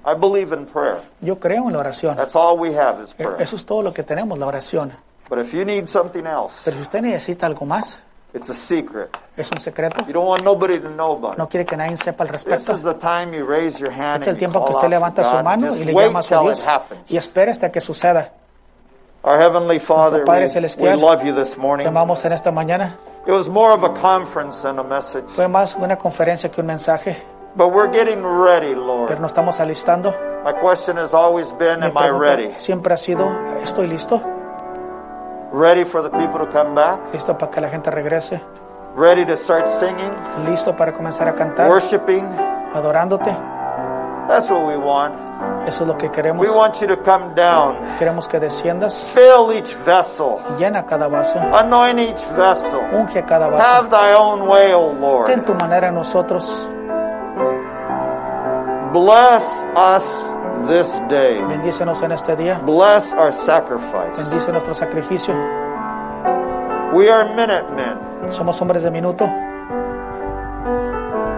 [SPEAKER 2] I believe in prayer.
[SPEAKER 1] Yo creo en la oración.
[SPEAKER 2] That's all we have is
[SPEAKER 1] E-
[SPEAKER 2] prayer.
[SPEAKER 1] Eso es todo lo que tenemos, la oración.
[SPEAKER 2] But if you need something else,
[SPEAKER 1] Pero si usted necesita algo más,
[SPEAKER 2] it's a secret.
[SPEAKER 1] es un secreto.
[SPEAKER 2] You don't want nobody to know about
[SPEAKER 1] No
[SPEAKER 2] it.
[SPEAKER 1] quiere que nadie sepa al
[SPEAKER 2] This
[SPEAKER 1] respecto.
[SPEAKER 2] is the time you raise your hand
[SPEAKER 1] Este es el
[SPEAKER 2] and you
[SPEAKER 1] tiempo que
[SPEAKER 2] call
[SPEAKER 1] usted
[SPEAKER 2] out to
[SPEAKER 1] levanta su
[SPEAKER 2] God.
[SPEAKER 1] mano y
[SPEAKER 2] Just
[SPEAKER 1] le
[SPEAKER 2] wait
[SPEAKER 1] llama a su
[SPEAKER 2] till it
[SPEAKER 1] Dios
[SPEAKER 2] happens.
[SPEAKER 1] y espera hasta que suceda.
[SPEAKER 2] Our Heavenly Father,
[SPEAKER 1] Padre
[SPEAKER 2] we, we
[SPEAKER 1] Celestial,
[SPEAKER 2] love you this morning.
[SPEAKER 1] Te amamos en esta mañana.
[SPEAKER 2] It was more of a conference than a message.
[SPEAKER 1] Fue más una conferencia que un mensaje,
[SPEAKER 2] But we're getting ready,
[SPEAKER 1] pero
[SPEAKER 2] Lord.
[SPEAKER 1] nos estamos alistando.
[SPEAKER 2] My question has always been,
[SPEAKER 1] Mi
[SPEAKER 2] am I
[SPEAKER 1] pregunta
[SPEAKER 2] ready?
[SPEAKER 1] Siempre ha sido, ¿estoy listo?
[SPEAKER 2] Ready for the people to come back?
[SPEAKER 1] Listo para que la gente regrese,
[SPEAKER 2] Ready to start singing?
[SPEAKER 1] listo para comenzar a cantar,
[SPEAKER 2] Worshiping?
[SPEAKER 1] adorándote.
[SPEAKER 2] That's what we want.
[SPEAKER 1] Eso es lo que
[SPEAKER 2] We
[SPEAKER 1] queremos.
[SPEAKER 2] want you to come down.
[SPEAKER 1] Queremos que desciendas,
[SPEAKER 2] Fill each vessel.
[SPEAKER 1] llena cada vaso,
[SPEAKER 2] Anoint each vessel.
[SPEAKER 1] unge cada vaso.
[SPEAKER 2] Have thy own way, O
[SPEAKER 1] Ten
[SPEAKER 2] Lord.
[SPEAKER 1] tu manera a nosotros.
[SPEAKER 2] Bless us this day.
[SPEAKER 1] Bendícenos en este día.
[SPEAKER 2] Bless our sacrifice.
[SPEAKER 1] Bendice nuestro sacrificio.
[SPEAKER 2] We are minutemen,
[SPEAKER 1] Somos hombres de minuto,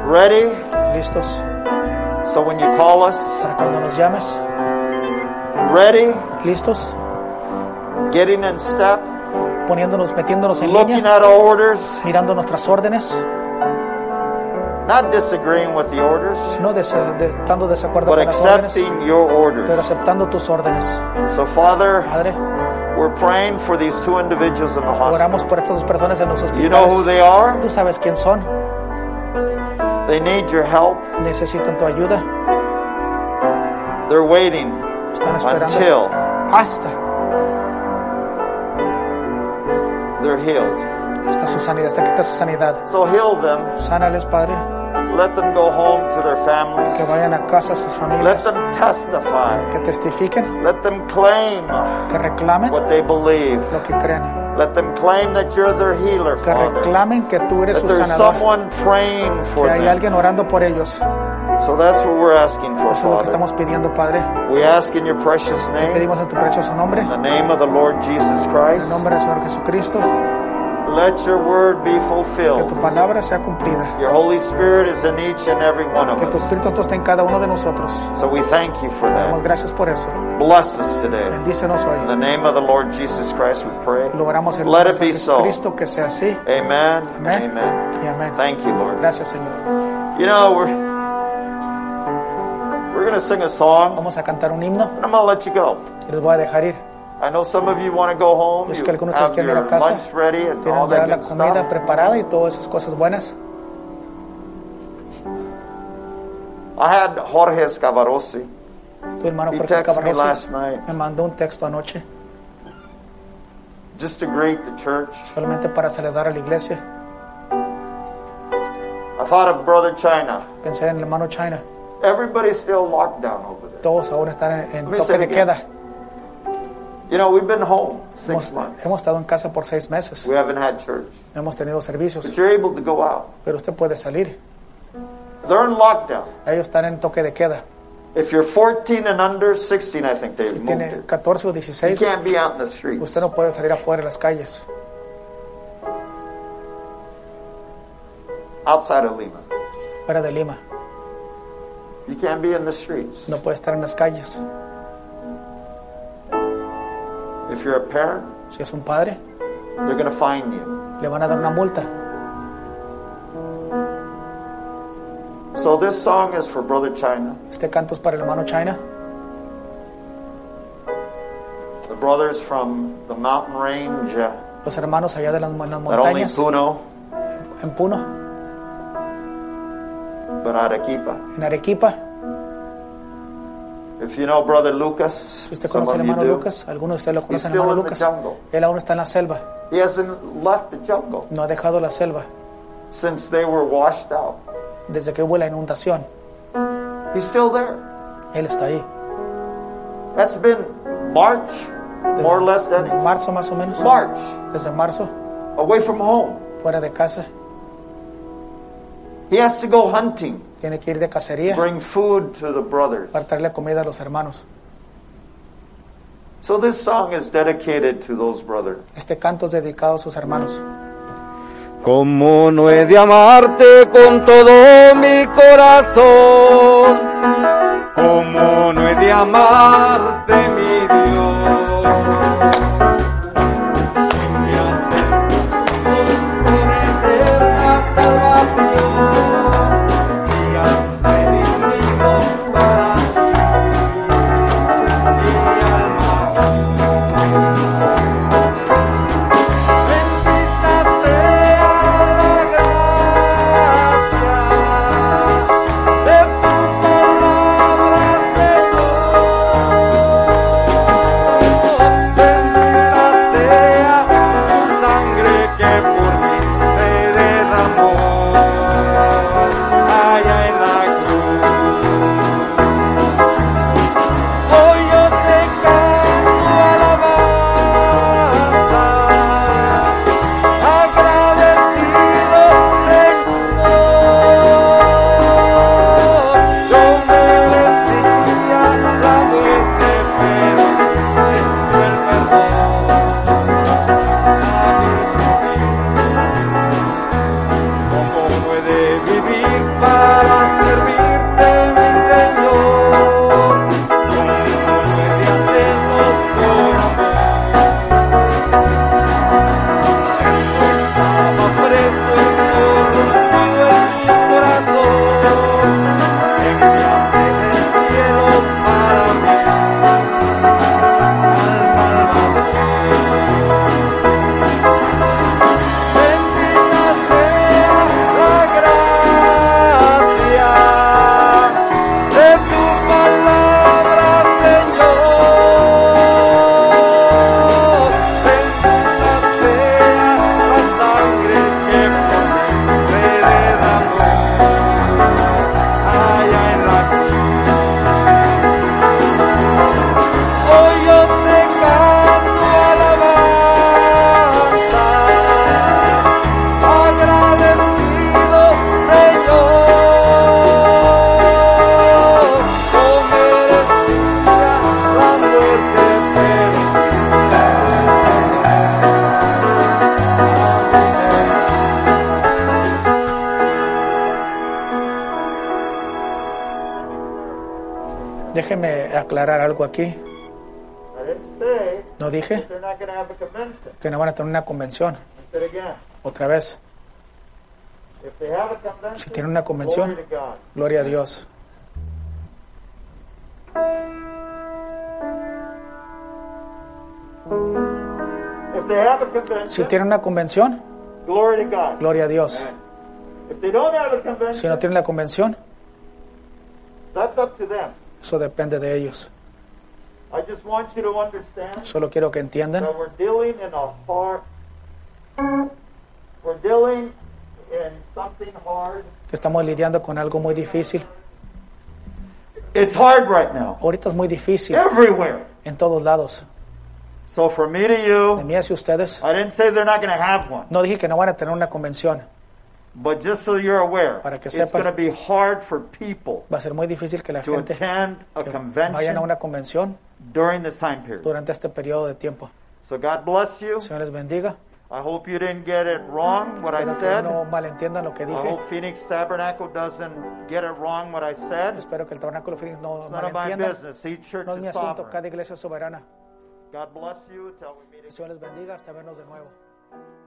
[SPEAKER 2] ready.
[SPEAKER 1] listos
[SPEAKER 2] So when you call us,
[SPEAKER 1] para cuando nos llames,
[SPEAKER 2] ready,
[SPEAKER 1] listos,
[SPEAKER 2] getting in step,
[SPEAKER 1] poniéndonos, metiéndonos en
[SPEAKER 2] looking
[SPEAKER 1] línea,
[SPEAKER 2] at our orders,
[SPEAKER 1] mirando nuestras órdenes,
[SPEAKER 2] not disagreeing with the orders,
[SPEAKER 1] no desa- de- estando de desacuerdo
[SPEAKER 2] but
[SPEAKER 1] con las órdenes,
[SPEAKER 2] accepting your
[SPEAKER 1] pero
[SPEAKER 2] orders.
[SPEAKER 1] aceptando tus órdenes.
[SPEAKER 2] So, Father,
[SPEAKER 1] Padre,
[SPEAKER 2] we're praying for these two individuals in the hospital.
[SPEAKER 1] oramos por estas dos personas en los
[SPEAKER 2] You know who
[SPEAKER 1] hospitales.
[SPEAKER 2] they are?
[SPEAKER 1] Tú sabes quién son,
[SPEAKER 2] They need your help.
[SPEAKER 1] necesitan tu ayuda,
[SPEAKER 2] They're waiting
[SPEAKER 1] están esperando
[SPEAKER 2] until
[SPEAKER 1] hasta,
[SPEAKER 2] they're healed.
[SPEAKER 1] hasta su sanidad, hasta que esté su sanidad.
[SPEAKER 2] So, heal them.
[SPEAKER 1] Sánales, Padre,
[SPEAKER 2] Let them go home to their
[SPEAKER 1] que
[SPEAKER 2] families.
[SPEAKER 1] vayan a casa a sus
[SPEAKER 2] Let
[SPEAKER 1] familias,
[SPEAKER 2] them testify.
[SPEAKER 1] que testifiquen,
[SPEAKER 2] Let them claim
[SPEAKER 1] que reclamen
[SPEAKER 2] what they believe.
[SPEAKER 1] lo que creen.
[SPEAKER 2] Let them claim that you're their healer,
[SPEAKER 1] que
[SPEAKER 2] Father.
[SPEAKER 1] reclamen que tú eres
[SPEAKER 2] That
[SPEAKER 1] su
[SPEAKER 2] there's
[SPEAKER 1] sanador,
[SPEAKER 2] someone praying
[SPEAKER 1] que
[SPEAKER 2] for
[SPEAKER 1] hay
[SPEAKER 2] them.
[SPEAKER 1] alguien orando por ellos. Eso
[SPEAKER 2] So that's what we're asking for,
[SPEAKER 1] es lo que
[SPEAKER 2] Father.
[SPEAKER 1] estamos pidiendo, Padre.
[SPEAKER 2] We ask in your precious name,
[SPEAKER 1] Pedimos en tu precioso nombre,
[SPEAKER 2] in the
[SPEAKER 1] en
[SPEAKER 2] name of the Lord Jesus
[SPEAKER 1] el
[SPEAKER 2] Christ,
[SPEAKER 1] nombre del Señor Jesucristo,
[SPEAKER 2] let your word be
[SPEAKER 1] que tu
[SPEAKER 2] fulfilled.
[SPEAKER 1] palabra sea cumplida,
[SPEAKER 2] Your Holy Spirit is in each and every one of
[SPEAKER 1] que tu
[SPEAKER 2] us.
[SPEAKER 1] Espíritu Santo esté en cada uno de nosotros.
[SPEAKER 2] So we thank you for
[SPEAKER 1] Damos
[SPEAKER 2] that.
[SPEAKER 1] gracias por eso.
[SPEAKER 2] Bless us today.
[SPEAKER 1] Bendícenos
[SPEAKER 2] In the
[SPEAKER 1] hoy.
[SPEAKER 2] name of the Lord Jesus Christ, we pray.
[SPEAKER 1] Lo oramos en el
[SPEAKER 2] Let
[SPEAKER 1] nombre
[SPEAKER 2] it
[SPEAKER 1] de
[SPEAKER 2] be so.
[SPEAKER 1] Jesucristo, que sea así.
[SPEAKER 2] Amen.
[SPEAKER 1] Amén.
[SPEAKER 2] Amen.
[SPEAKER 1] Y amén.
[SPEAKER 2] Thank you, Lord.
[SPEAKER 1] Gracias, Señor.
[SPEAKER 2] You know, we're, we're going to sing a song,
[SPEAKER 1] Vamos a cantar un himno
[SPEAKER 2] and I'm going to let you go.
[SPEAKER 1] y les voy a dejar ir.
[SPEAKER 2] I know some of you want to go home.
[SPEAKER 1] Yo sé
[SPEAKER 2] You
[SPEAKER 1] que algunos de
[SPEAKER 2] have
[SPEAKER 1] ustedes quieren ir
[SPEAKER 2] your
[SPEAKER 1] a casa.
[SPEAKER 2] lunch ready and all
[SPEAKER 1] Tienen
[SPEAKER 2] that
[SPEAKER 1] ya la
[SPEAKER 2] good
[SPEAKER 1] comida
[SPEAKER 2] stuff.
[SPEAKER 1] preparada y todas esas cosas buenas.
[SPEAKER 2] I had Jorge Scavarossi.
[SPEAKER 1] Tu hermano
[SPEAKER 2] He
[SPEAKER 1] Jorge
[SPEAKER 2] texted me
[SPEAKER 1] Cabarroso
[SPEAKER 2] last night
[SPEAKER 1] me mandó un texto anoche
[SPEAKER 2] just to greet the church.
[SPEAKER 1] solamente para saludar a la iglesia.
[SPEAKER 2] I thought of Brother China.
[SPEAKER 1] Pensé en el hermano China.
[SPEAKER 2] Everybody's still locked down over there.
[SPEAKER 1] Todos ahora están en, en
[SPEAKER 2] Me
[SPEAKER 1] toque de
[SPEAKER 2] sentí-
[SPEAKER 1] queda.
[SPEAKER 2] You know, we've been home six
[SPEAKER 1] Hemos,
[SPEAKER 2] months.
[SPEAKER 1] hemos estado en casa por seis meses.
[SPEAKER 2] We haven't had church.
[SPEAKER 1] No hemos tenido servicios.
[SPEAKER 2] But you're able to go out.
[SPEAKER 1] Pero usted puede salir.
[SPEAKER 2] They're in lockdown.
[SPEAKER 1] Ellos están en toque de queda.
[SPEAKER 2] If you're 14 and under, 16, I think they've moved
[SPEAKER 1] Tiene
[SPEAKER 2] it.
[SPEAKER 1] 14 o
[SPEAKER 2] You
[SPEAKER 1] 16.
[SPEAKER 2] can't be out in the streets.
[SPEAKER 1] Usted no puede salir afuera en las calles.
[SPEAKER 2] Outside of Lima.
[SPEAKER 1] Fuera de Lima.
[SPEAKER 2] You can't be in the streets.
[SPEAKER 1] No puede estar en las calles.
[SPEAKER 2] If you're a parent,
[SPEAKER 1] Si es un padre,
[SPEAKER 2] they're going to find you.
[SPEAKER 1] le van a dar una multa.
[SPEAKER 2] So this song is for Brother China.
[SPEAKER 1] Este canto es para el hermano China,
[SPEAKER 2] The brothers from the mountain range uh,
[SPEAKER 1] los hermanos allá de las, en las
[SPEAKER 2] not only
[SPEAKER 1] montañas,
[SPEAKER 2] Puno,
[SPEAKER 1] en Puno,
[SPEAKER 2] but Arequipa.
[SPEAKER 1] en Arequipa.
[SPEAKER 2] If you know Brother Lucas,
[SPEAKER 1] Si usted
[SPEAKER 2] some
[SPEAKER 1] conoce
[SPEAKER 2] of
[SPEAKER 1] al
[SPEAKER 2] you
[SPEAKER 1] hermano
[SPEAKER 2] do,
[SPEAKER 1] Lucas, algunos de ustedes lo
[SPEAKER 2] he's
[SPEAKER 1] conocen, al
[SPEAKER 2] still
[SPEAKER 1] hermano
[SPEAKER 2] in the
[SPEAKER 1] Lucas.
[SPEAKER 2] jungle.
[SPEAKER 1] Él aún está en la selva,
[SPEAKER 2] He hasn't left the jungle
[SPEAKER 1] no ha dejado la selva
[SPEAKER 2] since they were washed out.
[SPEAKER 1] desde que hubo la inundación.
[SPEAKER 2] He's still there.
[SPEAKER 1] Él está ahí.
[SPEAKER 2] That's been March,
[SPEAKER 1] Desde
[SPEAKER 2] more or less than
[SPEAKER 1] marzo más o menos.
[SPEAKER 2] March,
[SPEAKER 1] Desde marzo,
[SPEAKER 2] away from home.
[SPEAKER 1] fuera de casa,
[SPEAKER 2] He has to go hunting,
[SPEAKER 1] tiene que ir de cacería
[SPEAKER 2] bring food to the brothers.
[SPEAKER 1] para traerle comida a los hermanos.
[SPEAKER 2] So this song is dedicated to those brothers.
[SPEAKER 1] Este canto es dedicado a sus hermanos.
[SPEAKER 5] Como no he de amarte con todo mi corazón? Como no he de amarte, mi Dios? Mi amor por eterna salvación, y has redimido para ti mi alma. Bendita sea la gracia de tu palabra, Señor. Bendita sea tu sangre que por mí se derramó allá en la cruz. Hoy yo te canto alabanza. Agradecido Señor, yo merecía la muerte, pero tú el perdón a mi ¿Cómo puede vivir para servirte, mi Señor? ¿Cómo puede hacerlo por amor? Estaba preso en torno en mi corazón, enviaste del cielo para mí al Salvador. Bendita sea la gracia de tu palabra, Señor. Bendita sea la sangre que por mí se derramó allá en la cruz. Hoy yo te canto alabanza, agradecido Señor. No merecía la muerte, pero
[SPEAKER 1] Déjeme aclarar algo aquí.
[SPEAKER 2] I didn't say
[SPEAKER 1] No dije
[SPEAKER 2] they're not going to have a convention.
[SPEAKER 1] que no van a tener una convención.
[SPEAKER 2] I said again,
[SPEAKER 1] Otra vez,
[SPEAKER 2] if they have a
[SPEAKER 1] si
[SPEAKER 2] convention,
[SPEAKER 1] tienen una
[SPEAKER 2] glory
[SPEAKER 1] convención,
[SPEAKER 2] to God.
[SPEAKER 1] gloria a Dios.
[SPEAKER 2] If they have a
[SPEAKER 1] Si
[SPEAKER 2] convention,
[SPEAKER 1] tienen una convención,
[SPEAKER 2] glory to God.
[SPEAKER 1] gloria a Dios.
[SPEAKER 2] If they don't have a
[SPEAKER 1] Si
[SPEAKER 2] convention,
[SPEAKER 1] no tienen la convención,
[SPEAKER 2] that's up to them.
[SPEAKER 1] eso depende de ellos.
[SPEAKER 2] I just want you to understand
[SPEAKER 1] Solo quiero que entiendan
[SPEAKER 2] that we're dealing in a hard, we're dealing in something hard.
[SPEAKER 1] que estamos lidiando con algo muy difícil.
[SPEAKER 2] It's hard right now,
[SPEAKER 1] Ahorita es muy difícil
[SPEAKER 2] everywhere.
[SPEAKER 1] en todos lados.
[SPEAKER 2] So for me to
[SPEAKER 1] De
[SPEAKER 2] you,
[SPEAKER 1] mí hacia ustedes,
[SPEAKER 2] I didn't say they're not going to have one,
[SPEAKER 1] no dije que no van a tener una convención.
[SPEAKER 2] but just so you're aware,
[SPEAKER 1] Para que
[SPEAKER 2] it's
[SPEAKER 1] sepan.
[SPEAKER 2] going to be hard for people
[SPEAKER 1] Va a ser muy difícil que la
[SPEAKER 2] to
[SPEAKER 1] gente
[SPEAKER 2] attend a
[SPEAKER 1] que vayan a
[SPEAKER 2] convention
[SPEAKER 1] una convención
[SPEAKER 2] during this time period.
[SPEAKER 1] durante este periodo de tiempo.
[SPEAKER 2] So God bless you.
[SPEAKER 1] Señor les bendiga.
[SPEAKER 2] I hope you didn't get it wrong what I
[SPEAKER 1] Mm, Espero que
[SPEAKER 2] said.
[SPEAKER 1] no malentiendan lo que
[SPEAKER 2] I
[SPEAKER 1] dije.
[SPEAKER 2] hope Phoenix Tabernacle doesn't get it wrong what I said.
[SPEAKER 1] Espero que el Tabernáculo Phoenix no
[SPEAKER 2] It's none of my
[SPEAKER 1] malentienda.
[SPEAKER 2] business. Each church
[SPEAKER 1] No es mi
[SPEAKER 2] is
[SPEAKER 1] asunto,
[SPEAKER 2] sovereign.
[SPEAKER 1] cada iglesia es soberana.
[SPEAKER 2] God bless you. Till we meet
[SPEAKER 1] El
[SPEAKER 2] again.
[SPEAKER 1] Señor les bendiga, hasta vernos de nuevo.